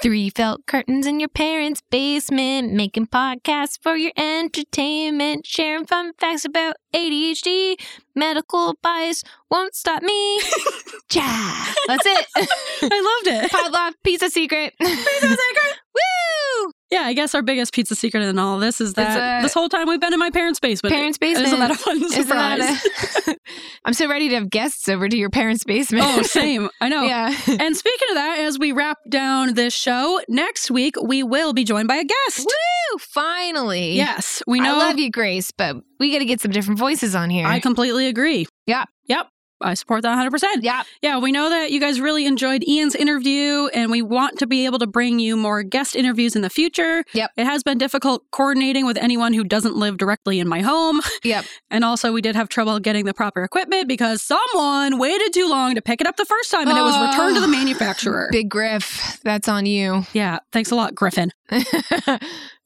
S4: Three felt curtains in your parents' basement, making podcasts for your entertainment, sharing fun facts about ADHD, medical bias won't stop me. yeah, that's it.
S3: I loved it.
S4: Pod Life Pizza Secret. Pizza Secret. Woo!
S3: Yeah, I guess our biggest pizza secret in all this is that
S2: a-
S3: this whole time we've been in my parents' basement.
S2: Parents' basement.
S3: Isn't that a fun
S2: Isn't that
S3: surprise?
S2: a- I'm so ready to have guests over to your parents' basement.
S3: oh, same. I know.
S2: Yeah.
S3: And speaking of that, as we wrap down this show, next week we will be joined by a guest.
S2: Woo! Finally.
S3: Yes, we
S2: I
S3: know.
S2: love you, Grace, but we got to get some different voices on here.
S3: I completely agree.
S2: Yeah.
S3: Yep. I support that 100%.
S2: yeah.
S3: Yeah, we know that you guys really enjoyed Ian's interview, and we want to be able to bring you more guest interviews in the future.
S2: Yep.
S3: It has been difficult coordinating with anyone who doesn't live directly in my home.
S2: Yep.
S3: And also, we did have trouble getting the proper equipment because someone waited too long to pick it up the first time and it was
S2: Oh.
S3: returned to the manufacturer.
S2: Big Griff, that's on you
S3: yeah, thanks a lot, Griffin. Uh,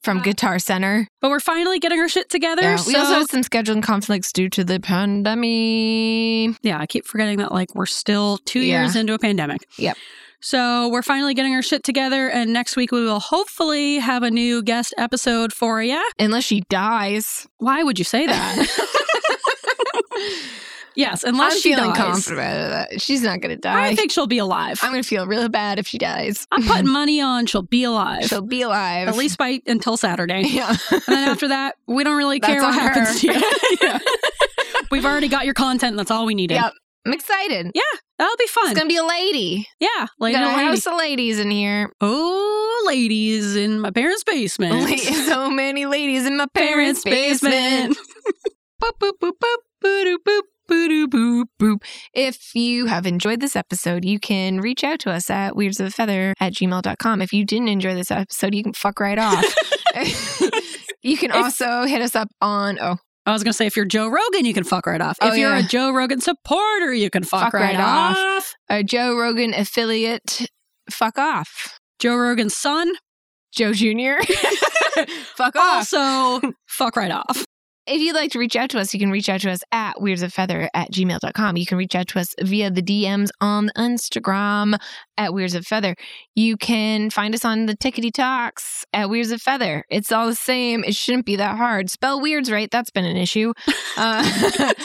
S2: from Guitar Center.
S3: But we're finally getting our shit together.
S2: Yeah, we
S3: so-
S2: also had some scheduling conflicts due to the pandemic.
S3: Yeah, I keep forgetting that like we're still two
S2: Yeah.
S3: years into a pandemic.
S2: Yep.
S3: So we're finally getting our shit together, and next week we will hopefully have a new guest episode for you.
S2: Unless she dies.
S3: Why would you say that? yes, unless
S2: I'm
S3: she
S2: feeling
S3: dies.
S2: confident about that. She's not going to die.
S3: I think she'll be alive.
S2: I'm going to feel really bad if she dies.
S3: I'm putting money on she'll be alive.
S2: She'll be alive.
S3: at least by until Saturday.
S2: Yeah.
S3: And then after that, we don't really care
S2: That's
S3: what
S2: on her.
S3: happens to you. Yeah. We've already got your content. That's all we needed.
S2: Yep. I'm excited.
S3: That'll be fun.
S2: It's going to be a lady.
S3: yeah.
S2: We
S3: Lady
S2: got
S3: to
S2: a
S3: lady.
S2: house of ladies in here.
S3: Oh, ladies in my parents' basement.
S2: La- so many ladies in my
S3: parents'
S2: parents'
S3: basement.
S2: basement. boop, boop, boop, boop, boop, boop, boop, boop, boop. If you have enjoyed this episode, you can reach out to us at weirds of a feather at gmail.com. If you didn't enjoy this episode, you can fuck right off. you can also hit us up on, oh,
S3: I was gonna say if you're Joe Rogan, you can fuck right off.
S2: Oh,
S3: if you're
S2: yeah.
S3: a Joe Rogan supporter, you can fuck,
S2: Fuck
S3: right,
S2: right
S3: off.
S2: off. a Joe Rogan affiliate, fuck off.
S3: Joe Rogan's son
S2: Joe Jr., fuck off.
S3: also fuck right off.
S2: If you'd like to reach out to us, you can reach out to us at weirdsofeather at gmail.com. You can reach out to us via the DMs on Instagram at Weirds of Feather. You can find us on the Tickety Talks at Weirds of Feather. It's all the same. It shouldn't be that hard. Spell weirds right. That's been an issue. Uh,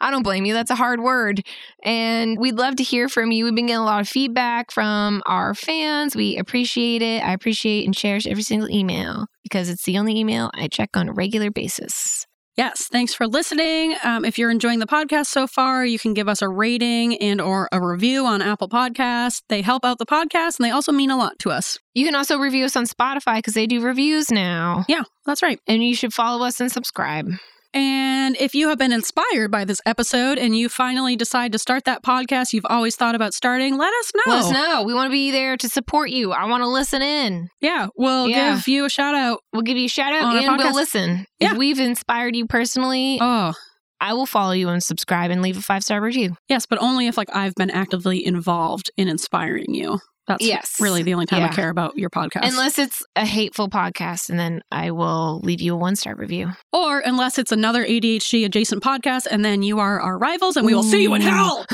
S2: I don't blame you. That's a hard word. And we'd love to hear from you. We've been getting a lot of feedback from our fans. We appreciate it. I appreciate and cherish every single email because it's the only email I check on a regular basis.
S3: Yes, thanks for listening. Um, if you're enjoying the podcast so far, you can give us a rating and or a review on Apple Podcasts. They help out the podcast and they also mean a lot to us.
S2: You can also review us on Spotify because they do reviews now.
S3: Yeah, that's right.
S2: And you should follow us and subscribe.
S3: And if you have been inspired by this episode and you finally decide to start that podcast you've always thought about starting, let us know.
S2: Let us know. We want to be there to support you. I want to listen in.
S3: Yeah, we'll
S2: Yeah.
S3: give you a shout out.
S2: We'll give you a shout
S3: On
S2: out
S3: our
S2: and
S3: podcast.
S2: we'll listen.
S3: Yeah.
S2: If we've inspired you personally,
S3: Oh,
S2: I will follow you and subscribe and leave a five star review.
S3: yes, but only if like I've been actively involved in inspiring you. That's
S2: Yes.
S3: really the only time I
S2: Yeah.
S3: care about your podcast.
S2: Unless it's a hateful podcast, and then I will leave you a one star review.
S3: or unless it's another ADHD adjacent podcast and then you are our rivals and we will see you in
S2: Ooh.
S3: hell.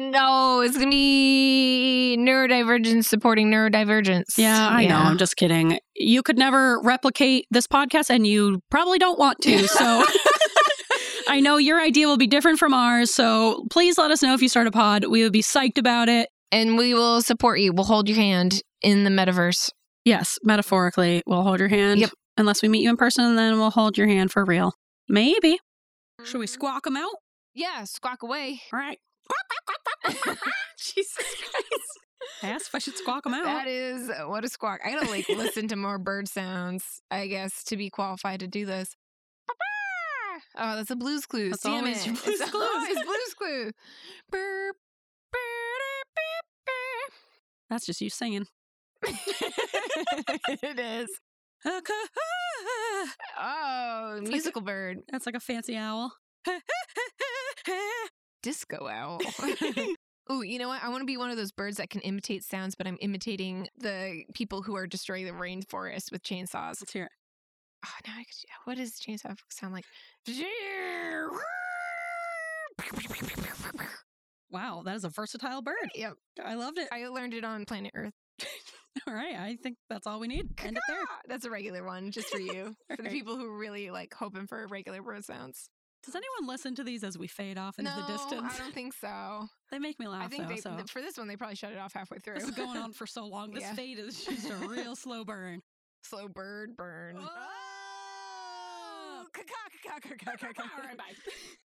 S2: no, it's gonna be neurodivergence supporting neurodivergence.
S3: Yeah, I know. I'm just kidding. You could never replicate this podcast, and you probably don't want to. So I know your idea will be different from ours. So please let us know if you start a pod. We would be psyched about it.
S2: And we will support you. We'll hold your hand in the metaverse.
S3: Yes, metaphorically, we'll hold your hand.
S2: Yep.
S3: Unless we meet you in person, and then we'll hold your hand for real. Maybe. Should we squawk them out?
S2: Mm-hmm. Yeah, squawk away.
S3: All right.
S2: Jesus Christ.
S3: Ask if I should squawk them out.
S2: That is what a squawk. I gotta like listen to more bird sounds, I guess, to be qualified to do this. Oh, that's a blues clues.
S3: That's
S2: Damn
S3: always
S2: it.
S3: Blues
S2: it's
S3: Clues.
S2: always blues clue. Burr, burr,
S3: That's just you singing.
S2: burr, burr. it is. Oh,
S3: like-
S2: musical bird.
S3: That's like a fancy owl.
S2: Disco owl. Ooh, you know what? I want to be one of those birds that can imitate sounds, but I'm imitating the people who are destroying the rainforest with chainsaws.
S3: Let's hear it.
S2: Oh, now I could, what does chainsaw sound like?
S3: Wow, that is a versatile bird.
S2: Yep.
S3: I loved it.
S2: I learned it on planet Earth.
S3: all right, I think that's all we need. End it there.
S2: Ah, That's a regular one just for you. for the
S3: Alright.
S2: people who really like hoping for regular bird sounds.
S3: Does anyone listen to these as we fade off into
S2: no,
S3: the distance?
S2: I don't think so.
S3: They make me laugh
S2: I think
S3: though.
S2: they,
S3: so
S2: for this one they probably shut it off halfway through.
S3: this is going on for so long. This
S2: Yeah.
S3: fade is just a real slow burn.
S2: Slow bird burn.
S3: Oh!
S2: Oh! Caw, caw, caw, caw, caw, caw, caw.
S3: All right, bye.